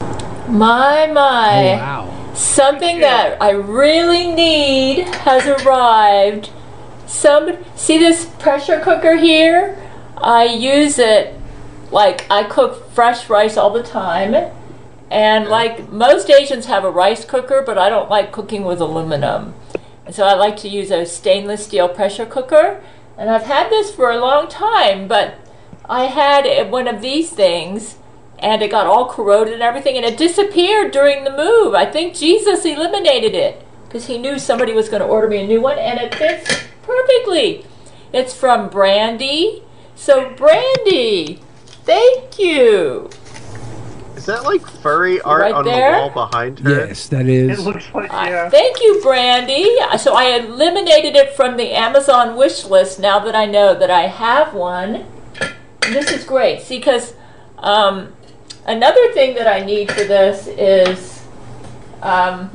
My, my.
Oh, wow.
Something that I really need has arrived. Some see this pressure cooker here? I use it like I cook fresh rice all the time. And like most Asians have a rice cooker, but I don't like cooking with aluminum. And so I like to use a stainless steel pressure cooker. And I've had this for a long time, but I had uh, one of these things and it got all corroded and everything, and it disappeared during the move. I think Jesus eliminated it because he knew somebody was going to order me a new one, and it fits perfectly. It's from Brandy. So, Brandy, thank you.
Is that like furry art
Right
on
there?
the wall behind her?
Yes, that is. It looks
like
I- thank you, Brandy. So, I eliminated it from the Amazon wish list now that I know that I have one. And This is great. See, because um, another thing that I need for this is. Um,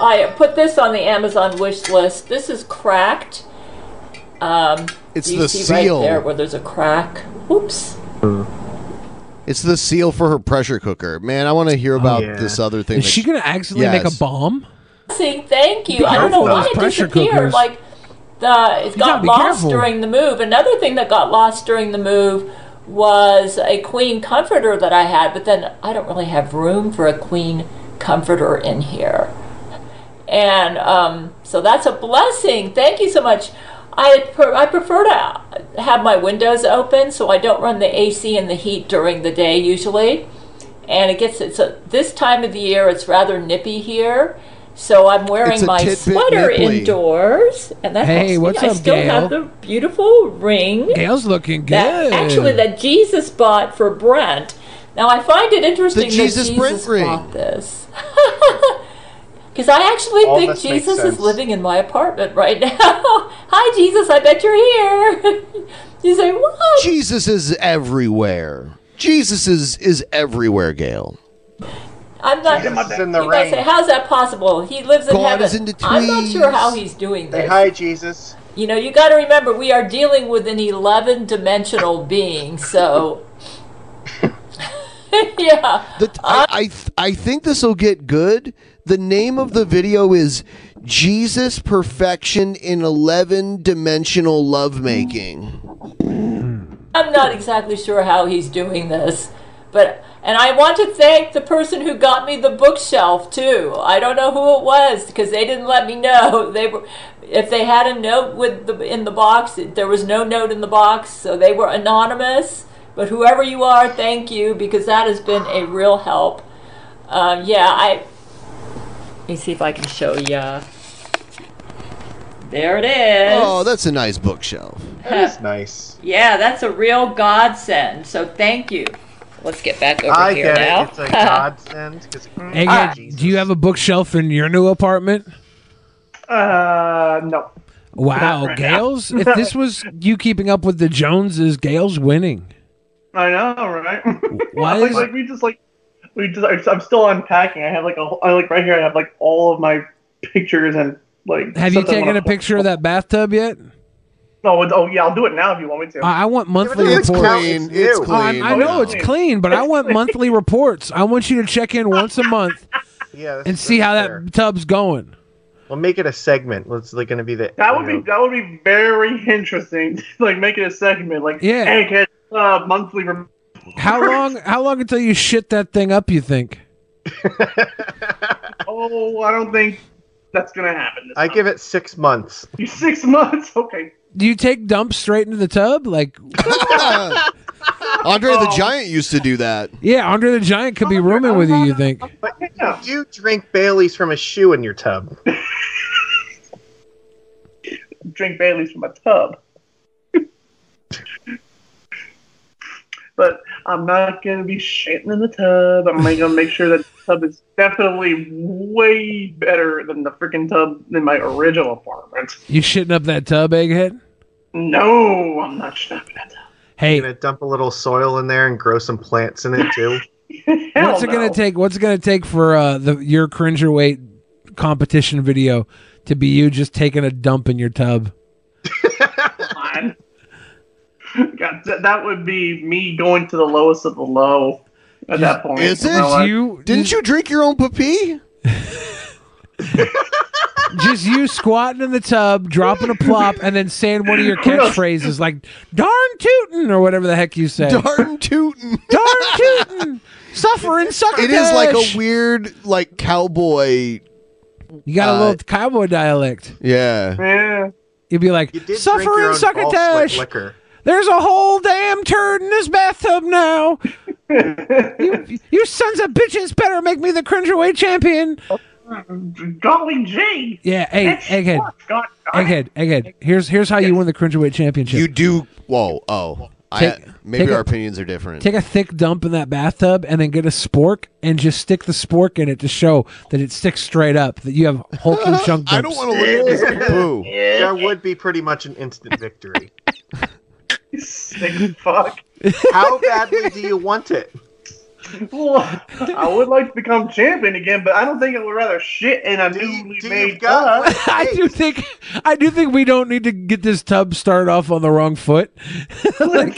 I put this on the Amazon wish list. This is cracked. Um,
It's
do you
the
see
seal.
right there where there's a crack. Oops.
It's the seal for her pressure cooker. Man, I want to hear about
yeah.
this other thing.
Is she gonna actually make a bomb?
See, thank you.
Be
I don't know
careful
why
with
it
pressure
disappeared.
cookers.
Like the it
You gotta
got
be
lost
careful.
during the move. Another thing that got lost during the move was a queen comforter that I had, but then I don't really have room for a queen comforter in here. And um, so that's a blessing. Thank you so much. I, per- I prefer to have my windows open so I don't run the AC and the heat during the day usually. And it gets it's a, this time of the year it's rather nippy here, so I'm It's wearing a my tidbit sweater nipply. indoors, and that
Hey,
helps me.
what's
I
up,
still have
Gail?
the beautiful ring.
Gail's looking
That,
good.
actually, that Jesus bought for Brent. Now I find it interesting
Jesus
that
Brent
Jesus
ring.
bought this. Because I actually
All
think
this makes
Jesus
sense.
is living in my apartment right now. Hi, Jesus. I bet you're here. you say what?
Jesus is everywhere. Jesus is is everywhere, Gail.
I'm not.
Get him up in the
you
rain.
guys say, how's that possible? He lives in
God
heaven.
is in the
I'm not sure
trees.
how he's doing
Say
this.
hi, Jesus.
You know, you got to remember we are dealing with an 11 dimensional being, so. yeah.
The,
Uh,
I, I, th- I think this will get good. The name of the video is Jesus Perfection in 11 Dimensional Lovemaking.
I'm not exactly sure how he's doing this, but and I want to thank the person who got me the bookshelf too. I don't know who it was because they didn't let me know. They were if they had a note with the in the box, there was no note in the box, so they were anonymous. But whoever you are, thank you because that has been a real help. Um, yeah, I let me see if I can show ya. There it is.
Oh, that's a nice bookshelf.
That is
nice.
Yeah, that's a real godsend. So thank you. Let's get back over
I
here
get
now.
it. It's a godsend because
Hey,
Ah.
Gad, do you have a bookshelf in your new apartment?
Uh, no.
Wow,
Not right now.
Gales! if this was you keeping up with the Joneses, Gales winning.
I know, right?
Why
like,
is-
like we just like we just I- I'm still unpacking. I have like a whole- I like right here. I have like all of my pictures and like.
Have you
stuff that I
taken
wanna-
a picture of that bathtub yet?
No. it's- Oh yeah, I'll do it now if you want me to.
I I want monthly
it's
reports.
clean. It's
Oh, I'm-
clean.
I know it's
It's
clean, but I want monthly reports. I want you to check in once a month
Yeah,
and see how that tub's going.
We'll make it a segment. It's like going to be the.
That would be that would be very interesting. to, like make it a segment. Like
Yeah.
hey, kid, uh, monthly. Rem-
How long? How long until you shit that thing up? You think?
oh, I don't think that's gonna happen.
I give it six months.
You six months? Okay.
Do you take dumps straight into the tub? Like,
Andre
Oh.
the Giant used to do that.
yeah, Andre the Giant could be rooming with you. You think?
But you drink Bailey's from a shoe in your tub.
drink Bailey's from a tub. but I'm not gonna be shitting in the tub. I'm gonna make sure that the tub is definitely way better than the freaking tub in my original apartment.
You shitting up that tub, egghead?
No, I'm not shitting.
Hey,
gonna dump a little soil in there and grow some plants in it too.
what's it gonna take? What's it gonna take for uh, the your cringerweight competition video to be you just taking a dump in your tub?
God, th- that would be me going to the lowest of the low at that point.
Is
You know,
it?
I-
Didn't you drink your own pee?
just you squatting in the tub, dropping a plop, and then saying one of your catchphrases like "darn tootin" or whatever the heck you say.
Darn tootin'.
Darn tootin'. Suffering sucker.
It is like a weird, like cowboy. uh,
You got a little cowboy dialect.
Yeah.
Yeah.
You'd be like suffering succotash. There's a whole damn turd in this bathtub now. you, you sons of bitches better make me the cringerweight champion.
Golly gee.
Yeah, hey,
That's
egghead.
what God-
Egghead, egghead. Here's here's how you win the cringerweight championship.
You do. Whoa. Oh. I,
Take-
maybe
take a-
our opinions are different.
Take a thick dump in that bathtub and then get a spork and just stick the spork in it to show that it sticks straight up, that you have hulking chunk dumps.
I don't wanna look at this poo. That would be pretty much an instant victory.
Sick fuck.
How badly do you want it?
Well, I would like to become champion again, but I don't think I would rather shit in a newly made tub.
I do think I do think we don't need to get this tub started off on the wrong foot. Like,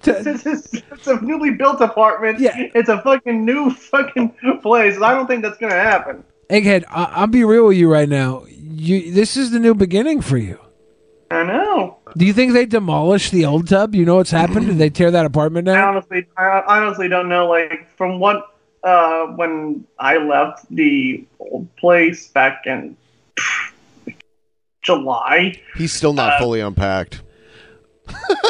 This is- it's a newly built apartment. Yeah. It's a fucking new fucking place. and I don't think that's gonna happen.
Egghead, I, I'll be real with you right now. You, this is the new beginning for you.
I know.
Do you think they demolished the old tub? You know what's happened? Did they tear that apartment
I
down?
honestly, I honestly don't know. Like from what uh, when I left the old place back in July.
He's still
Uh,
not fully unpacked.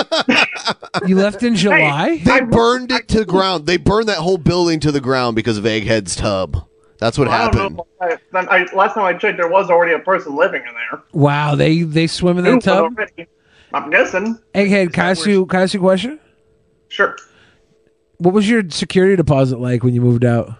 you left in July?
They burned it to the ground. They burned that whole building to the ground because of Egghead's tub. That's what
I don't
happened.
know. if I, I, last time I checked, there was already a person living in there.
Wow, they they swim in
New
that
one
tub.
already. I'm guessing.
Egghead, can I ask you can I ask you a question?
Sure.
What was your security deposit like when you moved out?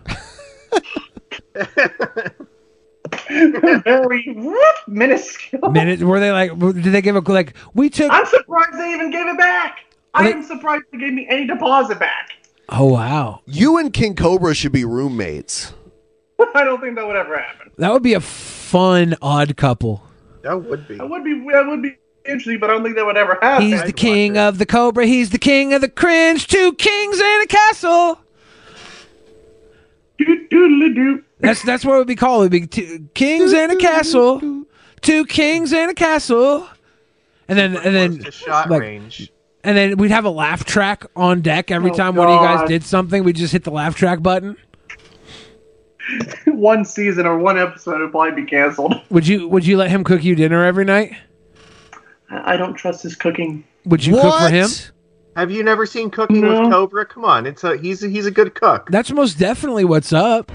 Very whoop, minuscule.
Minute? Were they like? Did they give a like? We took.
I'm surprised they even gave it back. I
They-
am surprised they gave me any deposit back.
Oh wow!
You and King Cobra should be roommates.
I don't think that would ever happen.
That would be a fun odd couple.
That would be.
That would be. That would be interesting, but I don't think that would ever happen.
He's the king of the cobra. He's the king of the cringe. Two kings in a castle. That's that's what it would be called. It would be two kings and a castle. Two kings and a castle. And then and then
shot
like-
range.
And then we'd have a laugh track on deck every
Oh,
time one of you guys
God.
did something. We just hit the laugh track button.
one season or one episode would probably be canceled.
Would you Would you let him cook you dinner every night?
I I don't trust his cooking.
Would you cook for him?
Have you never seen Cooking with Cobra? Come on, it's a he's a, he's a good cook.
That's most definitely what's up.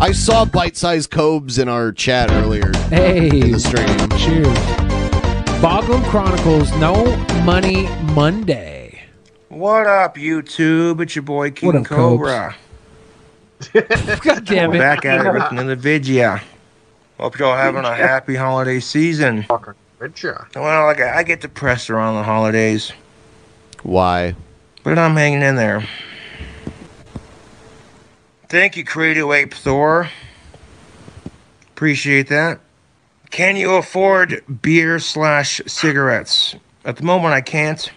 I saw bite-sized cobes in our chat earlier.
Hey,
in the stream.
Cheers. Boggle Chronicles, no money Monday.
What up, YouTube? It's your boy King
What up,
Cobra.
God damn it.
Back at it with another video. Hope y'all having a happy holiday season. Well, like I I get depressed around the holidays.
Why?
But I'm hanging in there. Thank you, Credo Ape Thor. Appreciate that. Can you afford beer slash cigarettes? At the moment, I can't.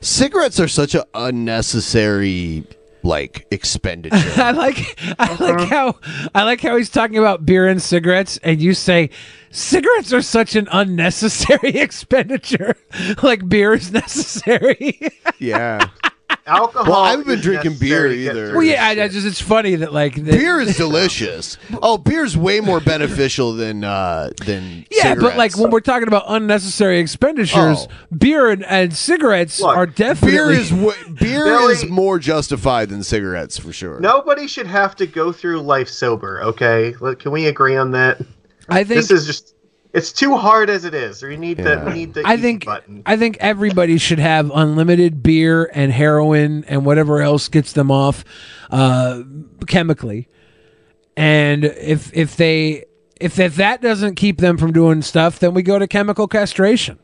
Cigarettes are such a unnecessary like expenditure.
I like I like how I like how he's talking about beer and cigarettes, and you say cigarettes are such an unnecessary expenditure. like beer is necessary.
yeah.
Alcohol.
Well, I haven't been drinking beer either.
Well, yeah, I, I just it's funny that like that-
beer is delicious. Oh, beer's way more beneficial than uh than
Yeah, but
cigarettes. Oh.
like when we're talking about unnecessary expenditures, beer and, and cigarettes are definitely
beer is wa- beer is more justified than cigarettes for sure.
Nobody should have to go through life sober. Okay, Look, can we agree on that?
I think-
this is just it's too hard as it is. We need the
Yeah.
we need the
I
easy
think
button.
I think everybody should have unlimited beer and heroin and whatever else gets them off uh, chemically. And if if they if, if that doesn't keep them from doing stuff, then we go to chemical castration.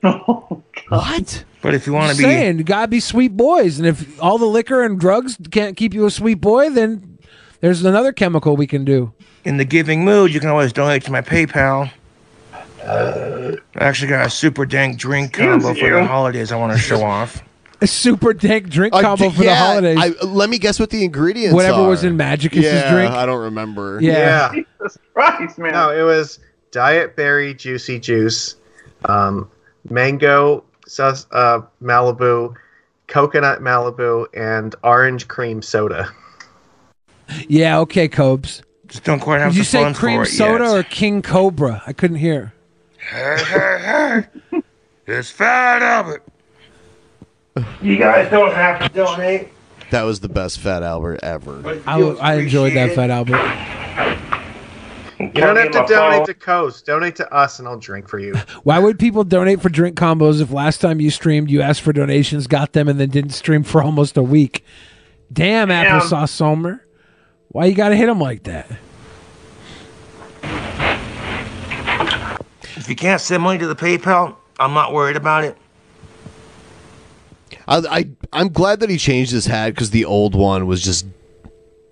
What?
But if you want to
Just
be
saying, you gotta be sweet boys, and if all the liquor and drugs can't keep you a sweet boy, then there's another chemical we can do.
in the giving mood, you can always donate to my PayPal. I actually got a super dank drink
Excuse
combo for
you.
the holidays I want to show off.
A super dank drink
Uh,
combo
d-
for
yeah,
the holidays.
I, let me guess what the ingredients
Whatever was
are.
in Magicus's
Yeah,
drink.
I don't remember.
Jesus
Christ, man.
No, it was diet berry juicy juice, um, mango sus- uh, Malibu, coconut Malibu, and orange cream soda.
Yeah, okay, Cobes.
Just don't quite
have
Did you
the
say
fun for
cream
it
soda
yet.
or King Cobra? I couldn't hear.
It's Fat Albert. You guys don't have to donate.
That was the best Fat Albert ever.
I, I enjoyed that, Fat Albert.
You don't have to
my
donate
phone.
to Coast. Donate to us, and I'll drink for you.
Why would people donate for drink combos if last time you streamed, you asked for donations, got them, and then didn't stream for almost a week? Damn,
Damn.
applesauce Somer. Why you gotta hit him like that?
If you can't send money to the PayPal, I'm not worried about it.
I, I I'm glad that he changed his hat because the old one was just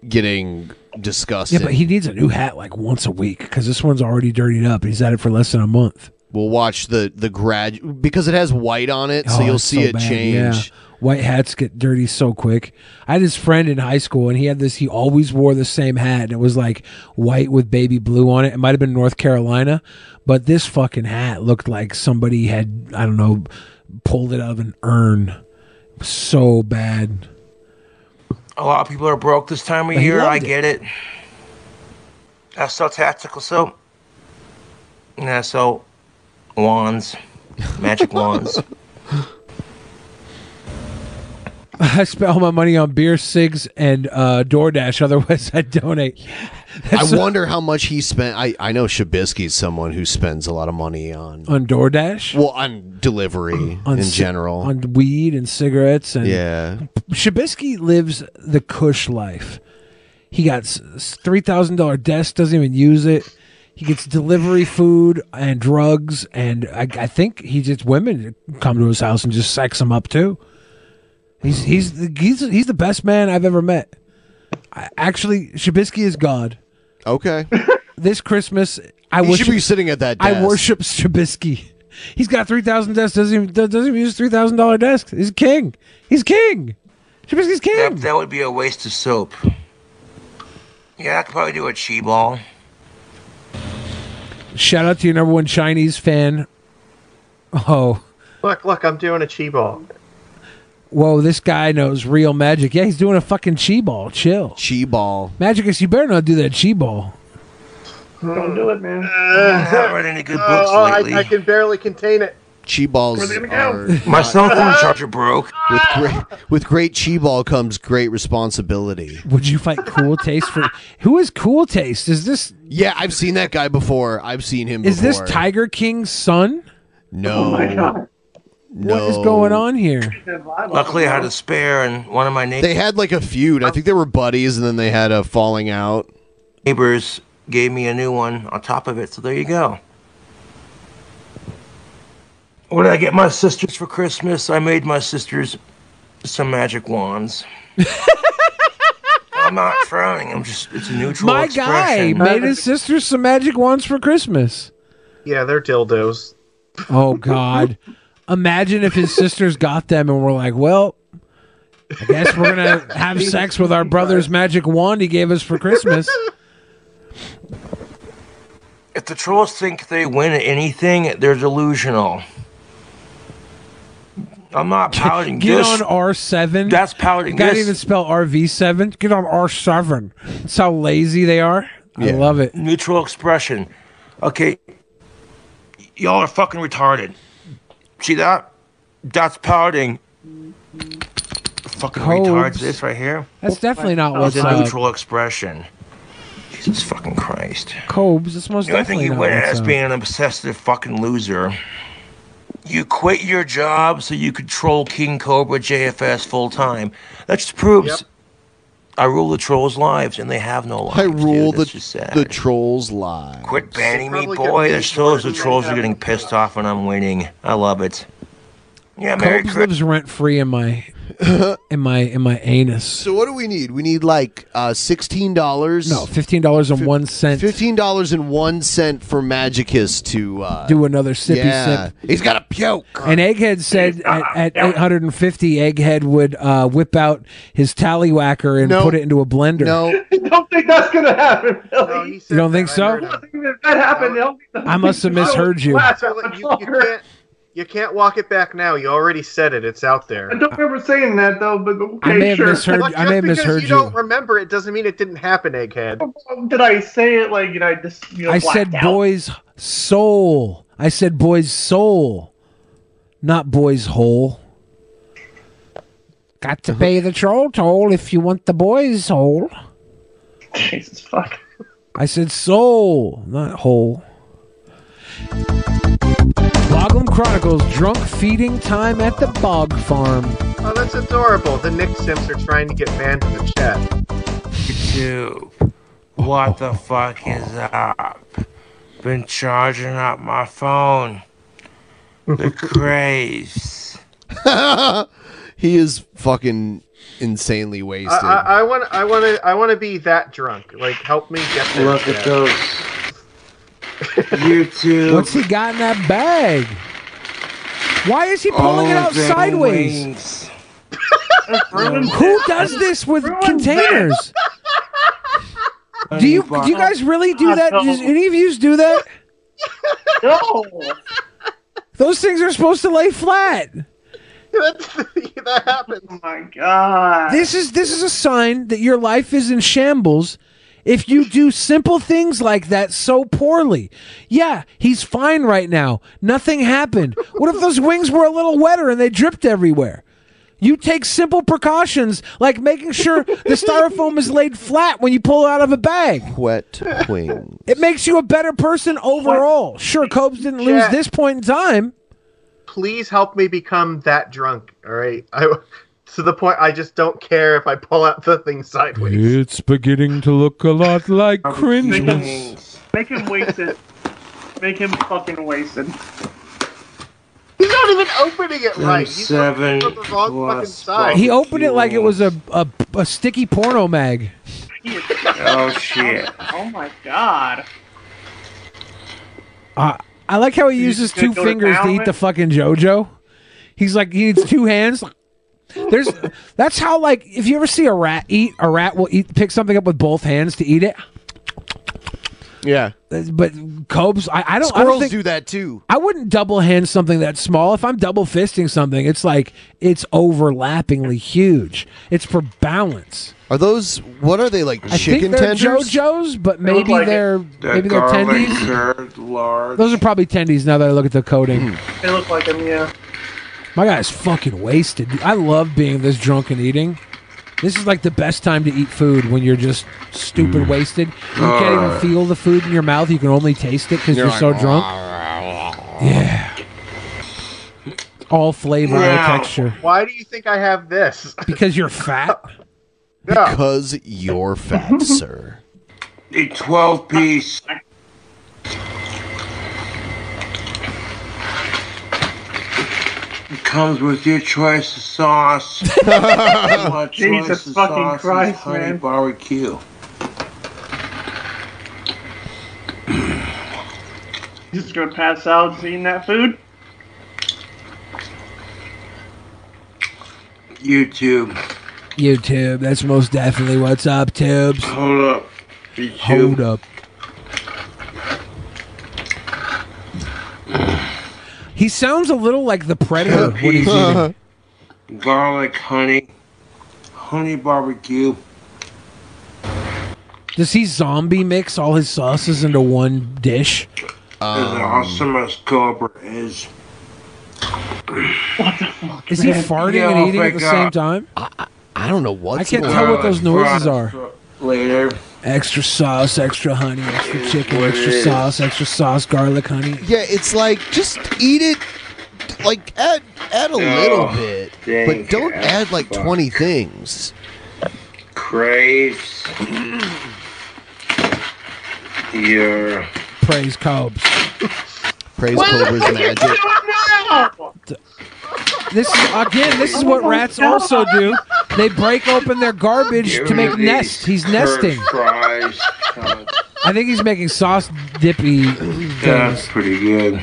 getting disgusting.
Yeah, but he needs a new hat like once a week because this one's already dirtied up. He's had it for less than a month.
We'll watch the the grad because it has white on it, so
Oh,
you'll
it's
see it
bad,
change.
yeah. White hats get dirty so quick. I had this friend in high school, and he had this. He always wore the same hat, and it was like white with baby blue on it. It might have been North Carolina, but this fucking hat looked like somebody had I don't know pulled it out of an urn. So bad.
A lot of people are broke this time of
But he
year. I
loved it.
get it. I sell tactical soap. And I sell wands, magic wands.
I spent all my money on beer, cigs, and uh, DoorDash. Otherwise, I donate.
I wonder how much he spent. I I know Shabisky's someone who spends a lot of money on
on DoorDash.
Well, on delivery
on
in
ci-
general.
on weed and cigarettes and
yeah.
Shabisky lives the cush life. He got three thousand dollar desk, doesn't even use it. He gets delivery food and drugs, and I, I think he gets women to come to his house and just sex him up too. He's he's the- he's he's the best man I've ever met. I- actually, Shabisky is God.
Okay.
this Christmas, I
He should
worship-
be sitting at that
I
desk.
worship Shabisky. He's got three thousand desks. Doesn't even, doesn't even use three thousand dollar desks. He's king. He's king. Shabisky's king.
That, that would be a waste of soap. Yeah, I could probably do a chi ball.
Shout out to your number one Chinese fan. Oh,
Look, look, I'm doing a chi ball.
whoa! This guy knows real magic. Yeah, he's doing a fucking chi ball. Chill.
Chi ball.
Magicus, you better not do that chi ball.
Don't do it, man.
I
haven't read any good
Oh,
books
oh, I-
lately.
I, can barely contain it.
Chi balls.
Where's it gonna go?
are
My
not-
cell phone charger broke.
With great, with great chi ball comes great responsibility.
Would you fight Cool Taste for? Who is Cool Taste? Is this?
Yeah, I've seen that guy before. I've seen him.
Is this
before.
Tiger King's son?
No.
What is going on here?
Luckily, I had a spare, and one of my neighbors.
They had like a feud. I think they were buddies, and then they had a falling out.
Neighbors gave me a new one on top of it, so there you go. What did I get my sisters for Christmas? I made my sisters some magic wands. I'm not frowning. I'm just, it's a neutral
My guy
expression.
made his sister some magic wands for Christmas.
Yeah, they're dildos.
Oh God! Imagine if his sisters got them and were like, "Well, I guess we're gonna have sex with our brother's magic wand he gave us for Christmas."
If the trolls think they win at anything, they're delusional. I'm not pouting.
Get
This-
on R seven.
That's pouting.
Got to
This-
even spell RV seven. Get on R seven. That's how lazy they are. I love it.
Neutral expression. Okay. Y'all are fucking retarded. See that? That's pouting. Fucking
Codes.
retards this right here.
That's definitely not what's
It's a
up.
neutral expression. Jesus fucking Christ.
Cobes. That's most
The only thing
definitely
you
not
win at
what's
is
up.
being an obsessive fucking loser. You quit your job so you could troll King Cobra JFS full time. That just proves I rule the trolls' lives and they have no lives.
I rule the the
sad.
trolls lie.
Quit banning me,
probably
boy.
get
That shows the trolls are getting pissed off and I'm winning. I love it. Yeah, Merry
Cobes lives rent free in my in my in my anus.
So what do we need? We need like uh, sixteen dollars.
No, fifteen dollars and one cent.
Fifteen dollars and one cent for Magicus to uh,
Do another sippy
yeah.
sip.
He's got a puke.
And Egghead said at, at 850, Egghead would uh, whip out his tallywhacker and put it into a blender.
No,
I don't think that's gonna happen. Billy.
you don't think so?
I think if that happened, they'll be
I must have misheard you.
Last
So, like, you, you can't, you can't walk it back now. You already said it. It's out there.
I don't remember saying that though, but okay,
I may have
sure.
misheard-
Look,
I may have
just because
misheard
you.
you.
don't remember it doesn't mean it didn't happen, Egghead.
Did I say it like you know? I just you know,
I said
blacked out?
boys soul. I said boys soul, not boys hole. Got to pay the troll toll if you want the boys hole.
Jesus fuck.
I said soul, not hole. Boglum Chronicles: Drunk feeding time at the bog farm.
Oh, that's adorable. The Nick Sims are trying to get banned in the chat.
YouTube. What the fuck is up? Been charging up my phone. The craze.
he is fucking insanely wasted.
I, I, I want, I want to, I want to be that drunk. Like, help me get there.
Look at
Chad.
those. YouTube.
What's he got in that bag? Why is he pulling it
All
out
them
sideways?
wings.
Who does this with containers? Do you do you guys really do that? Does any of you do that?
No.
Those things are supposed to lay flat.
that happens.
Oh my god.
This is this is a sign that your life is in shambles if you do simple things like that so poorly. Yeah, he's fine right now. Nothing happened. What if those wings were a little wetter and they dripped everywhere? You take simple precautions like making sure the styrofoam is laid flat when you pull it out of a bag.
Wet wing.
It makes you a better person overall. Sure, Cobes didn't lose
Yeah.
this point in time.
Please help me become that drunk. All right. I, to the point, I just don't care if I pull out the thing sideways.
It's beginning to look a lot like
Make him waste it. Make him fucking wasted. He's
not even opening it
right. He's uh, opening it from the wrong fucking
side.
He opened it like it was a, a, a sticky porno mag.
He is.
Oh, shit.
Oh my god.
Uh, I like how he uses
gonna
two
go to
fingers to
town
eat
with-
the fucking JoJo. He's like he needs two hands. There's that's how like if you ever see a rat eat, a rat will eat pick something up with both hands to eat it.
Yeah,
but Cobes, I, I don't. I
Squirrels
don't think,
do that too.
I wouldn't double hand something that small. If I'm double fisting something, it's like it's overlappingly huge. It's for balance.
Are those what are they like
I
chicken
think they're
tenders?
JoJo's, but
They look
maybe
like
they're
it.
They're
maybe they're
garlic
tendies.
Curd, lard.
Those are probably tendies now that I look at the coating.
They look like uh, him, yeah.
My guy's fucking wasted. dude. I love being this drunk and eating. This is like the best time to eat food when you're just stupid wasted. You can't even
Ugh.
feel the food in your mouth. You can only taste it because you're, so drunk. Yeah. All flavor,
Wow.
all texture.
Why do you think I have this?
Because you're fat.
Because you're fat, sir.
A 12 piece. It comes with your choice of sauce. My choice
Jesus
of
fucking
sauce is
Christ,
honey
man.
barbecue.
He's just gonna pass out seeing that food.
YouTube.
YouTube, that's most definitely what's up, Tubes.
Hold up.
Hold up. He sounds a little like the Predator when he's eating.
Garlic honey. Honey barbecue.
Does he zombie mix all his sauces into one dish?
as
Um.
awesome as Cobra is.
Is he farting and eating
oh my
at the
God.
same time?
I don't know what.
I can't tell what those noises are.
Later.
Extra sauce, extra honey, extra chicken,
what it
extra
is.
sauce, extra sauce, garlic honey.
Yeah, it's like just eat it. Like add add a little
Oh,
bit,
dang
but don't
it,
add like
fuck.
twenty things.
Craves. Your
Praise Cobes.
Praise
Well,
Cobra's
look at you
magic.
This is again. This is what
Oh my
rats
God.
also do. They break open their garbage to make nests. He's nesting.
Fries.
I think he's making sauce dippy
That's
things.
pretty good.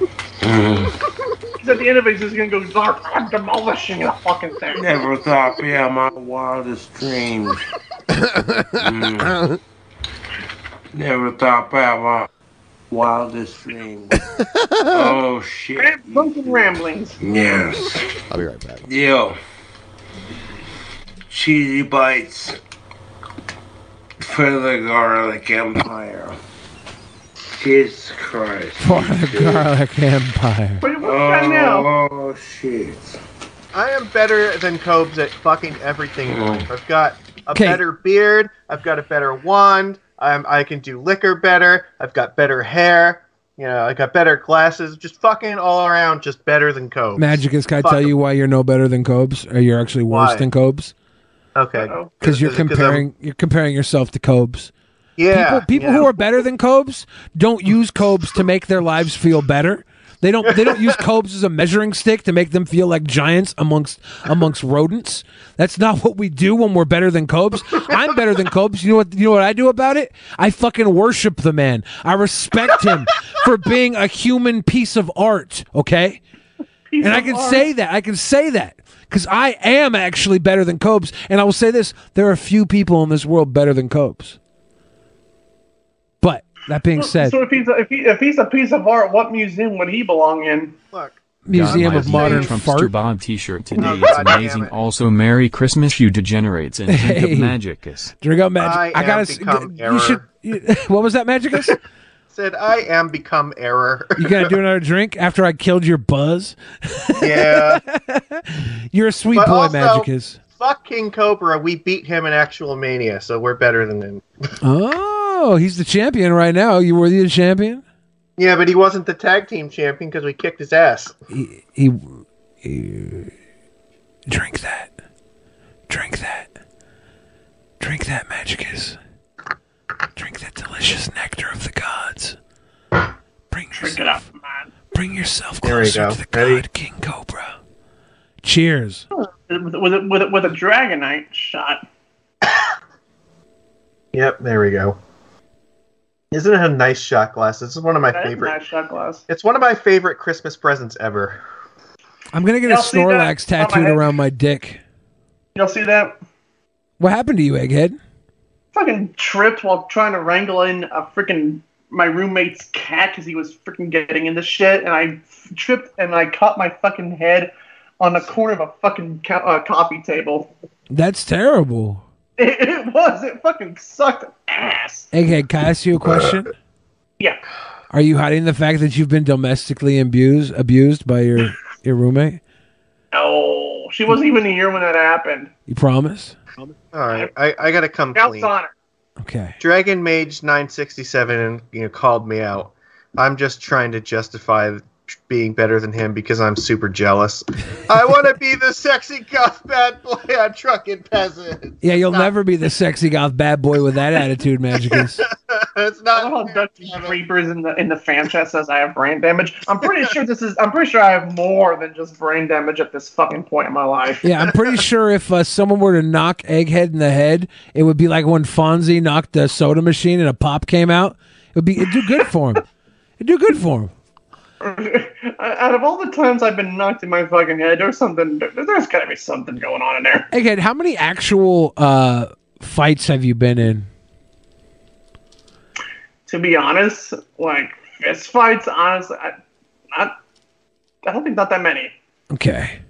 He's at the end of it, he's just gonna go Zark, I'm demolishing the fucking thing.
Never thought, yeah, my wildest dreams. Mm. Never thought about my wildest dreams. oh shit!
Drunken ramblings.
Yes.
I'll be right back.
Yo. Cheesy bites for the garlic empire. Jesus Christ.
For the garlic empire.
Oh, oh shit.
I am better than Cobes at fucking everything. in
Mm.
life. I've got a
'Kay.
better beard. I've got a better wand. I'm, I can do liquor better. I've got better hair. You know, I got better glasses. Just fucking all around, just better than Cobes.
Magicus, can I
Fuck
tell you why you're no better than Cobes? Or you're actually worse
Why?
than Cobes?
Okay.
Because you're
Is it 'cause I'm-
comparing you're comparing yourself to Cobes.
Yeah,
People, people who
yeah.
are better than Cobes don't use Cobes to make their lives feel better. They don't they don't use Cobes as a measuring stick to make them feel like giants amongst amongst rodents. That's not what we do when we're better than Cobes. I'm better than Cobes. You know what you know what I do about it? I fucking worship the man. I respect him for being a human piece of art, okay? and I
of
can
art.
say that. I can say that because I am actually better than Cobes. And I will say this: there are few people in this world better than Cobes. But that being said,
So if he's a, if, he, if he's a piece of art, what museum would he belong in? Look.
Museum
God,
of
my
Modern
favorite Trumpster
Fart.
Bob T-shirt today. It's amazing. Also, Merry Christmas, you degenerates, and drink
Hey.
of Magicus.
drink up, Magic.
I
I,
am
gotta. s-
become
You should. you- what was that, Magicus?
Said I am become error.
you gotta do another drink after I killed your buzz.
yeah.
You're a sweet
But
boy,
also-
Magicus.
Fuck King Cobra. We beat him in actual mania, so we're better than him.
Oh, he's the champion right now. You were the champion.
Yeah, but he wasn't the tag team champion because we kicked his ass.
He, he, he- drink that. Drink that. Drink that, Magicus. Drink that delicious nectar of the gods. Bring yourself, Bring yourself
There we
closer
go.
to the god King Cobra. Cheers.
With, with, with, with a dragonite shot.
Yep, there we go. Isn't it a nice shot glass? This is one of my
That is
favorite.
nice shot glass.
It's one of my favorite Christmas presents ever.
I'm gonna get a
Y'all see that?
Snorlax
Oh, my
tattooed
head.
around my dick.
Y'all see that?
What happened to you, egghead?
Fucking tripped while trying to wrangle in a freaking my roommate's cat because he was freaking getting into shit, and I tripped and I caught my fucking head on the corner of a fucking co- uh, coffee table.
That's terrible.
It, it was. It fucking sucked ass.
Egghead, can I ask you a question?
Yeah.
Are you hiding the fact that you've been domestically abused abused by your your roommate?
No, Oh, she wasn't even here when that happened.
You promise?
All right, I, I gotta come clean.
on her.
Okay.
Dragon Mage 967 you know called me out. I'm just trying to justify being better than him because I'm super jealous. I want to be the sexy goth bad boy on Truckin' Peasant.
Yeah, you'll never be the sexy goth bad boy with that attitude, Magicus.
it's not.
I love how Dusty Creepers in the in the fan chat says I have brain damage. I'm pretty sure this is. I'm pretty sure I have more than just brain damage at this fucking point in my life.
Yeah, I'm pretty sure if uh, someone were to knock Egghead in the head, it would be like when Fonzie knocked the soda machine and a pop came out. It would be it'd do good for him. It'd do good for him.
Out of all the times I've been knocked in my fucking head, there's something. There's gotta be something going on in there.
Egghead, how many actual uh, fights have you been in?
To be honest, like fist fights, honestly, I, not. I don't think not that many.
Okay.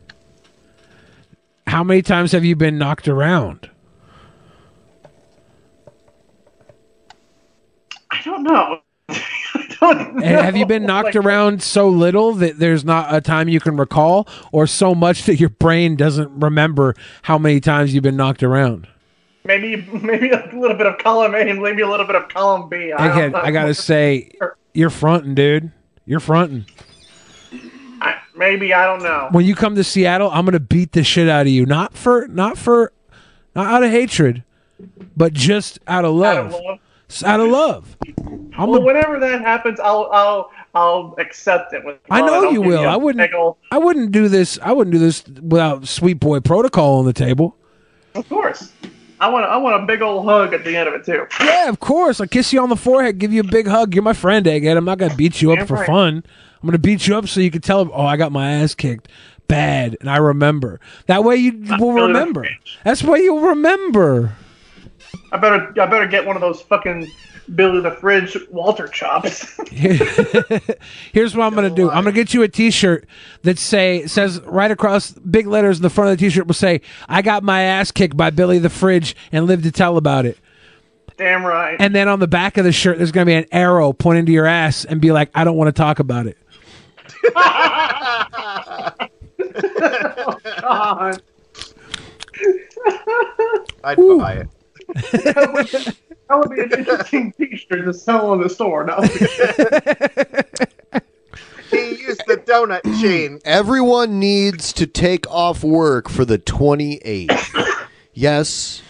How many times have you been knocked around?
I don't know. I don't know.
And have you been knocked around so little that there's not a time you can recall, or so much that your brain doesn't remember how many times you've been knocked around?
Maybe maybe a little bit of column A and maybe a little bit of column B. I don't
Egghead,
know.
I gotta say, you're fronting, dude. You're fronting.
Maybe I don't know.
When you come to Seattle, I'm gonna beat the shit out of you. Not for, not for, not out of hatred, but just out of love. Out of
love.
Out of love. I'm
well,
a-
whenever that happens, I'll I'll I'll accept it. With
I
love.
know
I'll
you
give
will.
a
I wouldn't.
tickle.
I wouldn't do this. I wouldn't do this without Sweet Boy Protocol on the table.
Of course, I want I want a big old hug at the end of it too.
Yeah, of course. I kiss you on the forehead, give you a big hug. You're my friend, Egghead. I'm not gonna beat you up
Damn
for
right.
fun. I'm gonna beat you up so you can tell. Oh, I got my ass kicked bad, and I remember. That way you will
feeling
remember. That's why you'll remember.
I better I better get one of those fucking Billy the Fridge Walter chops.
Here's what I'm gonna do. I'm gonna get you a T-shirt that say says right across big letters in the front of the T-shirt will say, "I got my ass kicked by Billy the Fridge and lived to tell about it."
Damn right.
And then on the back of the shirt, there's gonna be an arrow pointing to your ass and be like, "I don't want to talk about it."
oh, God.
I'd buy it.
that, would, that would be an interesting T-shirt to sell in the store. No.
He used the donut chain.
Everyone needs to take off work for the 28th. yes.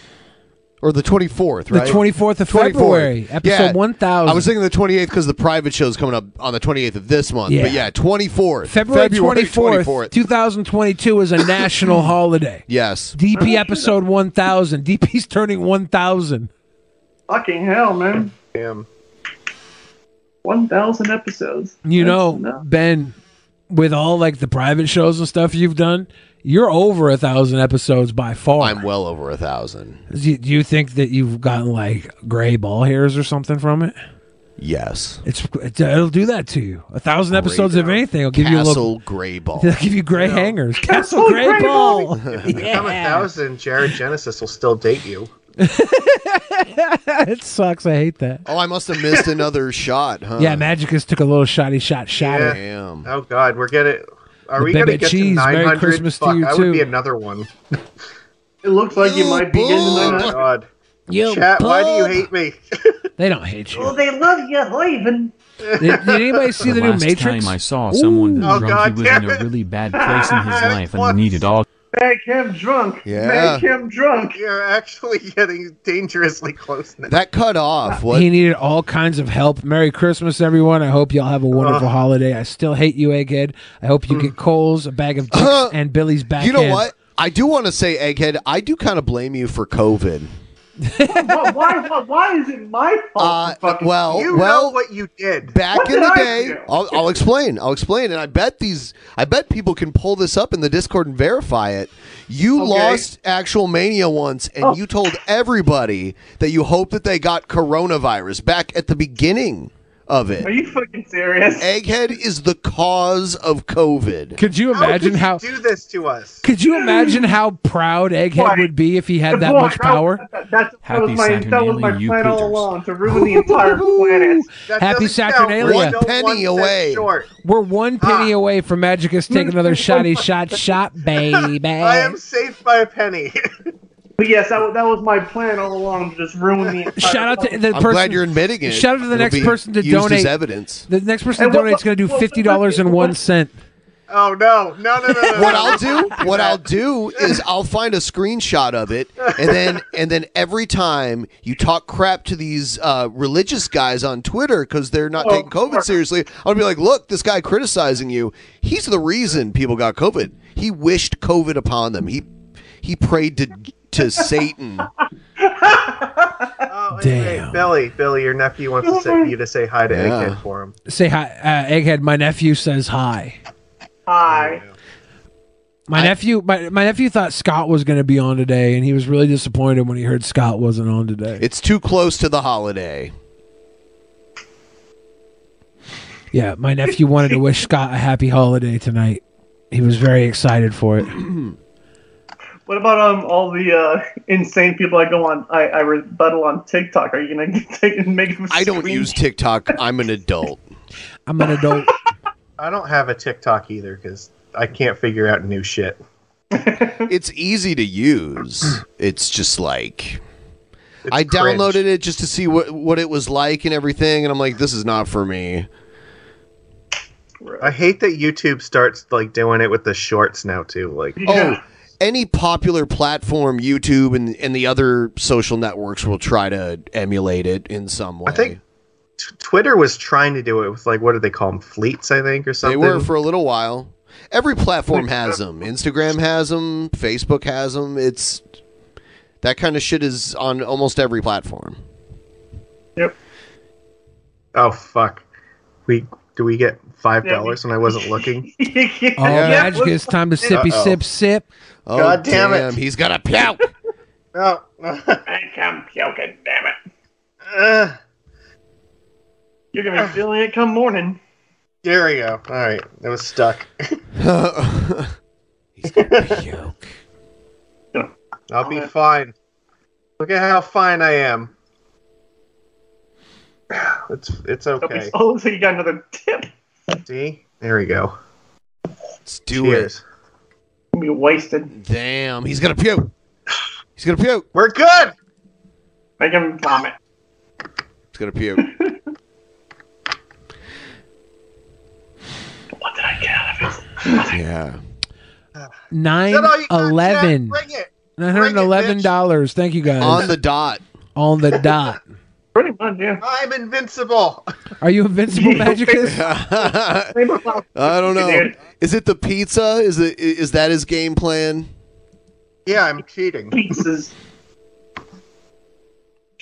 Or the 24th,
The
right?
24th of February, episode 1000.
I was thinking the 28th because the private show's coming up on the 28th of this month.
Yeah.
But yeah, 24th.
February twenty fourth, two thousand twenty two, is a national holiday.
Yes.
DP episode one thousand. DP's turning one thousand.
Fucking hell, man.
Damn.
One thousand episodes.
You
That's
know,
enough.
Ben, with all like the private shows and stuff you've done, you're over a thousand episodes by far. I'm
well over a thousand.
Do you, do you think that you've gotten like gray ball hairs or something from it?
Yes.
It's it, it'll do that to you. A thousand episodes of anything will give you a
Castle
little
gray ball.
They'll give you gray hangers. Castle,
Castle
gray,
Gray
ball.
If you become a thousand, Jared Genesis will still date you.
it sucks. I hate that.
Oh, I must have missed another shot, huh?
Yeah, Magicus took a little shotty shot shot.
Yeah.
it.
Oh God, we're getting. Are
The
we gonna
baby
get
cheese.
to
Merry
900?
Christmas to
Fuck,
you,
that would be
too.
another one.
It looks like you might be getting
Oh
another.
God.
You
Chat, why do you
boob.
hate me?
They don't hate you.
they love you leaving.
Did, did anybody see the, new
last
Matrix?
time I saw someone
Ooh.
who drunk, he was in a really bad place in his life and needed all.
Make him drunk.
Yeah.
Make him drunk.
You're actually getting dangerously close now.
That cut off. What?
He needed all kinds of help. Merry Christmas, everyone. I hope y'all have a wonderful
Ugh.
holiday. I still hate you, Egghead. I hope you get Coles, a bag of dicks, and Billy's back.
you know what? I do want to say, Egghead, I do kind of blame you for COVID.
why, why, why, why is it my
Uh,
fault? for fucking-
well,
you know
well,
what you did
back
What
in
did
the
I
day,
do?
I'll, I'll explain. I'll explain, and I bet these, I bet people can pull this up in the Discord and verify it. You
Okay.
lost actual mania once, and
Oh.
you told everybody that you hoped that they got coronavirus back at the beginning of it.
Are you fucking serious?
Egghead is the cause of COVID.
Could you imagine how?
do this to us?
Could you imagine how proud Egghead would be if he had that
Why?
much power?
That, that, that
Happy
was my, that was my
Saturnalia, you
plan all
Peters.
along to ruin the entire planet.
Happy Saturnalia. We're one penny away from Magicus taking another shoddy shot shot, baby.
I am
saved by a penny.
but yes, that, wa- that was my plan all along to just ruin the entire
Shout out to
planet.
the person. Shout out to the next person to donate. The next person
And
to
what-
donate is going to do
what-
fifty dollars and one cent.
Oh no, no, no, no, no!
what I'll do, what I'll do is I'll find a screenshot of it, and then and then every time you talk crap to these uh, religious guys on Twitter because they're not
Oh,
taking COVID seriously, I'll be like, look, this guy criticizing you. He's the reason people got COVID. He wished COVID upon them. He he prayed to to Satan.
Oh,
Hey, Billy, Billy, your nephew wants to say, you to say hi to
Yeah.
Egghead for him.
Say hi, uh, Egghead. My nephew says hi.
Hi.
My nephew, my, my nephew thought Scott was going to be on today, and he was really disappointed when he heard Scott wasn't on today.
It's too close to the holiday.
Yeah, my nephew wanted to wish Scott a happy holiday tonight. He was very excited for it.
What about um all the uh, insane people I go on I, I rebuttal on TikTok? Are you gonna take and make them?
I don't use TikTok. I'm an adult.
I'm an adult.
I don't have a TikTok either because I can't figure out new shit.
it's easy to use. It's just like I
cringe.
downloaded it just to see what what it was like and everything, and I'm like, this is not for me.
I hate that YouTube starts like doing it with the shorts now too. Like,
Oh, any popular platform, YouTube and and the other social networks will try to emulate it in some way.
I think t- Twitter was trying to
Oh.
do it with like what do they call them fleets? I think or
they
something.
were for a little while. Every platform has them. Instagram has them. Facebook has them. It's that kind of shit is on almost every platform.
oh fuck, we do we get five dollars when I wasn't looking?
oh,
Oh, Magic, it's time to sippy
Uh-oh.
sip sip.
Oh, God damn it. damn,
he's got a puke.
No,
I come puking. Damn it! You're gonna be feeling it come morning.
There we go. All right, it was stuck.
He's gonna puke.
I'll be fine. Look at how fine I am. It's it's okay.
Oh, looks like you got another tip.
See, There we go.
Let's do
Cheers.
it. Be wasted.
Damn, he's gonna puke. He's gonna puke.
We're good.
Make him vomit.
He's gonna puke. yeah.
Nine eleven. Nine hundred eleven dollars. Thank you guys.
On the dot.
On the dot.
Pretty much, yeah.
I'm invincible.
Are you invincible, Magicus?
I don't know. Is it the pizza? Is it is that his game plan?
Yeah, I'm cheating.
Pieces.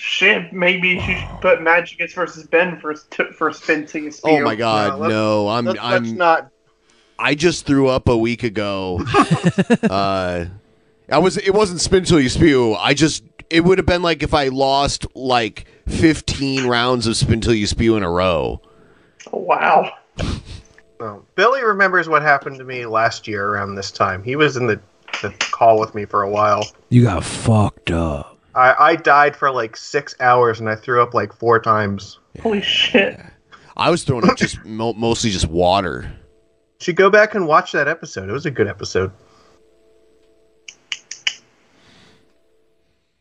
Shit, maybe you should put Magicus versus Ben for t- for spin to your
Oh my god, no! I'm
let's-
I'm
let's
not.
I just threw up a week ago. uh, I was it wasn't spin till you spew. I just it would have been like if I lost like 15 rounds of spin till you spew in a row.
Wow.
Oh, Billy remembers what happened to me last year around this time. He was in the, the call with me for a while.
You got fucked up.
I, I died for like six hours and I threw up like four times.
Holy shit.
I was throwing up just mo- mostly just water.
Should go back and watch that episode. It was a good episode.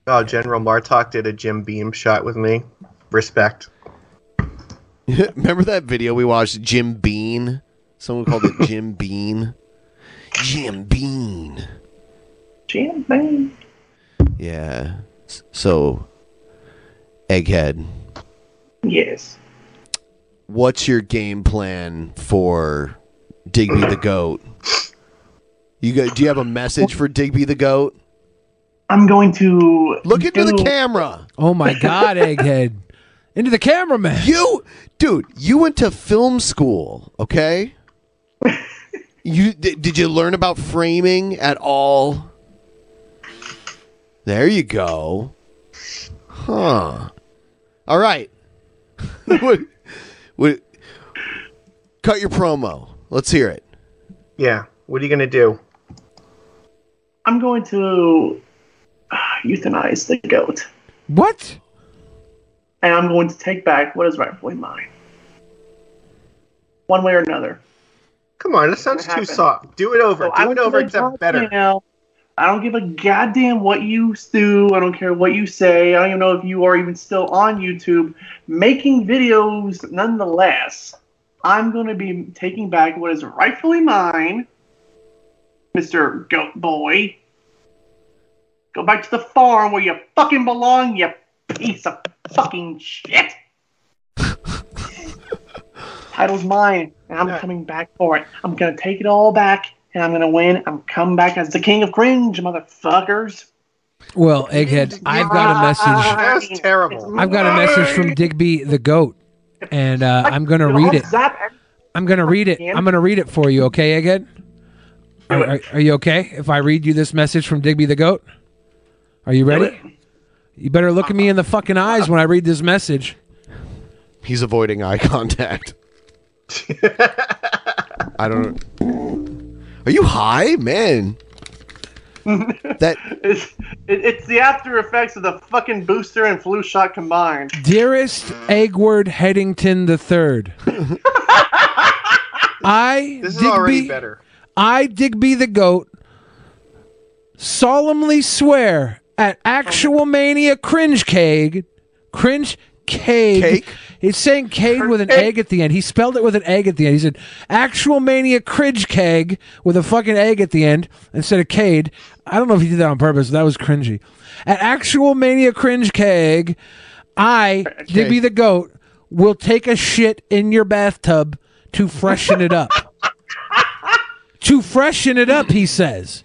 Oh, General Martok did a Jim Beam shot with me. Respect.
Remember that video we watched Jim Bean? Someone called it Jim Bean. Jim Bean.
Jim Bean.
Yeah. S- So Egghead,
Yes.
what's your game plan for Digby the goat? You go, do you have a message for Digby the goat?
I'm going to
look into
do-
the camera.
Oh my God, egghead! Into the cameraman.
You, dude, you went to film school, okay? you di- did you learn about framing at all? There you go. Huh. All right. what, what, cut your promo. Let's hear it.
Yeah. What are you gonna do?
I'm going to uh, euthanize the goat.
What?
And I'm going to take back what is rightfully mine. One way or another.
Come on, that sounds too soft. Do it over. do it over, except better.
I don't give a goddamn what you do. I don't care what you say. I don't even know if you are even still on YouTube making videos nonetheless. I'm going to be taking back what is rightfully mine, Mr. Goat Boy. Go back to the farm where you fucking belong, you piece of fucking shit. Title's mine, and I'm coming back for it. I'm gonna take it all back, and I'm gonna win. I'm coming back as the king of cringe, motherfuckers.
Well, egghead, I've got a message.
That's terrible.
I've got a message from Digby the goat, and uh, I'm gonna read it. I'm gonna read it. I'm gonna read it for you. Okay, egghead. Are, are, are you okay if I read you this message from Digby the goat? Are you ready? You better look at me in the fucking eyes when I read this message.
He's avoiding eye contact. I don't. Are you high, man? that
It's, it, it's the after effects of the fucking booster and flu shot combined.
Dearest Eggward Headington the Third, I
This is
Digby,
already better.
I Digby the Goat solemnly swear at Actual Mania Cringe Cake, Cringe Cake. It's saying cake with an egg at the end. He spelled it with an egg at the end. He said Actual Mania Cringe Keg with a fucking egg at the end instead of Cade. I don't know if he did that on purpose. That was cringy. At Actual Mania Cringe Keg, I Digby the Goat will take a shit in your bathtub to freshen it up. to freshen it up, he says.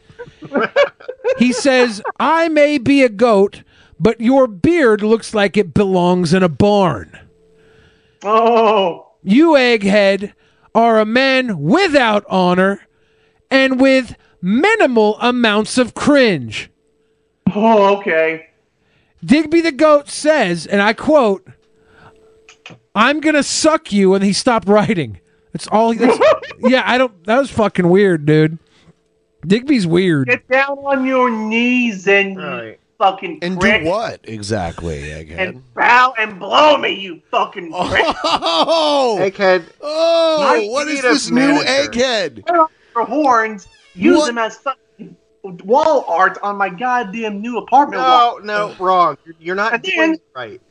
He says, I may be a goat, but your beard looks like it belongs in a barn.
Oh.
You, egghead, are a man without honor and with minimal amounts of cringe.
Oh, okay.
Digby the goat says, and I quote, I'm going to suck you. And he stopped writing. That's all. That's, yeah, I don't. That was fucking weird, dude. Digby's weird.
Get down on your knees and you fucking
and
prick.
do what exactly? Egghead?
And bow and blow me, you fucking prick.
Oh,
egghead.
Oh,
I
what
need
is
a
this new
manager.
egghead?
Tear off your horns. Use
What?
them as fucking wall art on my goddamn new apartment.
No,
wall.
no, wrong. You're- You're not doing it right.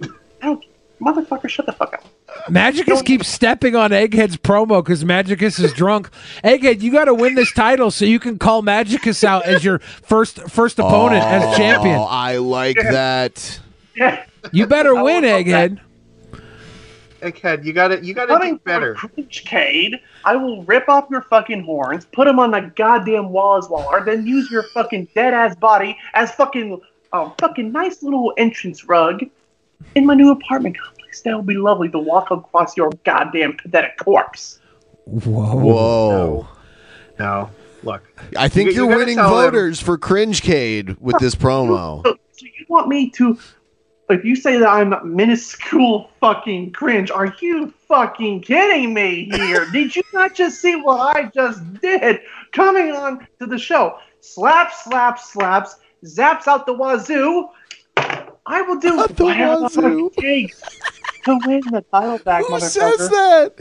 Motherfucker, shut the fuck up.
Magicus keeps stepping on Egghead's promo because Magicus is drunk. Egghead, you got to win this title so you can call Magicus out as your first first opponent as champion.
Oh, I like that.
Yeah.
You better win, Egghead.
Egghead, you gotta you gotta do better.
Cade, I will rip off your fucking horns, put them on the goddamn wall as wall art, then use your fucking dead ass body as fucking a fucking nice little entrance rug in my new apartment complex. That would be lovely to walk across your goddamn pathetic corpse.
Whoa.
Whoa.
No. Look.
I think
You- you
you're
gotta
winning
tell them-
voters for Cringecade with this promo.
So, so you want me to? If you say that I'm minuscule fucking cringe, are you fucking kidding me here? did you not just see what I just did? Coming on to the show, slap, slap, slaps, zaps out the wazoo. I will do
the
whatever
wazoo.
it takes to win the title back,
Who
motherfucker.
says that?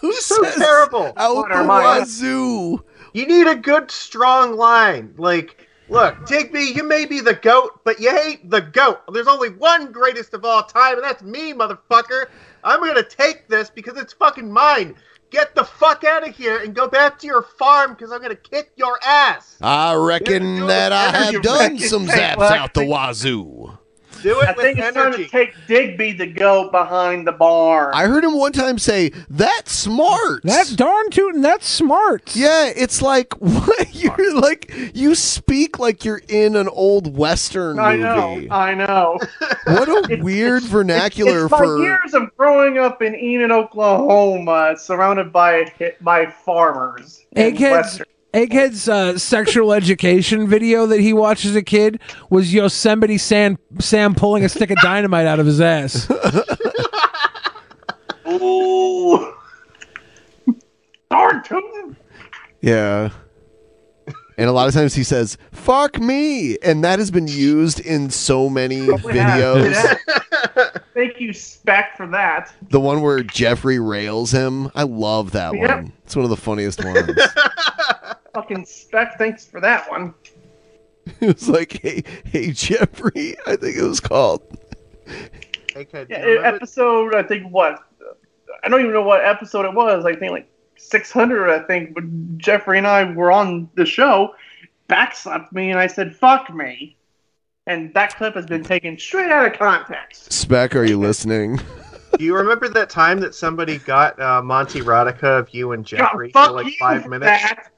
Who
so terrible?
Out the
wazoo.
You need a good strong line. Like, look, Digby, you may be the goat, but you ain't the goat. There's only one greatest of all time, and that's me, motherfucker. I'm gonna take this because it's fucking mine. Get the fuck out of here and go back to your farm because I'm gonna kick your ass.
I reckon that I have done some zaps out the wazoo.
Do it
I
with
think it's time to
energy.
take Digby to go behind the bar.
I heard him one time say, "That's smart." That's
darn tootin'. That's smart.
Yeah, it's like what you're like. You speak like you're in an old western
I
movie.
know. I know.
What a weird vernacular
it's my
for.
years of growing up in Enid, Oklahoma, surrounded by by farmers. and
Egghead's,
Western-
Egghead's uh, sexual education video that he watched as a kid was Yosemite Sam, Sam pulling a stick of dynamite out of his ass.
Ooh. Darn tootin'.
Yeah. And a lot of times he says, "Fuck me," and that has been used in so many
Oh,
videos.
Thank you, Spec, for that.
The one where Jeffrey rails him. I love that
Yep.
one. It's one of the funniest ones.
Fucking Spec, thanks for that one.
it was like, hey, hey, Jeffrey, I think it was called.
Yeah, episode, I think what? I don't even know what episode it was. I think like 600, I think. But Jeffrey and I were on the show, backslapped me, and I said, fuck me. And that clip has been taken straight out of context.
Spec, are you listening?
Do you remember that time that somebody got uh, Monty Rodica of you and Jeffrey
fuck
for like
you,
five minutes?
Zach.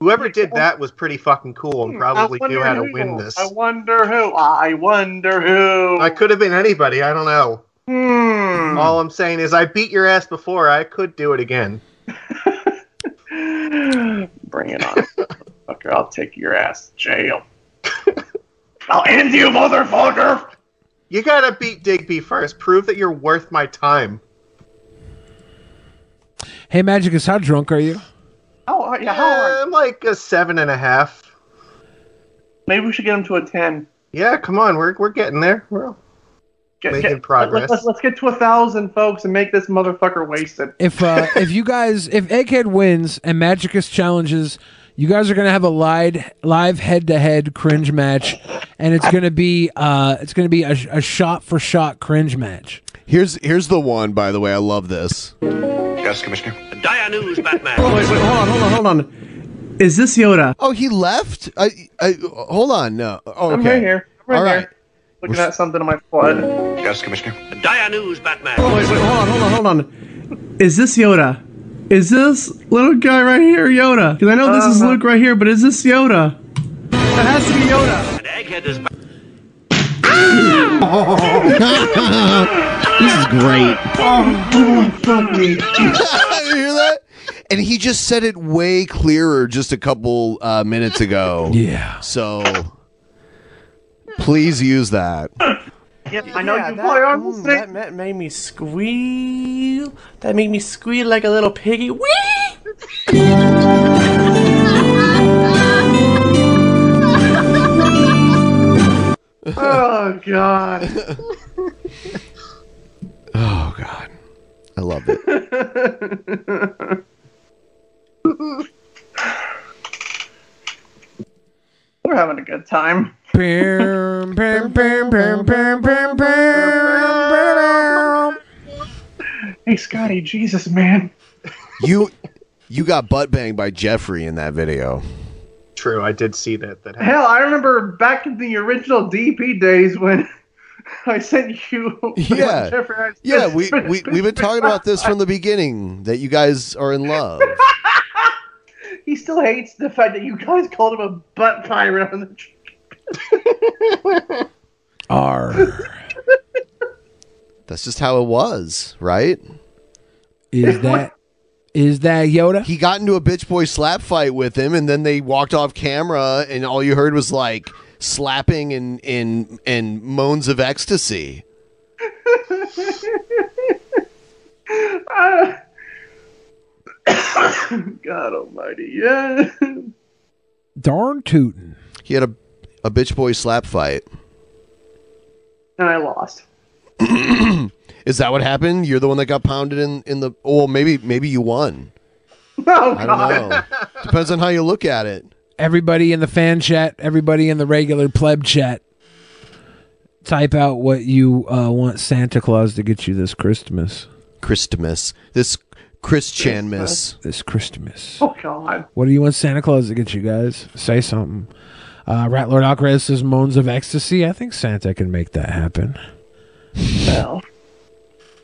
Whoever did that was pretty fucking cool and probably
Hmm, I
knew
wonder
how to
who.
win this.
I wonder who. I wonder who.
I could have been anybody. I don't know.
Hmm.
All I'm saying is I beat your ass before. I could do it again.
Bring it on. Fucker, I'll take your ass to jail. I'll end you, motherfucker!
You gotta beat Digby first. Prove that you're worth my time.
hey, Magicus, how drunk are you?
Oh, yeah,
I'm like a seven and a half.
Maybe we should get him to a ten.
Yeah, come on, we're we're getting there. We're
Get-
making
get-
progress.
Let, us let's get to a thousand, folks, and make this motherfucker wasted.
If uh, if you guys, if Egghead wins and Magicus challenges, you guys are gonna have a live live head to head cringe match, and it's gonna be uh, it's gonna be a, a shot for shot cringe match.
Here's here's the one, by the way. I love this.
Yes, Commissioner.
Dire news, Batman.
Oh, wait, wait, hold on, hold on, hold on. Is this Yoda?
Oh, he left. I, I hold on. No. Oh, okay.
I'm right here.
I'm right
All
here.
right.
Looking at something in my foot.
Yes, Commissioner.
Dire news, Batman.
Oh, wait, wait, hold on, hold on, hold on. Is this Yoda? Is this little guy right here Yoda? Because I know
Uh,
this is Uh-huh. Luke right here, but is this Yoda? It has to be Yoda.
And Egghead is back.
this is great. Oh, fuck me. you hear that? And he just said it way clearer just a couple uh, minutes ago. Yeah. So please use that.
Yeah, I know
Yeah,
you
that-
play on
mm, that, that made me squeal. That made me squeal like a little piggy. Whee!
Oh god.
Oh God, I love it.
We're having a good time. Hey Scotty, Jesus man.
you you got butt banged by Jeffrey in that video.
True, I did see that. That
Hell, I remember back in the original DP days when I sent you.
Yeah.
Jeffrey, I-
Yeah, we, we we've been talking about this from the beginning that you guys are in love.
He still hates the fact that you guys called him a butt pirate on the. tr-
Are. That's just how it was, right?
Is that is that Yoda?
He got into a bitch boy slap fight with him, and then they walked off camera, and all you heard was like slapping and and and moans of ecstasy.
Ah. God Almighty, yeah.
Darn tootin'.
He had a a bitch boy slap fight.
And I lost.
Is that what happened? You're the one that got pounded in in the. Oh, well, maybe maybe you won.
Oh,
I don't know. Depends on how you look at it.
Everybody in the fan chat, everybody in the regular pleb chat, type out what you uh, want Santa Claus to get you this Christmas.
Christmas. This Christianmas.
This Christmas.
Oh God.
What do you want Santa Claus to get you guys? Say something. Uh, Ratlord Alcaraz says moans of ecstasy. I think Santa can make that happen.
Well,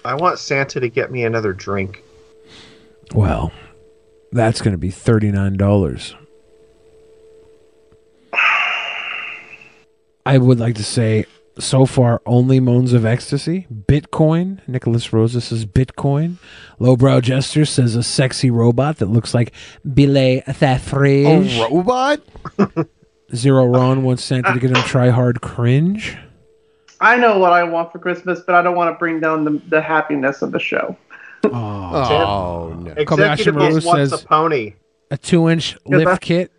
I want Santa to get me another drink.
Well, that's going to be thirty nine dollars. I would like to say so far only moans of ecstasy. Bitcoin. Nicholas Rosa says Bitcoin. Lowbrow Jester says a sexy robot that looks like Billet Thafrage.
A robot?
Zero Ron wants Santa to get him try hard cringe.
I know what I want for Christmas, but I don't want to bring down the, the happiness of the show.
Oh, no. Kobayashi
Executive
Maru
Boss wants
says
a pony.
a two inch lift
I-
kit.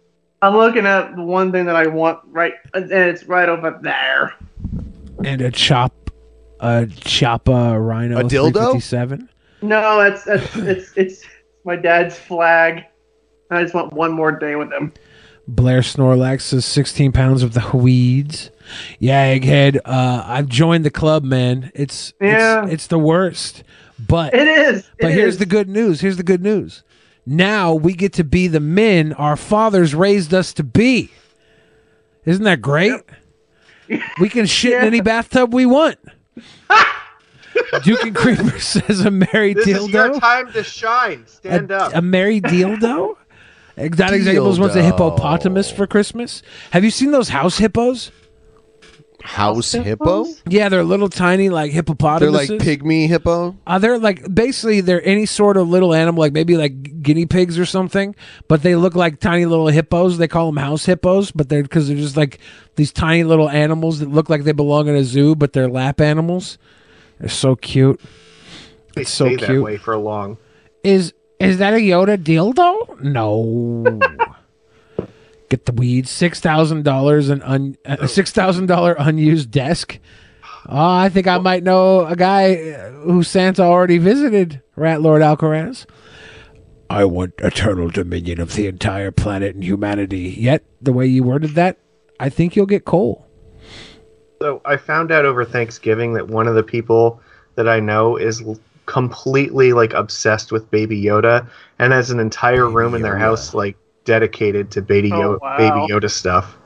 I'm looking at the one thing that I want right, and it's right over there.
and a chop a choppa rhino
A dildo?
357.
No, it's it's it's, it's my dad's flag. I just want one more day with him.
Blair Snorlax says 16 pounds of the weeds. Yeah, egghead. Uh, I've joined the club, man. It's
Yeah.
it's, it's the worst, but
It is.
But
It
here's
is.
the good news. Here's the good news. Now we get to be the men our fathers raised us to be. Isn't that great? We can shit in any bathtub we want. Duke and Creeper says a merry
This
dildo.
is your time to shine. Stand
a,
up.
a merry dildo? Exotic Examples wants a hippopotamus for Christmas. Have you seen those house hippos?
House hippo?
Yeah, they're little tiny like
They're
hippopotamuses.
like pygmy hippo.
Uh, they're like basically they're any sort of little animal, like maybe like guinea pigs or something, but they look like tiny little hippos. They call them house hippos, but they're because they're just like these tiny little animals that look like they belong in a zoo, but they're lap animals. They're so cute.
They
It's so
stay that
cute.
way for long.
Is is that a Yoda dildo? No. Get the weed. Six thousand dollars and un, a six thousand dollar unused desk. Oh, I think I might know a guy uh, who Santa already visited. Rat Lord Alcaraz. I want eternal dominion of the entire planet and humanity. Yet the way you worded that, I think you'll get coal.
So I found out over Thanksgiving that one of the people that I know is l- completely like obsessed with Baby Yoda and has an entire room in their house like dedicated to Baby,
Oh,
Yo-
wow.
Baby Yoda stuff.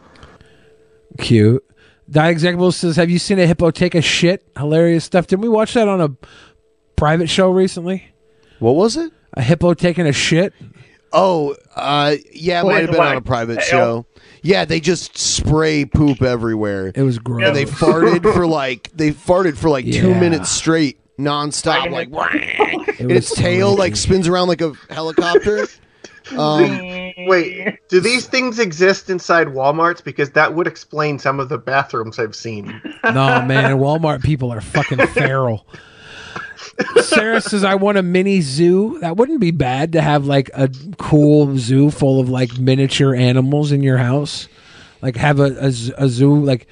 Cute. Die Executable says, "Have you seen a hippo take a shit? Hilarious stuff. Didn't we watch that on a private show recently?
What was it?
A hippo taking a shit.
Oh, uh, yeah, it
Wait,
might have been
what?
on a private
Hell.
show.
oh,
Yeah, they just spray poop everywhere. It
was gross.
And they farted for like they farted for like two
Yeah.
minutes straight, nonstop, like wah. and its
was
tail like
freaky.
spins around like a helicopter. Um,
Wait, do these things exist inside Walmarts? Because that would explain some of the bathrooms I've seen.
No man, Walmart people are fucking feral." Sarah says, "I want a mini zoo. That wouldn't be bad to have like a cool zoo full of like miniature animals in your house. Like have a a, z- a zoo like."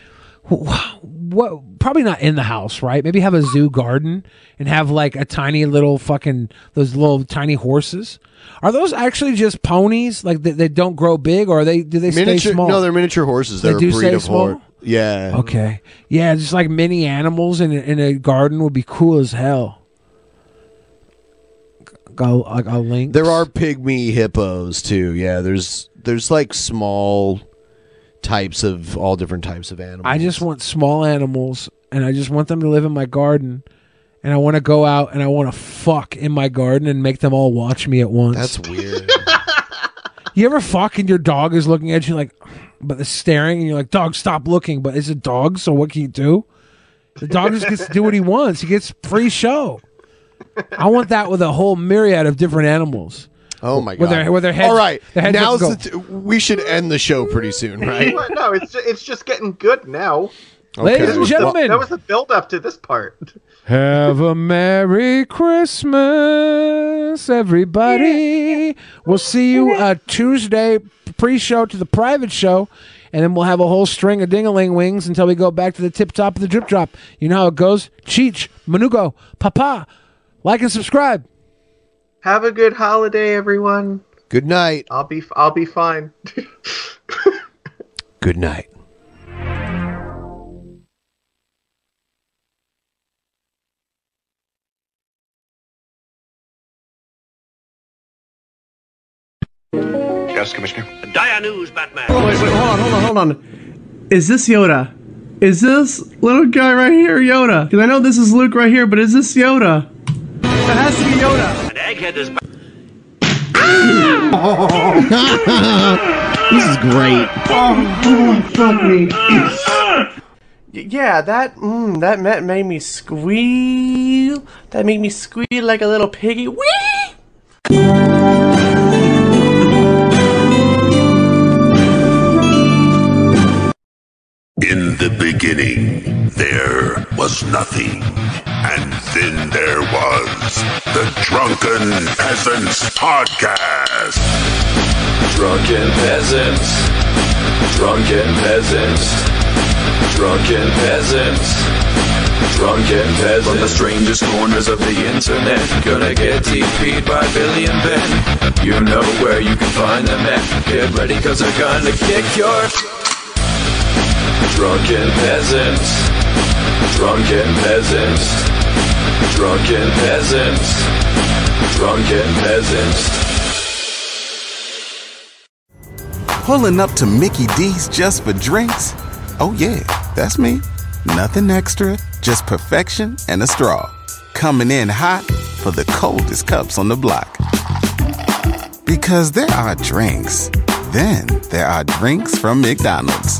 wh- wh- What? Probably not in the house, right? Maybe have a zoo garden and have like a tiny little fucking those little tiny horses. Are those actually just ponies? Like they, they don't grow big, or are they do they stay
miniature?
small?
No, they're miniature horses.
They
They're
do
a breed
stay
of horse.
small?
Yeah.
Okay. Yeah, just like mini animals in a, in a garden would be cool as hell. Go like a link.
There are pygmy hippos too. Yeah, there's there's like small types of all different types of animals.
I just want small animals, and I just want them to live in my garden, and I want to go out and I want to fuck in my garden and make them all watch me at once.
That's weird.
you ever fuck and your dog is looking at you like, but it's staring, and you're like, "Dog, stop looking!" But it's a dog, so what can you do? The dog just gets to do what he wants. He gets free show. I want that with a whole myriad of different animals.
Oh my god!
With their, with their heads,
All right,
their heads
now's
go-
the t- we should end the show pretty soon, right?
What? no, it's ju- it's just getting good now.
Ladies and
This was the-
gentlemen.
that was the build up to this part.
Have a Merry Christmas, everybody. We'll see you uh, Tuesday pre show to the private show, and then we'll have a whole string of dingaling wings until we go back to the tip top of the drip drop. You know how it goes Cheech, Manugo, Papa. Like and subscribe.
Have a good holiday, everyone.
Good night.
I'll be I'll be fine.
Good night.
Yes, Commissioner. Dire news, Batman.
Wait, wait, hold on, hold on, hold on. Is this Yoda? Is this little guy right here Yoda? Because I know this is Luke right here, but is this Yoda?
It has to be Yoda. An egghead is. this
is great.
Oh, fuck me.
Yeah, that mm, that ma- made me squeal. That made me squeal like a little piggy. Whee!
In the beginning, there was nothing. And then there was the Drunken Peasants Podcast. Drunken Peasants. Drunken Peasants. Drunken Peasants. Drunken Peasants. From the strangest corners of the internet. Gonna get TP'd by Billy and Ben. You know where you can find them at. Get ready, cause they're gonna kick your. Drunken peasants. Drunken peasants. Drunken peasants. Drunken peasants.
Pulling up to Mickey D's just for drinks? Oh, yeah, that's me. Nothing extra, just perfection and a straw. Coming in hot for the coldest cups on the block. Because there are drinks, then there are drinks from McDonald's.